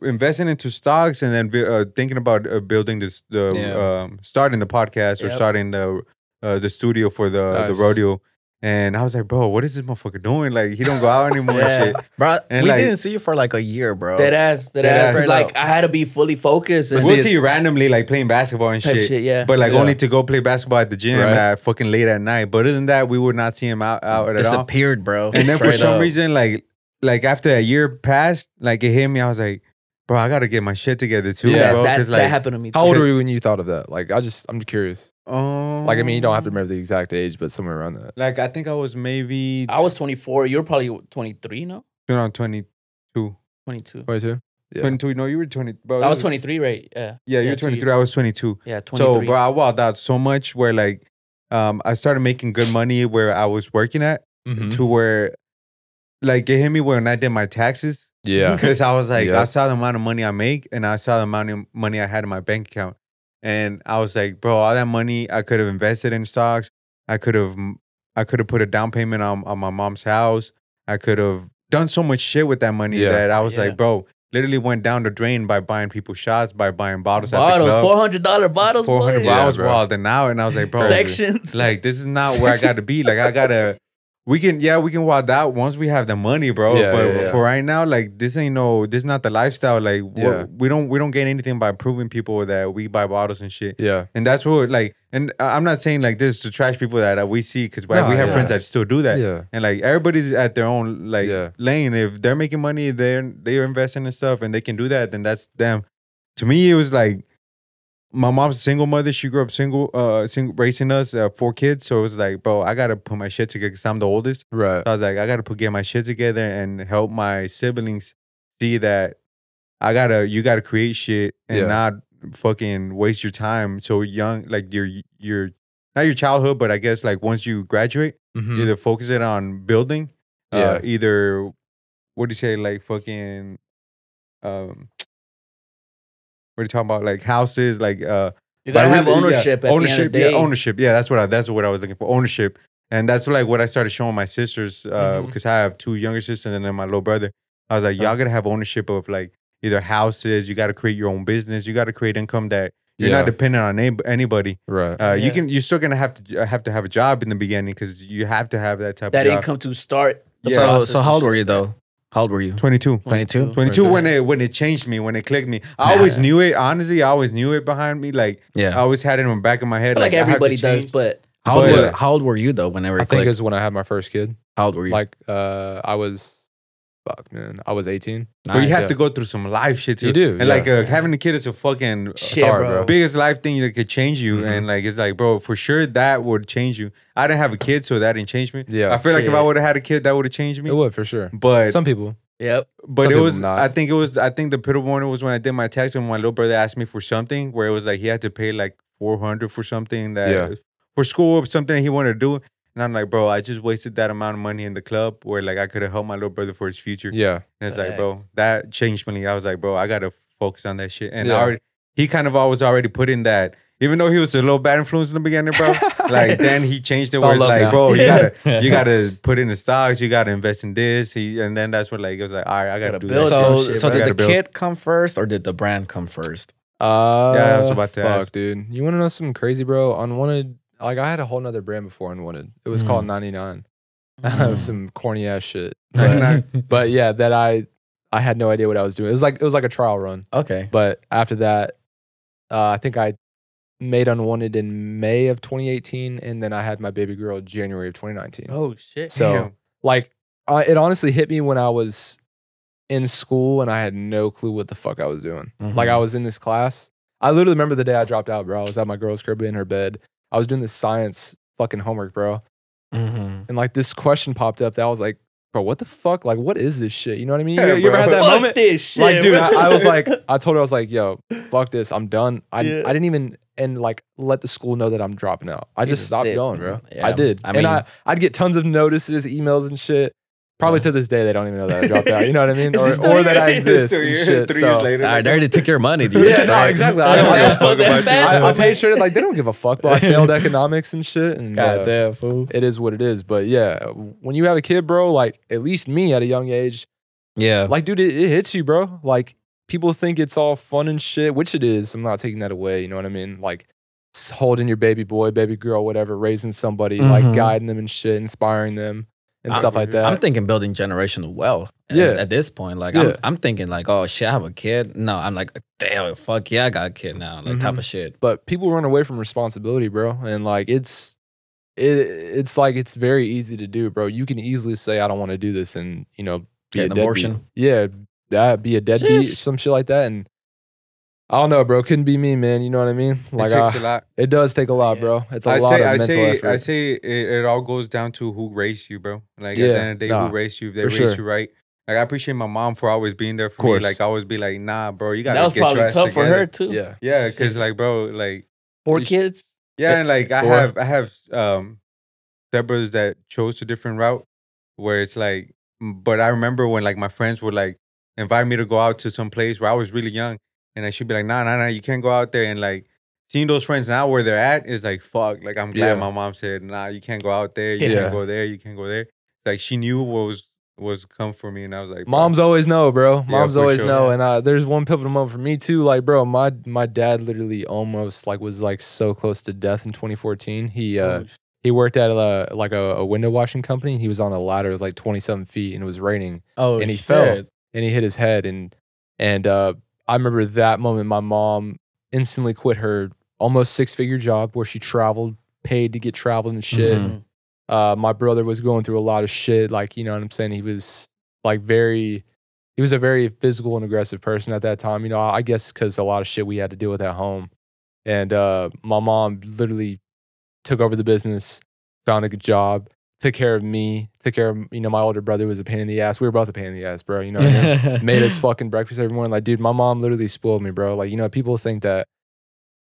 Speaker 4: investing into stocks and then bu- uh, thinking about uh, building this, the
Speaker 2: Yeah.
Speaker 4: um, starting the podcast or
Speaker 6: Yep.
Speaker 4: starting the uh, the studio for the
Speaker 5: Nice.
Speaker 4: the rodeo. And I was like, bro, what is this motherfucker doing? Like, he don't go out anymore
Speaker 6: Yeah.
Speaker 4: and shit.
Speaker 2: Bro,
Speaker 4: And
Speaker 2: we
Speaker 4: like-
Speaker 2: didn't see you for like a year, bro.
Speaker 6: That ass, that
Speaker 4: Dead
Speaker 6: ass.
Speaker 4: ass.
Speaker 6: 'cause, Like I had to be fully focused.
Speaker 4: But
Speaker 6: and
Speaker 4: we'll see you randomly, like, playing basketball and
Speaker 6: type
Speaker 4: shit.
Speaker 6: shit, yeah.
Speaker 4: But, like,
Speaker 5: Yeah.
Speaker 4: only to go play basketball at the gym
Speaker 5: Right.
Speaker 4: at fucking late at night. But other than that, we would not see him out, out at all.
Speaker 2: Disappeared, bro.
Speaker 4: And then for
Speaker 2: Straight
Speaker 4: some
Speaker 2: up.
Speaker 4: reason, like, like after a year passed, like, it hit me. I was like, bro, I got to get my shit together, too,
Speaker 5: Yeah,
Speaker 6: yeah,
Speaker 4: bro.
Speaker 6: that,
Speaker 4: 'cause,
Speaker 6: that
Speaker 4: like,
Speaker 6: happened to me.
Speaker 5: How old
Speaker 6: too.
Speaker 5: were you when you thought of that? Like, I just, I'm curious.
Speaker 4: um,
Speaker 5: Like, I mean, you don't have to remember the exact age, but somewhere around that.
Speaker 4: Like, I think I was maybe...
Speaker 6: I was 24. You were probably 23, no?
Speaker 4: You know, 22.
Speaker 6: 22.
Speaker 5: 22. Yeah.
Speaker 4: 22. No, you were 20. Bro,
Speaker 6: I was 23, right? Yeah.
Speaker 4: Yeah, you
Speaker 6: Yeah,
Speaker 4: were
Speaker 6: two
Speaker 4: 23. I was 22.
Speaker 6: Yeah, 23.
Speaker 4: So, bro, I wilded out so much where like um I started making good money where I was working at
Speaker 5: Mhm.
Speaker 4: to where like it hit me when I did my taxes
Speaker 5: Yeah.
Speaker 4: because I was like
Speaker 5: Yeah.
Speaker 4: I saw the amount of money I make and I saw the amount of money I had in my bank account and I was like, bro, all that money I could have invested in stocks. I could have I could have put a down payment on on my mom's house. I could have done so much shit with that money
Speaker 5: Yeah.
Speaker 4: that I was
Speaker 6: Yeah.
Speaker 4: like, bro, literally went down the drain by buying people shots, by buying bottles.
Speaker 6: bottles,
Speaker 4: at the
Speaker 6: four
Speaker 4: club.
Speaker 6: hundred dollar bottles,
Speaker 4: Four hundred
Speaker 6: boy.
Speaker 5: Yeah,
Speaker 4: bottles
Speaker 5: bro.
Speaker 4: wild and now and I was like, bro,
Speaker 6: sections.
Speaker 4: like this is not where I gotta be. Like I gotta we can yeah, we can wild out once we have the money, bro.
Speaker 5: Yeah,
Speaker 4: but
Speaker 5: yeah, yeah.
Speaker 4: for right now, like this ain't no this is not the lifestyle. Like we're-
Speaker 5: Yeah.
Speaker 4: we don't we don't gain anything by proving people that we buy bottles and shit.
Speaker 5: Yeah.
Speaker 4: And that's what like and I- I'm not saying like this to trash people that, that we see because
Speaker 5: No,
Speaker 4: we have
Speaker 5: yeah.
Speaker 4: friends that still do that.
Speaker 5: Yeah.
Speaker 4: And like everybody's at their own like
Speaker 5: Yeah.
Speaker 4: lane. If they're making money, they're they're investing in stuff and they can do that, then that's them. To me, it was like my mom's a single mother. She grew up single, uh, single raising us, uh, four kids. So it was like, bro, I gotta put my shit together because I'm the oldest. So
Speaker 5: Right.
Speaker 4: I was like, I gotta put get my shit together and help my siblings see that I gotta, you gotta create shit and
Speaker 5: Yeah.
Speaker 4: not fucking waste your time so young. Like your your not your childhood, but I guess like once you graduate,
Speaker 5: Mhm.
Speaker 4: either focus it on building, uh,
Speaker 5: Yeah.
Speaker 4: either what do you say, like fucking, um, what are you talking about, like houses, like uh.
Speaker 6: You gotta
Speaker 4: But I
Speaker 6: have
Speaker 4: really- yeah,
Speaker 6: ownership. At
Speaker 4: ownership,
Speaker 6: the end of the day.
Speaker 4: yeah, ownership. Yeah, that's what I, that's what I was looking for. Ownership, and that's like what I started showing my sisters because
Speaker 6: Mm-hmm.
Speaker 5: Mhm.
Speaker 4: I have two younger sisters and then my little brother. I was like, y'all gotta have ownership of like either houses. You gotta create your own business. You gotta create income that you're
Speaker 5: yeah.
Speaker 4: not dependent on any, anybody.
Speaker 5: right.
Speaker 4: Uh, You
Speaker 6: Yeah.
Speaker 4: can. You're still gonna have to uh, have to have a job in the beginning because you have to have that type
Speaker 6: That
Speaker 4: of job.
Speaker 6: income to start. the
Speaker 4: Yeah.
Speaker 2: so
Speaker 6: process
Speaker 2: so
Speaker 6: and
Speaker 2: how old
Speaker 6: shit.
Speaker 2: were you though? How old were you?
Speaker 4: 22.
Speaker 2: 22?
Speaker 4: 22 when it when it changed me when it clicked me I
Speaker 2: Yeah.
Speaker 4: always knew it honestly I always knew it behind me like I
Speaker 2: Yeah.
Speaker 4: always had it in the back of my head
Speaker 6: Like
Speaker 4: I have to
Speaker 6: everybody does,
Speaker 4: change.
Speaker 6: but
Speaker 2: How old,
Speaker 4: but-
Speaker 2: were, how old were you though? Whenever
Speaker 5: I
Speaker 2: it
Speaker 5: think
Speaker 2: clicked,
Speaker 5: is when I had my first kid.
Speaker 2: how old were you?
Speaker 5: Like uh I was fuck man. I was 18.
Speaker 4: But you
Speaker 2: Nice.
Speaker 4: have
Speaker 5: Yeah.
Speaker 4: to go through some life shit too.
Speaker 5: You do,
Speaker 4: And
Speaker 5: yeah.
Speaker 4: like uh, having a kid is a fucking
Speaker 6: shit,
Speaker 5: hard,
Speaker 6: bro.
Speaker 5: bro.
Speaker 4: biggest life thing that could change you.
Speaker 5: Mhm.
Speaker 4: And like it's like, bro, for sure that would change you. I didn't have a kid, so that didn't change me.
Speaker 5: Yeah.
Speaker 4: I feel like if
Speaker 6: Yeah.
Speaker 4: I would have had a kid, that would have changed me.
Speaker 5: It would for sure.
Speaker 4: But
Speaker 5: Some people.
Speaker 6: Yep.
Speaker 4: but
Speaker 5: some
Speaker 4: it
Speaker 5: people
Speaker 4: was
Speaker 5: not.
Speaker 4: I think it was I think the pivotal moment was when I did my tax and my little brother asked me for something where it was like he had to pay like four hundred for something that
Speaker 5: Yeah.
Speaker 4: for school or something he wanted to do. And I'm like, bro, I just wasted that amount of money in the club where like I could have helped my little brother for his future.
Speaker 5: Yeah.
Speaker 4: And it's like, bro, that changed me. I was like, bro, I gotta focus on that shit. And I
Speaker 5: Yeah.
Speaker 4: already, he kind of always already put in that. Even though he was a little bad influence in the beginning, bro. like then he changed it
Speaker 5: It's all
Speaker 4: where it's
Speaker 5: love
Speaker 4: like,
Speaker 5: now.
Speaker 4: bro, you
Speaker 2: Yeah.
Speaker 4: gotta you gotta put in the stocks, you gotta invest in this. He and then that's what like it was like, all right, I gotta,
Speaker 6: Gotta
Speaker 4: do
Speaker 6: build
Speaker 4: this.
Speaker 6: some
Speaker 2: so
Speaker 6: shit,
Speaker 2: so
Speaker 6: bro.
Speaker 2: did
Speaker 4: Gotta
Speaker 2: the
Speaker 4: build.
Speaker 2: kid come first or did the brand come first?
Speaker 5: Uh,
Speaker 4: Yeah, I was about to
Speaker 5: fuck,
Speaker 4: ask.
Speaker 5: dude. You want to know something crazy, bro? Unwanted, like I had a whole nother brand before Unwanted. It was
Speaker 4: Mm.
Speaker 5: called 99. That was
Speaker 2: Mm.
Speaker 5: some corny ass shit. But,
Speaker 4: 99.
Speaker 5: but yeah, that I I had no idea what I was doing. It was like it was like a trial run.
Speaker 2: okay.
Speaker 5: But after that, uh, I think I made Unwanted in May of 2018, and then I had my baby girl January of 2019.
Speaker 6: Oh shit.
Speaker 5: So
Speaker 4: Damn.
Speaker 5: like, I, it honestly hit me when I was in school and I had no clue what the fuck I was doing. Like
Speaker 4: Mm-hmm.
Speaker 5: I
Speaker 2: Mhm.
Speaker 5: was in this class. I literally remember the day I dropped out, bro. I was at my girl's crib in her bed. I was doing this science fucking homework, bro.
Speaker 2: Mhm.
Speaker 5: And like this question popped up that I was like, bro, what the fuck? Like, what is this shit? You know what I mean?
Speaker 4: Yeah,
Speaker 5: you, you ever
Speaker 4: bro.
Speaker 5: had that
Speaker 6: Fuck
Speaker 5: moment?
Speaker 6: this shit.
Speaker 5: like, dude,
Speaker 6: bro.
Speaker 5: I, I was like, I told her, I was like, yo, fuck this. I'm done. I,
Speaker 6: Yeah.
Speaker 5: I didn't even, and like, let the school know that I'm dropping out. I
Speaker 6: You
Speaker 5: just
Speaker 6: just
Speaker 5: stopped
Speaker 6: did.
Speaker 5: going, bro.
Speaker 2: Yeah,
Speaker 5: I did.
Speaker 2: I mean-
Speaker 5: and I, I'd get tons of notices, emails, and shit. Probably
Speaker 2: Yeah.
Speaker 5: to this day, they don't even know that I dropped out. You know what I mean?
Speaker 6: Is he
Speaker 5: Or,
Speaker 6: still
Speaker 5: or that I
Speaker 6: here?
Speaker 5: exist.
Speaker 4: Three
Speaker 5: and
Speaker 4: years-
Speaker 5: shit.
Speaker 4: three
Speaker 5: so-
Speaker 4: years later.
Speaker 2: All right,
Speaker 4: like,
Speaker 2: they already took your money. dude.
Speaker 5: Yeah, no,
Speaker 2: Right.
Speaker 5: exactly.
Speaker 6: I
Speaker 5: I,
Speaker 6: don't
Speaker 5: don't
Speaker 6: give a
Speaker 5: give
Speaker 6: fuck about you.
Speaker 5: I, I
Speaker 6: Absolutely.
Speaker 5: paid straight. Like they don't give a fuck. But I failed economics and shit. And uh,
Speaker 2: God damn fool.
Speaker 5: it is what it is. But yeah, when you have a kid, bro, like at least me at a young age,
Speaker 2: Yeah.
Speaker 5: like dude, it, it hits you, bro. Like people think it's all fun and shit, which it is. I'm not taking that away. You know what I mean? Like s- holding your baby boy, baby girl, whatever, raising somebody,
Speaker 2: Mhm.
Speaker 5: like guiding them and shit, inspiring them and
Speaker 4: I'm-
Speaker 5: stuff like that.
Speaker 2: I'm thinking building generational wealth. at-
Speaker 5: Yeah.
Speaker 2: At, this point, like
Speaker 5: Yeah.
Speaker 2: I'm, I'm thinking like, oh shit, I have a kid. No, I'm like, damn, fuck yeah, I got a kid now. Like type
Speaker 5: Mhm.
Speaker 2: of shit.
Speaker 5: but people run away from responsibility, bro. And like it's it it's like it's very easy to do, bro. You can easily say I don't want to do this and, you know, be
Speaker 2: Get
Speaker 5: a
Speaker 2: an
Speaker 5: deadbeat.
Speaker 2: abortion.
Speaker 5: Yeah, that be a deadbeat,
Speaker 6: Jeez.
Speaker 5: some shit like that and I don't know, bro. Couldn't be me, man. You know what I mean? Like,
Speaker 4: it takes a
Speaker 5: I-
Speaker 4: lot.
Speaker 5: it does take a lot,
Speaker 6: Yeah.
Speaker 5: bro. It's a
Speaker 4: I
Speaker 5: lot
Speaker 4: say,
Speaker 5: of
Speaker 4: I
Speaker 5: mental
Speaker 4: say,
Speaker 5: effort.
Speaker 4: I say, it, it all goes down to who raised you, bro. Like at
Speaker 5: Yeah,
Speaker 4: the end of the day,
Speaker 5: nah,
Speaker 4: who raised you? If they
Speaker 5: for
Speaker 4: raised
Speaker 5: sure.
Speaker 4: you right. Like I appreciate my mom for always being there for
Speaker 5: Course.
Speaker 4: me. Like I always be like, nah, bro, you gotta
Speaker 6: that was
Speaker 4: get your
Speaker 6: probably
Speaker 4: ass
Speaker 6: tough for
Speaker 4: together.
Speaker 6: her too.
Speaker 5: yeah,
Speaker 4: Yeah, because like, bro, like,
Speaker 6: Four kids.
Speaker 4: yeah, and like, I
Speaker 5: Or-
Speaker 4: have, I have, um, stepbrothers that chose a different route, where it's like, but I remember when like my friends would like invite me to go out to some place where I was really young, and I should be like, nah, nah, nah, you can't go out there, and like. Seeing those friends now where they're at is like fuck. Like I'm glad
Speaker 5: Yeah.
Speaker 4: my mom said, nah, you can't go out there, you
Speaker 5: Yeah.
Speaker 4: can't go there, you can't go there. Like she knew what was was come for me, and I was like, bro,
Speaker 5: Moms always know, bro. Moms
Speaker 4: for
Speaker 5: always
Speaker 4: sure.
Speaker 5: know. And uh, there's one pivotal moment for me too. Like, bro, my my dad literally almost like was like so close to death in 2014. He uh
Speaker 6: Oh,
Speaker 5: he worked at a like a, a window washing company. He was on a ladder. It was like 27 feet, and it was raining,
Speaker 2: Oh,
Speaker 5: and he fell, and he hit his head. And and uh, I remember that moment. My mom instantly quit her almost six figure job where she traveled, paid to get traveled and shit
Speaker 2: Mhm.
Speaker 5: uh, my brother was going through a lot of shit. Like, you know what I'm saying? He was like very, he was a very physical and aggressive person at that time. You know, I I guess because a lot of shit we had to deal with at home. And uh, my mom literally took over the business, found a good job, took care of me, took care of, you know, my older brother was a pain in the ass. We were both a pain in the ass, bro. You know what I mean? made us fucking breakfast every morning. Like, dude, my mom literally spoiled me, bro. Like, you know, people think that,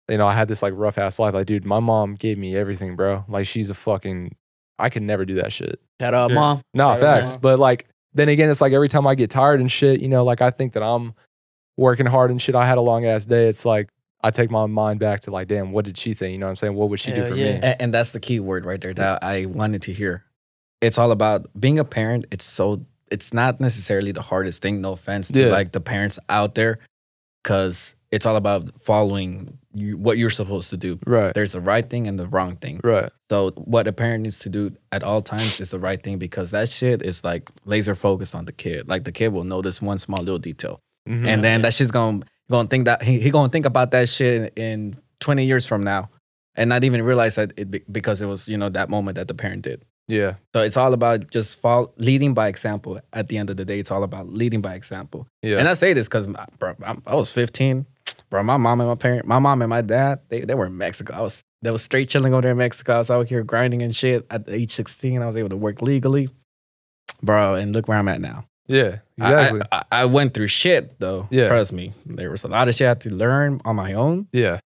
Speaker 5: you know, I had this like rough ass life. Like, dude, my mom gave me everything, bro. Like, she's a fucking, I could never do that shit.
Speaker 6: Shout out,
Speaker 4: Yeah.
Speaker 6: mom.
Speaker 5: Nah,
Speaker 4: Right on.
Speaker 5: facts. But like, then again, it's like every time I get tired and shit, you know, like I think that I'm working hard and shit. I had a long ass day. It's like, I take my mind back to like, damn, what did she think? You know what I'm saying? What would she
Speaker 6: Hell
Speaker 5: do for
Speaker 6: yeah.
Speaker 5: me?
Speaker 2: and, and that's the key word right there that I wanted to hear. It's all about being a parent. It's so it's not necessarily the hardest thing. No offense to
Speaker 5: Yeah.
Speaker 2: like the parents out there, because it's all about following you, what you're supposed to do.
Speaker 5: Right.
Speaker 2: There's the right thing and the wrong thing.
Speaker 5: Right.
Speaker 2: So what a parent needs to do at all times is the right thing because that shit is like laser focused on the kid. Like the kid will notice one small little detail,
Speaker 5: Mm-hmm.
Speaker 2: and then that shit's gonna gonna think that he, he gonna think about that shit in 20 years from now, and not even realize that it be- because it was you know that moment that the parent did.
Speaker 5: yeah.
Speaker 2: So it's all about just follow, leading by example. At the end of the day, it's all about leading by example.
Speaker 5: Yeah.
Speaker 2: And I say this because, bro, I'm, I was 15. Bro, my mom and my parent, my mom and my dad, they, they were in Mexico. I was, they was straight chilling over there in Mexico. I was out here grinding and shit. At the age 16, I was able to work legally. Bro, and look where I'm at now.
Speaker 5: yeah.
Speaker 2: I-
Speaker 5: Exactly.
Speaker 2: I, I, I went through shit though.
Speaker 5: Yeah.
Speaker 2: Trust me. There was a lot of shit I had to learn on my own.
Speaker 5: yeah.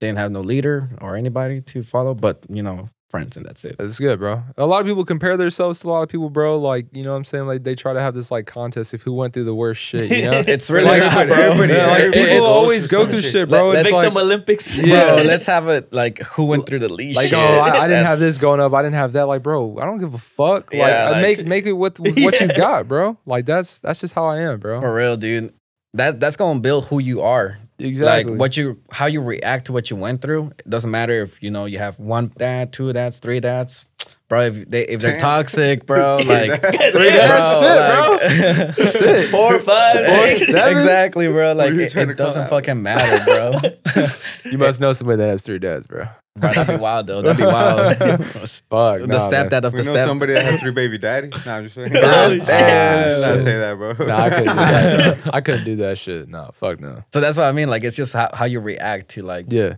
Speaker 2: Didn't have no leader or anybody to follow, but you know, friends and that's it.
Speaker 5: It's good, bro. A lot of people compare themselves to a lot of people, bro. Like, you know what I'm saying? Like, they try to have this, like, contest of who went through the worst shit, you know?
Speaker 2: It's really
Speaker 5: Like,
Speaker 2: not,
Speaker 4: everybody-
Speaker 2: bro.
Speaker 4: everybody-
Speaker 5: Yeah, like,
Speaker 4: everybody
Speaker 5: people
Speaker 4: goes
Speaker 5: always
Speaker 4: through
Speaker 5: go
Speaker 4: some
Speaker 5: through
Speaker 4: shit.
Speaker 5: shit, bro.
Speaker 2: Let-
Speaker 5: it's
Speaker 2: let's-
Speaker 6: Victim
Speaker 5: like,
Speaker 6: Olympics.
Speaker 5: Yeah.
Speaker 2: Bro, let's have it like who went through the least
Speaker 5: like,
Speaker 2: shit.
Speaker 5: oh, I, I didn't have
Speaker 2: That's-
Speaker 5: this going up. I didn't have that. Like, bro, I don't give a fuck. Like,
Speaker 2: Yeah,
Speaker 5: I
Speaker 2: like-
Speaker 5: make make it with, with what you got, bro. Like, that's that's just how I am, bro.
Speaker 2: For real, dude. That that's gonna build who you are.
Speaker 5: Exactly.
Speaker 2: Like what you how you react to what you went through. It doesn't matter if you know you have one dad, two dads, three dads. Bro, if they if they're toxic, bro, like
Speaker 5: Three
Speaker 2: dads, shit, bro. like-
Speaker 6: Four, five,
Speaker 5: Four,
Speaker 6: six.
Speaker 5: seven?
Speaker 2: exactly, bro. Like
Speaker 4: you
Speaker 2: it,
Speaker 4: trying to
Speaker 2: it
Speaker 4: call
Speaker 2: doesn't
Speaker 4: out?
Speaker 2: fucking matter, bro.
Speaker 5: you must know somebody that has three dads, bro.
Speaker 2: bro. That'd be wild though. That'd be wild. the
Speaker 5: Fuck. nah, man.
Speaker 2: stepdad of
Speaker 4: We
Speaker 2: the
Speaker 4: know
Speaker 2: step.
Speaker 4: somebody that has three baby daddy. Nah, I'm just saying.
Speaker 2: Damn.
Speaker 4: I
Speaker 5: Shit.
Speaker 4: say that, bro.
Speaker 5: Nah, I couldn't do that. bro. I couldn't do that shit. No, fuck no.
Speaker 2: So that's what I mean. Like it's just how, how you react to like
Speaker 5: Yeah.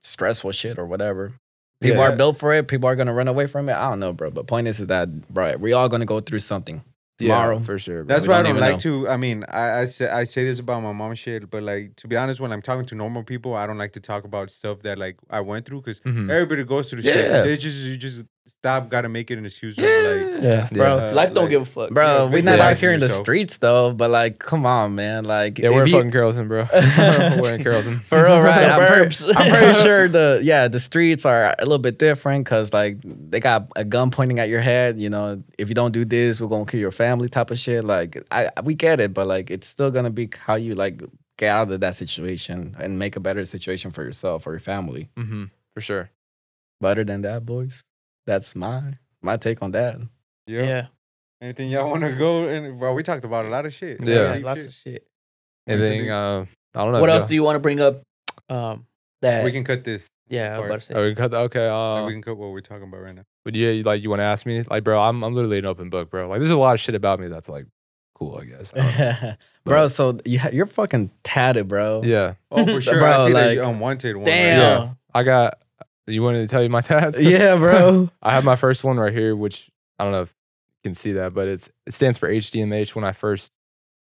Speaker 2: stressful shit or whatever. People
Speaker 5: Yeah.
Speaker 2: are built for it. People are gonna run away from it. I don't know, bro. But point is, is that bro, we all gonna go through something. Tomorrow.
Speaker 5: Yeah, for sure. Bro.
Speaker 4: That's
Speaker 2: We
Speaker 4: why I
Speaker 2: don't
Speaker 4: don't
Speaker 2: even
Speaker 4: like to. I mean, I, I say I say this about my mom shit, but like to be honest, when I'm talking to normal people, I don't like to talk about stuff that like I went through because
Speaker 5: Mhm.
Speaker 4: everybody goes through shit.
Speaker 5: Yeah.
Speaker 4: They just you just stop. Got to make it an excuse. Yeah. Like,
Speaker 5: Yeah.
Speaker 2: Bro,
Speaker 4: uh,
Speaker 6: Life don't
Speaker 4: like-
Speaker 6: give a fuck.
Speaker 2: Bro,
Speaker 4: Yeah,
Speaker 2: we're not out
Speaker 4: victimizing
Speaker 2: here in the
Speaker 4: yourself.
Speaker 2: streets though. But like, come on, man. Like,
Speaker 5: Yeah, we're in
Speaker 2: if you-
Speaker 5: fucking Carrollton, bro. we're in Carrollton.
Speaker 2: for real, right? I'm,
Speaker 6: Burbs.
Speaker 2: pretty, I'm pretty sure the yeah the streets are a little bit different because like they got a gun pointing at your head. You know, if you don't do this, we're gonna kill your family. Type of shit. Like, I we get it, but like it's still gonna be how you like get out of that situation and make a better situation for yourself or your family.
Speaker 5: hmm For sure.
Speaker 2: But other than that, boys, that's my my take on that.
Speaker 4: yeah.
Speaker 6: Yeah.
Speaker 4: Anything y'all want to go? And well, we talked about a lot of shit.
Speaker 5: Yeah. Yeah,
Speaker 4: Deep
Speaker 6: Lots
Speaker 4: shit.
Speaker 6: of shit.
Speaker 5: Anything? Uh, I don't know.
Speaker 6: What
Speaker 5: bro.
Speaker 6: else do you want to bring up? Um, that
Speaker 4: We can cut this.
Speaker 6: yeah, I was about to say.
Speaker 5: Oh, we can cut that. Okay. Uh,
Speaker 4: we can cut what we're talking about right now.
Speaker 5: But yeah, you- like you want to ask me, like, bro, I'm I'm literally an open book, bro. Like, there's a lot of shit about me that's like cool, I guess. I don't know.
Speaker 2: bro, so you ha- you're fucking tatted, bro.
Speaker 5: yeah,
Speaker 4: Oh, for sure.
Speaker 2: Bro,
Speaker 4: I see that you
Speaker 2: like-
Speaker 4: unwanted one.
Speaker 6: Damn.
Speaker 4: Right?
Speaker 5: Yeah. I got. You wanted to tell you my tats?
Speaker 2: Yeah, bro.
Speaker 5: I have my first one right here, which I don't know if you can see that, but it's it stands for HDMH. When I first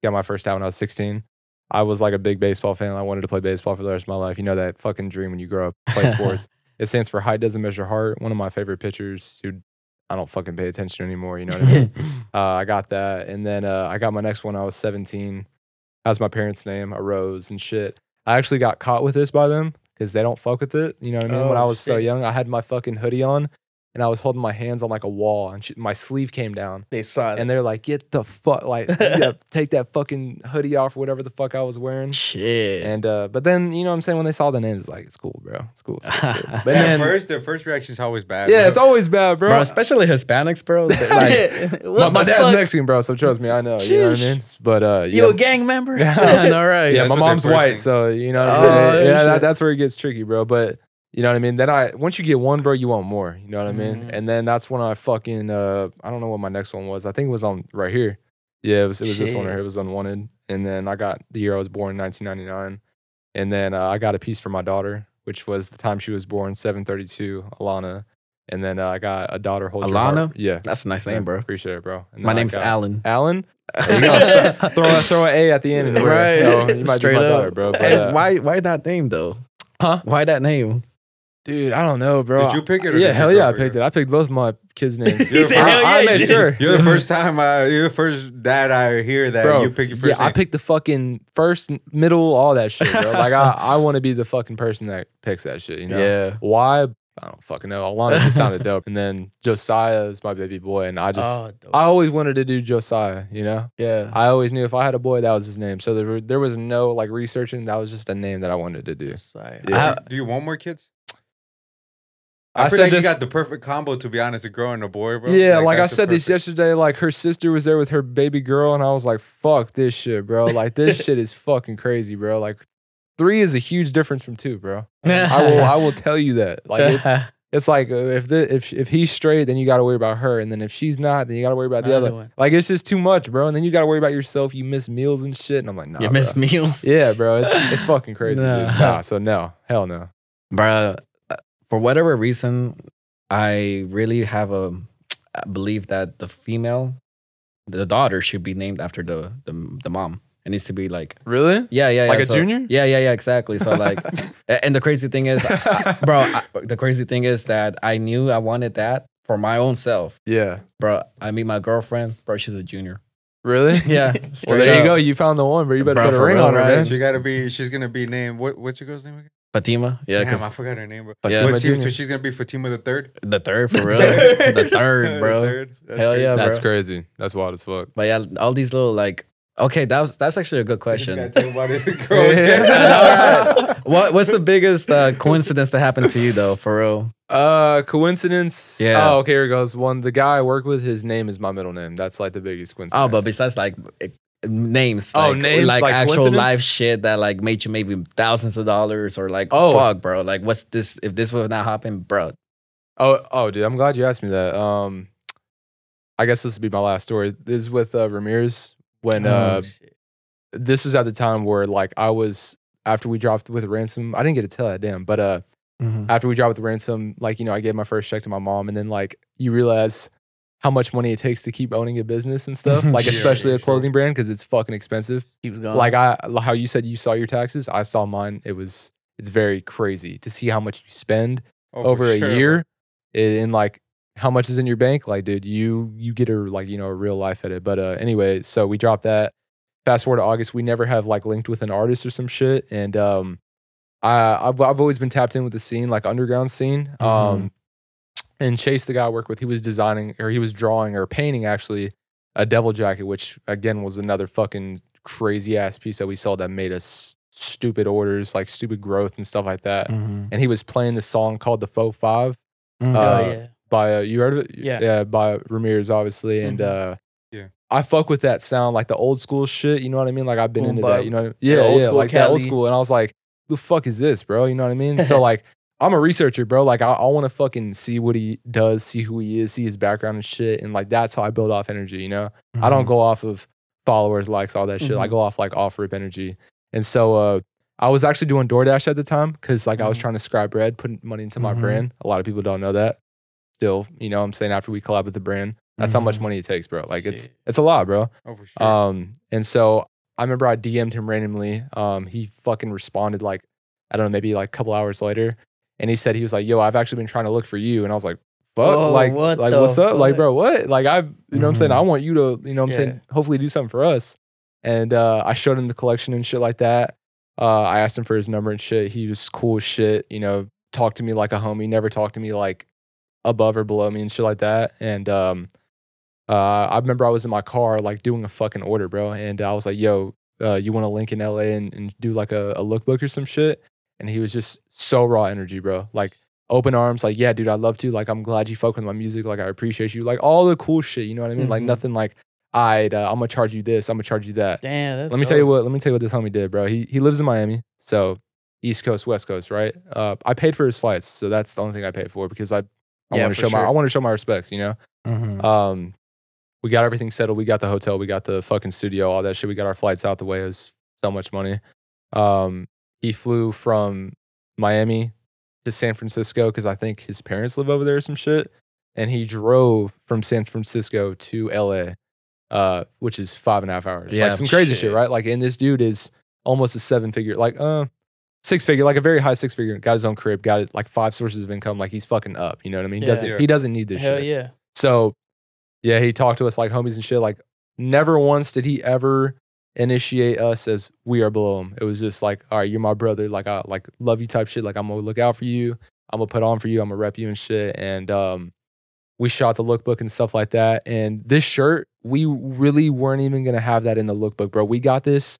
Speaker 5: got my first out when I was 16, I was like a big baseball fan. I wanted to play baseball for the rest of my life. You know that fucking dream when you grow up, play sports. it stands for height doesn't measure heart. One of my favorite pitchers who I don't fucking pay attention anymore. You know what I mean? Uh, I got that, and then uh, I got my next one. I was 17. That's my parents' name, a rose and shit. I actually got caught with this by them because they don't fuck with it. You know what I mean? when
Speaker 6: Oh,
Speaker 5: I was so
Speaker 6: shit.
Speaker 5: young, I had my fucking hoodie on, and I was holding my hands on like a wall, and she, my sleeve came down.
Speaker 6: They saw it.
Speaker 5: And they're like, "Get the fuck, like, yeah, take that fucking hoodie off, whatever the fuck I was wearing."
Speaker 2: Shit.
Speaker 5: And uh, but then you know what I'm saying when they saw the names, it's like it's cool, bro. It's cool. It's cool, it's cool. But
Speaker 4: But
Speaker 5: then,
Speaker 4: first, the first reaction is always bad.
Speaker 5: yeah,
Speaker 4: bro.
Speaker 5: it's always bad, bro.
Speaker 2: bro, especially Hispanics, bro. they- Like,
Speaker 5: my,
Speaker 6: What
Speaker 5: my
Speaker 6: the
Speaker 5: dad's
Speaker 6: fuck?
Speaker 5: Mexican, bro, so trust me, I know. You know what I
Speaker 2: Sheesh.
Speaker 5: mean? But uh, yeah,
Speaker 6: You a gang member?
Speaker 5: yeah,
Speaker 2: all right.
Speaker 5: yeah
Speaker 4: That's what they
Speaker 5: my mom's
Speaker 4: first
Speaker 5: white,
Speaker 4: think.
Speaker 5: so you know. What I
Speaker 2: Oh,
Speaker 5: mean? Yeah,
Speaker 2: shit.
Speaker 5: that, that's where it gets tricky, bro. But you know what I mean. Then I once you get one, bro, you want more. You know what I mean?
Speaker 2: Mhm.
Speaker 5: And then that's when I fucking uh, I don't know what my next one was. I think it was on right here. Yeah, it was, it was this one right
Speaker 6: Shit.
Speaker 5: here. It was unwanted. And then I got the year I was born, 1999. And then uh, I got a piece for my daughter, which was the time she was born, 732, Alana. And then uh, I got a daughter. Hold Your Heart.
Speaker 2: Alana?
Speaker 5: Yeah.
Speaker 2: That's a nice name, bro.
Speaker 5: Appreciate it, bro. And
Speaker 2: My
Speaker 5: then I
Speaker 2: name's
Speaker 5: got-
Speaker 2: Alan.
Speaker 5: Alan. There you go. throw a, throw an A at the end, and right? You, know, you might
Speaker 2: Straight
Speaker 5: be my
Speaker 2: up.
Speaker 5: daughter, bro. But,
Speaker 2: Hey,
Speaker 5: uh,
Speaker 2: why? Why that name though?
Speaker 5: Huh?
Speaker 2: Why that name?
Speaker 5: dude? I don't know, bro.
Speaker 4: Did you pick it? Or
Speaker 5: yeah,
Speaker 4: did
Speaker 5: hell
Speaker 4: you
Speaker 5: yeah, I
Speaker 4: throw it?
Speaker 5: picked it. I picked both my kids' names.
Speaker 4: He said,
Speaker 5: I,
Speaker 6: "Hell
Speaker 5: I
Speaker 6: yeah, you
Speaker 5: made
Speaker 6: did."
Speaker 5: sure.
Speaker 4: You're the first time I. You're the first dad I hear that
Speaker 5: Bro,
Speaker 4: you pick your first.
Speaker 5: yeah, I
Speaker 4: name.
Speaker 5: picked the fucking first, middle, all that shit, bro. Like I, I want to be the fucking person that picks that shit, you know?
Speaker 2: Yeah.
Speaker 5: Why? I don't fucking know. Alana just sounded dope, and then Josiah is my baby boy, and I just,
Speaker 6: Oh, dope.
Speaker 5: I always wanted to do Josiah, you know?
Speaker 2: Yeah.
Speaker 5: I always knew if I had a boy, that was his name. So there, were- there was no like researching. That was just a name that I wanted to do.
Speaker 6: Sorry.
Speaker 5: Yeah.
Speaker 2: I-
Speaker 4: Do you want more kids?
Speaker 5: I
Speaker 4: I, feel
Speaker 5: said
Speaker 4: like
Speaker 5: this-
Speaker 4: you got the perfect combo to be honest, a girl and a boy, bro.
Speaker 5: Yeah, like, I
Speaker 4: that's the
Speaker 5: said this
Speaker 4: perfect-
Speaker 5: yesterday. Like her sister was there with her baby girl, and I was like, "Fuck this shit, bro! Like this shit is fucking crazy, bro! Like three is a huge difference from two, bro. I will, I will tell you that. Like it's, it's like uh, if the, if if he's straight, then you got to worry about her, and then if she's not, then you got to worry about the
Speaker 6: Another
Speaker 5: other.
Speaker 6: one.
Speaker 5: Like it's just too much, bro. And then you got to worry about yourself. You miss meals and shit, and I'm like, nah,
Speaker 2: you miss
Speaker 5: bro.
Speaker 2: meals.
Speaker 5: Yeah, bro, it's it's fucking crazy. dude.
Speaker 2: Nah.
Speaker 5: Nah, so no, hell no.
Speaker 2: bro uh, for whatever reason i really have a I believe that the female the daughter should be named after the the, the mom it needs to be like
Speaker 5: Really?
Speaker 2: yeah yeah, yeah.
Speaker 5: Like a
Speaker 2: so-
Speaker 5: junior?
Speaker 2: yeah yeah yeah exactly so like a- and the crazy thing is I- bro I, the crazy thing is that i knew i wanted that for my own self
Speaker 5: Yeah.
Speaker 2: bro i meet my girlfriend bro she's a junior
Speaker 5: Really?
Speaker 2: yeah
Speaker 5: Well,
Speaker 2: straight
Speaker 5: there you
Speaker 2: up.
Speaker 5: go. You found the one, bro. You better
Speaker 2: Bro,
Speaker 5: put a
Speaker 2: for
Speaker 5: ring
Speaker 2: real,
Speaker 5: on her,
Speaker 2: right?
Speaker 5: man.
Speaker 4: She gotta be. She's gonna be named. What, what's your girl's name again?
Speaker 2: fatima yeah
Speaker 4: Damn, I
Speaker 2: because
Speaker 4: forgot her name, bro.
Speaker 2: Yeah.
Speaker 4: Fatima,
Speaker 5: Fatima
Speaker 4: so
Speaker 5: Junior.
Speaker 4: she's gonna be Fatima the third.
Speaker 2: the third for real the third bro Hell yeah, bro.
Speaker 5: That's crazy. That's wild as fuck.
Speaker 2: but yeah all these little like okay that was that's actually a good question What What's the biggest uh, coincidence that happened to you though, for real?
Speaker 5: Uh, coincidence.
Speaker 2: Yeah.
Speaker 5: Oh, okay. Here it goes. One, the guy I work with, his name is my middle name. That's like the biggest coincidence.
Speaker 2: Oh, but besides like it- names,
Speaker 5: Oh,
Speaker 2: like,
Speaker 5: names,
Speaker 2: like,
Speaker 5: like
Speaker 2: actual
Speaker 5: coincidence?
Speaker 2: life shit that like made you maybe thousands of dollars or like
Speaker 5: Oh.
Speaker 2: fuck, bro. Like what's this? If this would not happen, bro.
Speaker 5: oh, oh, dude, I'm glad you asked me that. Um, I guess this would be my last story. This is with uh, Ramirez when
Speaker 2: Oh,
Speaker 5: uh,
Speaker 6: shit.
Speaker 5: this was at the time where like I was after we dropped with ransom. I didn't get to tell that damn, but uh, after we dropped with ransom, like you know, I gave my first check to my mom, and then like you realize how much money it takes to keep owning a business and stuff, like
Speaker 4: Yeah,
Speaker 5: especially a
Speaker 4: sure. Uh-huh.
Speaker 5: clothing brand because it's fucking expensive.
Speaker 6: keeps going.
Speaker 5: like I like how you said you saw your taxes, I saw mine. It was it's very crazy to see how much you spend
Speaker 4: Oh,
Speaker 5: over a year i- and like how much is in your bank. Like, dude, you you get a like you know a real life at it. But uh, anyway, so we dropped that. Fast forward to August, we never have like linked with an artist or some shit, and um, I I've, I've always been tapped in with the scene, like underground scene. Um, and Chase, the guy I work with, he was designing or he was drawing or painting actually a devil jacket, which again was another fucking crazy ass piece that we sold that made us stupid orders, like stupid growth and stuff like that. And he was playing this song called "The Faux Five
Speaker 6: oh,
Speaker 5: uh,
Speaker 6: yeah.
Speaker 5: by uh, you heard of it?
Speaker 6: Yeah. Mm-hmm.
Speaker 5: yeah, by Ramirez, obviously, and uh,
Speaker 4: Yeah.
Speaker 5: I fuck with that sound, like the old school shit. You know what I mean? Like I've been
Speaker 6: Boom
Speaker 5: into
Speaker 6: bap.
Speaker 5: that. You know, what I mean? yeah,
Speaker 6: old
Speaker 5: yeah,
Speaker 6: school
Speaker 5: like that old
Speaker 6: Cali.
Speaker 5: school. And I was like, the fuck is this, bro? You know what I mean? so like, I'm a researcher, bro. Like I, I want to fucking see what he does, see who he is, see his background and shit, and like that's how I build off energy. You know, I
Speaker 6: Mm-hmm.
Speaker 5: don't go off of followers, likes, all that shit. I
Speaker 6: Mhm.
Speaker 5: go off like off rip energy. And so uh, I was actually doing DoorDash at the time because like I was
Speaker 6: Mm-hmm.
Speaker 2: Mhm.
Speaker 5: trying to scrap bread, putting money into my
Speaker 2: Mhm.
Speaker 5: brand. A lot of people don't know that. Still, you know, what I'm saying after we collab with the brand, that's how much
Speaker 2: Mhm.
Speaker 5: money it takes, bro. Like it's
Speaker 6: Shit.
Speaker 5: it's a lot, bro.
Speaker 4: Over sure.
Speaker 5: Um, and so I remember I DM'd him randomly. Um, he fucking responded like I don't know, maybe like a couple hours later, and he said he was like, "Yo, I've actually been trying to look for you," and I was like. Fuck,
Speaker 6: Oh,
Speaker 5: like,
Speaker 6: what
Speaker 5: like
Speaker 6: the
Speaker 5: what's up?
Speaker 6: fuck?
Speaker 5: Like,
Speaker 6: Mm-hmm.
Speaker 5: bro, what? Like, I, you know what I'm saying?
Speaker 2: Mhm.
Speaker 5: I want you to, you know what I'm saying? Hopefully do something for us. And uh, I showed him the collection and shit like that. Uh, I asked him for his number and shit. He was cool as shit, you know, talked to me like a homie, never talked to me like above or below me and shit like that. And um, uh, I remember I was in my car like doing a fucking order, bro. And I was like, "Yo, uh, you want to link in LA and, and do like a, a lookbook or some shit?" And he was just so raw energy, bro. Like open arms, like, "Yeah, dude, I'd love to. Like, I'm glad you fuck with my music. Like, I appreciate you. Like all the cool shit. You know what I mean? Like
Speaker 6: Mhm.
Speaker 5: nothing like." I uh, I'm gonna charge you this. I'm gonna charge you that.
Speaker 6: Damn. That's
Speaker 5: Let me tell you
Speaker 6: dope.
Speaker 5: what. Let me tell you what this homie did, bro. He he lives in Miami, so East Coast, West Coast, right? Uh, I paid for his flights, so that's the only thing I paid for because I, I
Speaker 6: Yeah,
Speaker 5: want
Speaker 6: for
Speaker 5: to show my
Speaker 6: sure.
Speaker 5: I want to show my respects, you know.
Speaker 2: Mhm.
Speaker 5: Um, we got everything settled. We got the hotel. We got the fucking studio. All that shit. We got our flights out the way. It was so much money. Um, he flew from Miami to San Francisco because I think his parents live over there or some shit, and he drove from San Francisco to L.A., uh, which is five and a half hours.
Speaker 2: Yeah,
Speaker 5: like some crazy shit,
Speaker 2: shit.
Speaker 5: right? Like, and this dude is almost a seven figure, like uh, six figure, like a very high six figure. Got his own crib. Got it, like five sources of income. Like he's fucking up. You know what I mean? He
Speaker 6: Yeah.
Speaker 5: doesn't
Speaker 4: Yeah.
Speaker 5: he doesn't need this
Speaker 6: Hell
Speaker 5: shit.
Speaker 6: yeah.
Speaker 5: So, yeah, he talked to us like homies and shit. Like, never once did he ever initiate us as we are below him. It was just like, all right, you're my brother. Like, I like love you type shit. Like, I'm gonna look out for you. I'm gonna put on for you. I'm gonna rep you and shit. And um, we shot the lookbook and stuff like that. And this shirt, we really weren't even gonna have that in the lookbook, bro. We got this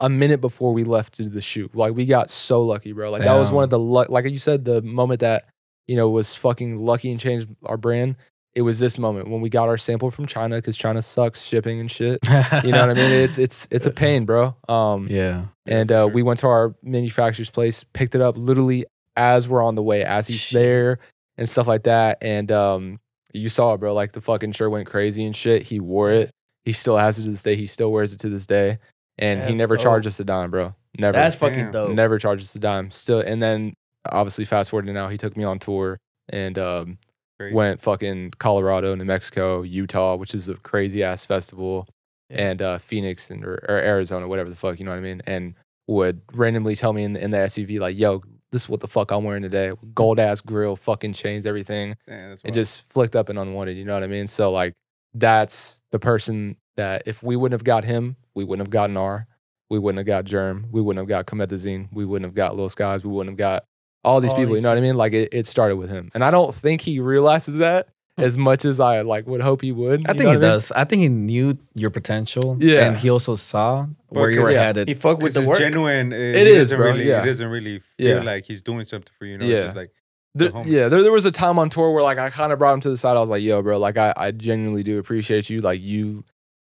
Speaker 5: a minute before we left to do the shoot. Like, we got so lucky, bro. Like, that was one of the luck. Like you said, the moment that you know was fucking lucky and changed our brand. It was this moment when we got our sample from China because China sucks shipping and shit. You know what I mean? It's it's it's a pain, bro. Um,
Speaker 2: yeah.
Speaker 5: and uh, we went to our manufacturer's place, picked it up literally as we're on the way, as he's
Speaker 6: Shit.
Speaker 5: there and stuff like that. And um, you saw it, bro. Like the fucking shirt went crazy and shit. He wore it. He still has it to this day. He still wears it to this day. And he
Speaker 6: That's
Speaker 5: never
Speaker 6: dope.
Speaker 5: charged us a dime, bro. Never.
Speaker 6: That's fucking
Speaker 4: Damn.
Speaker 6: dope.
Speaker 5: Never charged us a dime. Still. And then obviously fast forward to now, he took me on tour and um,
Speaker 4: Crazy.
Speaker 5: went fucking Colorado, New Mexico, Utah, which is a crazy ass festival,
Speaker 6: Yeah.
Speaker 5: and uh, Phoenix and or, or Arizona, whatever the fuck, you know what I mean? And would randomly tell me in, the- in the SUV like, "Yo, this is what the fuck I'm wearing today: gold ass grill, fucking chains, everything."
Speaker 4: Damn, that's
Speaker 5: It
Speaker 4: wild.
Speaker 5: just flicked up and unwanted, you know what I mean? So like, that's the person that if we wouldn't have got him, we wouldn't have gotten R, we wouldn't have got Germ, we wouldn't have got Comethazine, we wouldn't have got Lil Skies, we wouldn't have got all these
Speaker 6: All
Speaker 5: people.
Speaker 6: these
Speaker 5: you know what I mean? Like it, it started with him, and I don't think he realizes that as much as I like would hope he would.
Speaker 2: I
Speaker 5: you
Speaker 2: think
Speaker 5: know
Speaker 2: he
Speaker 5: what mean?
Speaker 2: does. I think he knew your potential.
Speaker 5: Yeah.
Speaker 2: And he also saw where you
Speaker 4: Because-
Speaker 2: were
Speaker 5: Yeah.
Speaker 2: headed.
Speaker 6: He fucked with
Speaker 4: Because
Speaker 6: the
Speaker 4: it's
Speaker 6: work.
Speaker 4: genuine. It,
Speaker 5: It
Speaker 4: he
Speaker 5: is,
Speaker 4: doesn't
Speaker 5: bro,
Speaker 4: Really,
Speaker 5: yeah.
Speaker 4: It doesn't really feel
Speaker 5: Yeah.
Speaker 4: like he's doing something for you. you know?
Speaker 5: Yeah.
Speaker 4: It's just like
Speaker 5: There-
Speaker 4: homie.
Speaker 5: yeah, there, there was a time on tour where like I kind of brought him to the side. I was like, "Yo, bro, like I, I genuinely do appreciate you. Like you,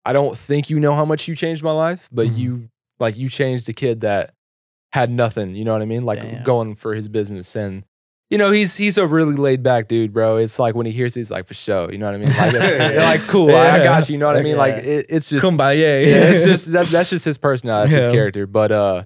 Speaker 5: I don't think you know how much you changed my life, but
Speaker 2: Mhm.
Speaker 5: you, like you changed a kid that had nothing. You know what I mean? Like
Speaker 6: Damn.
Speaker 5: going for his business and." You know he's he's a really laid back dude, bro. It's like when he hears it, he's like for sure. You know what I mean? Like,
Speaker 4: Yeah.
Speaker 5: you're like cool, I, I got you. You know what I mean? Like
Speaker 6: Yeah.
Speaker 5: it, it's just
Speaker 2: Kumbaya.
Speaker 5: yeah, it's just that, that's just his personality, that's his
Speaker 2: Yeah.
Speaker 5: character. But uh,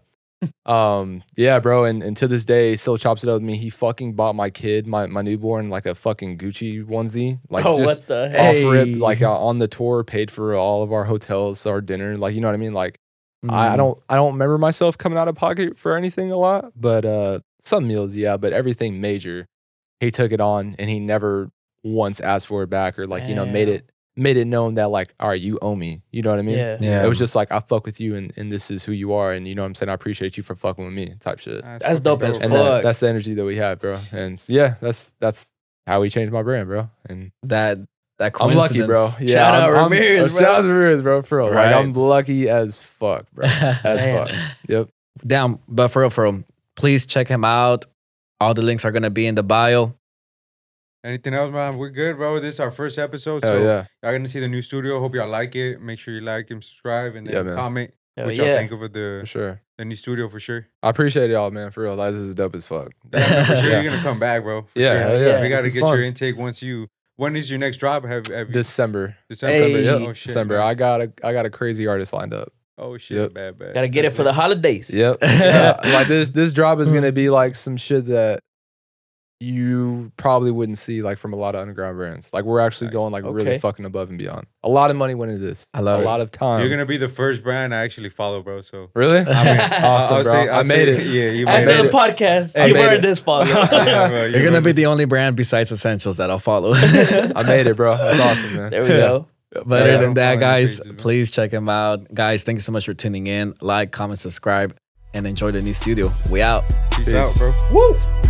Speaker 5: um, yeah, bro, and, and to this day, he still chops it up with me. He fucking bought my kid, my my newborn, like a fucking Gucci onesie, like
Speaker 6: oh,
Speaker 5: just
Speaker 6: what the
Speaker 5: off
Speaker 6: heck?
Speaker 2: Hey.
Speaker 5: rip, like uh, on the tour, paid for all of our hotels, our dinner, like you know what I mean. Like
Speaker 6: Mm.
Speaker 5: I, I don't I don't remember myself coming out of pocket for anything a lot, but uh, some meals, yeah, but everything major, he took it on, and he never once asked for it back or like you know made
Speaker 6: Damn.
Speaker 5: it made it known that like all right you owe me you know what i mean
Speaker 6: yeah.
Speaker 2: Mm. Yeah.
Speaker 5: it was just like I fuck with you, and, and this is who you are, and you know what I'm saying. I appreciate you for fucking with me, type shit.
Speaker 4: Ah,
Speaker 6: That's
Speaker 4: fucking
Speaker 6: dope as
Speaker 5: and
Speaker 6: fuck.
Speaker 5: that, that's the energy that we had, bro. And s- yeah, that's that's how we changed my brand, bro. And
Speaker 2: that that
Speaker 5: I'm lucky, bro.
Speaker 2: coincidence.
Speaker 5: Yeah,
Speaker 6: Shout out
Speaker 5: I'm, I'm-
Speaker 6: Ramirez,
Speaker 5: uh, Shout out
Speaker 6: bro.
Speaker 5: Ramirez, bro. For real,
Speaker 2: Right.
Speaker 5: like I'm lucky as fuck, bro. As
Speaker 6: Man.
Speaker 5: fuck. Yep.
Speaker 2: Damn, but for real, for real, please check him out. All the links are gonna be in the bio.
Speaker 4: Anything else, man? We're good, bro. This is our first episode,
Speaker 5: Hell
Speaker 4: so
Speaker 5: yeah.
Speaker 4: y'all gonna see the new studio. Hope y'all like it. Make sure you like and subscribe and then
Speaker 5: Yeah, man.
Speaker 4: comment
Speaker 6: Hell
Speaker 4: what y'all
Speaker 6: yeah.
Speaker 4: think of
Speaker 5: For
Speaker 4: the
Speaker 5: sure.
Speaker 4: the new studio for sure.
Speaker 5: I appreciate y'all, man. For real, like, this is dope as fuck.
Speaker 4: Yeah, man, for sure
Speaker 5: Yeah.
Speaker 4: you're gonna come back, bro. For
Speaker 5: Yeah,
Speaker 4: sure.
Speaker 5: hell
Speaker 6: yeah.
Speaker 4: we
Speaker 5: This
Speaker 4: gotta
Speaker 5: is
Speaker 4: get
Speaker 5: fun.
Speaker 4: your intake once you. When is your next drop? Have, have you-
Speaker 5: December,
Speaker 4: December?
Speaker 6: Hey.
Speaker 4: yeah.
Speaker 6: Oh,
Speaker 5: December. I got a I got a crazy artist lined up.
Speaker 4: Oh shit,
Speaker 5: Yep.
Speaker 4: bad, bad.
Speaker 6: Gotta get it for the holidays.
Speaker 5: Yep. Yeah, Uh, like this this job is gonna be like some shit that you probably wouldn't see like from a lot of underground brands. Like we're actually
Speaker 4: Nice.
Speaker 5: going like really
Speaker 6: Okay.
Speaker 5: fucking above and beyond. A lot of money went into this.
Speaker 2: I love
Speaker 5: a
Speaker 2: it.
Speaker 5: lot of time.
Speaker 4: You're gonna be the first brand I actually follow, bro. So
Speaker 5: really?
Speaker 4: I mean,
Speaker 6: Awesome,
Speaker 4: I'll
Speaker 5: bro.
Speaker 4: say-
Speaker 5: I
Speaker 4: I'll
Speaker 5: made
Speaker 4: say-
Speaker 5: it.
Speaker 4: Yeah, you made
Speaker 5: I
Speaker 6: After
Speaker 5: made
Speaker 6: the
Speaker 5: it.
Speaker 6: podcast,
Speaker 5: I
Speaker 6: you
Speaker 5: made
Speaker 6: were
Speaker 5: it.
Speaker 6: this far.
Speaker 4: Yeah, bro, you
Speaker 2: You're gonna
Speaker 4: made
Speaker 2: be
Speaker 4: it.
Speaker 2: the only brand besides Essentials that I'll follow.
Speaker 5: I made it, bro. That's awesome, man.
Speaker 6: there we go.
Speaker 2: But
Speaker 5: Yeah,
Speaker 2: other
Speaker 5: I
Speaker 2: than
Speaker 4: don't
Speaker 2: that,
Speaker 4: follow any
Speaker 2: guys,
Speaker 4: pages, man.
Speaker 2: please check him out. Guys, thank you so much for tuning in. Like, comment, subscribe, and enjoy the new studio. We out.
Speaker 4: Peace out,
Speaker 5: Peace.
Speaker 4: bro.
Speaker 2: Woo!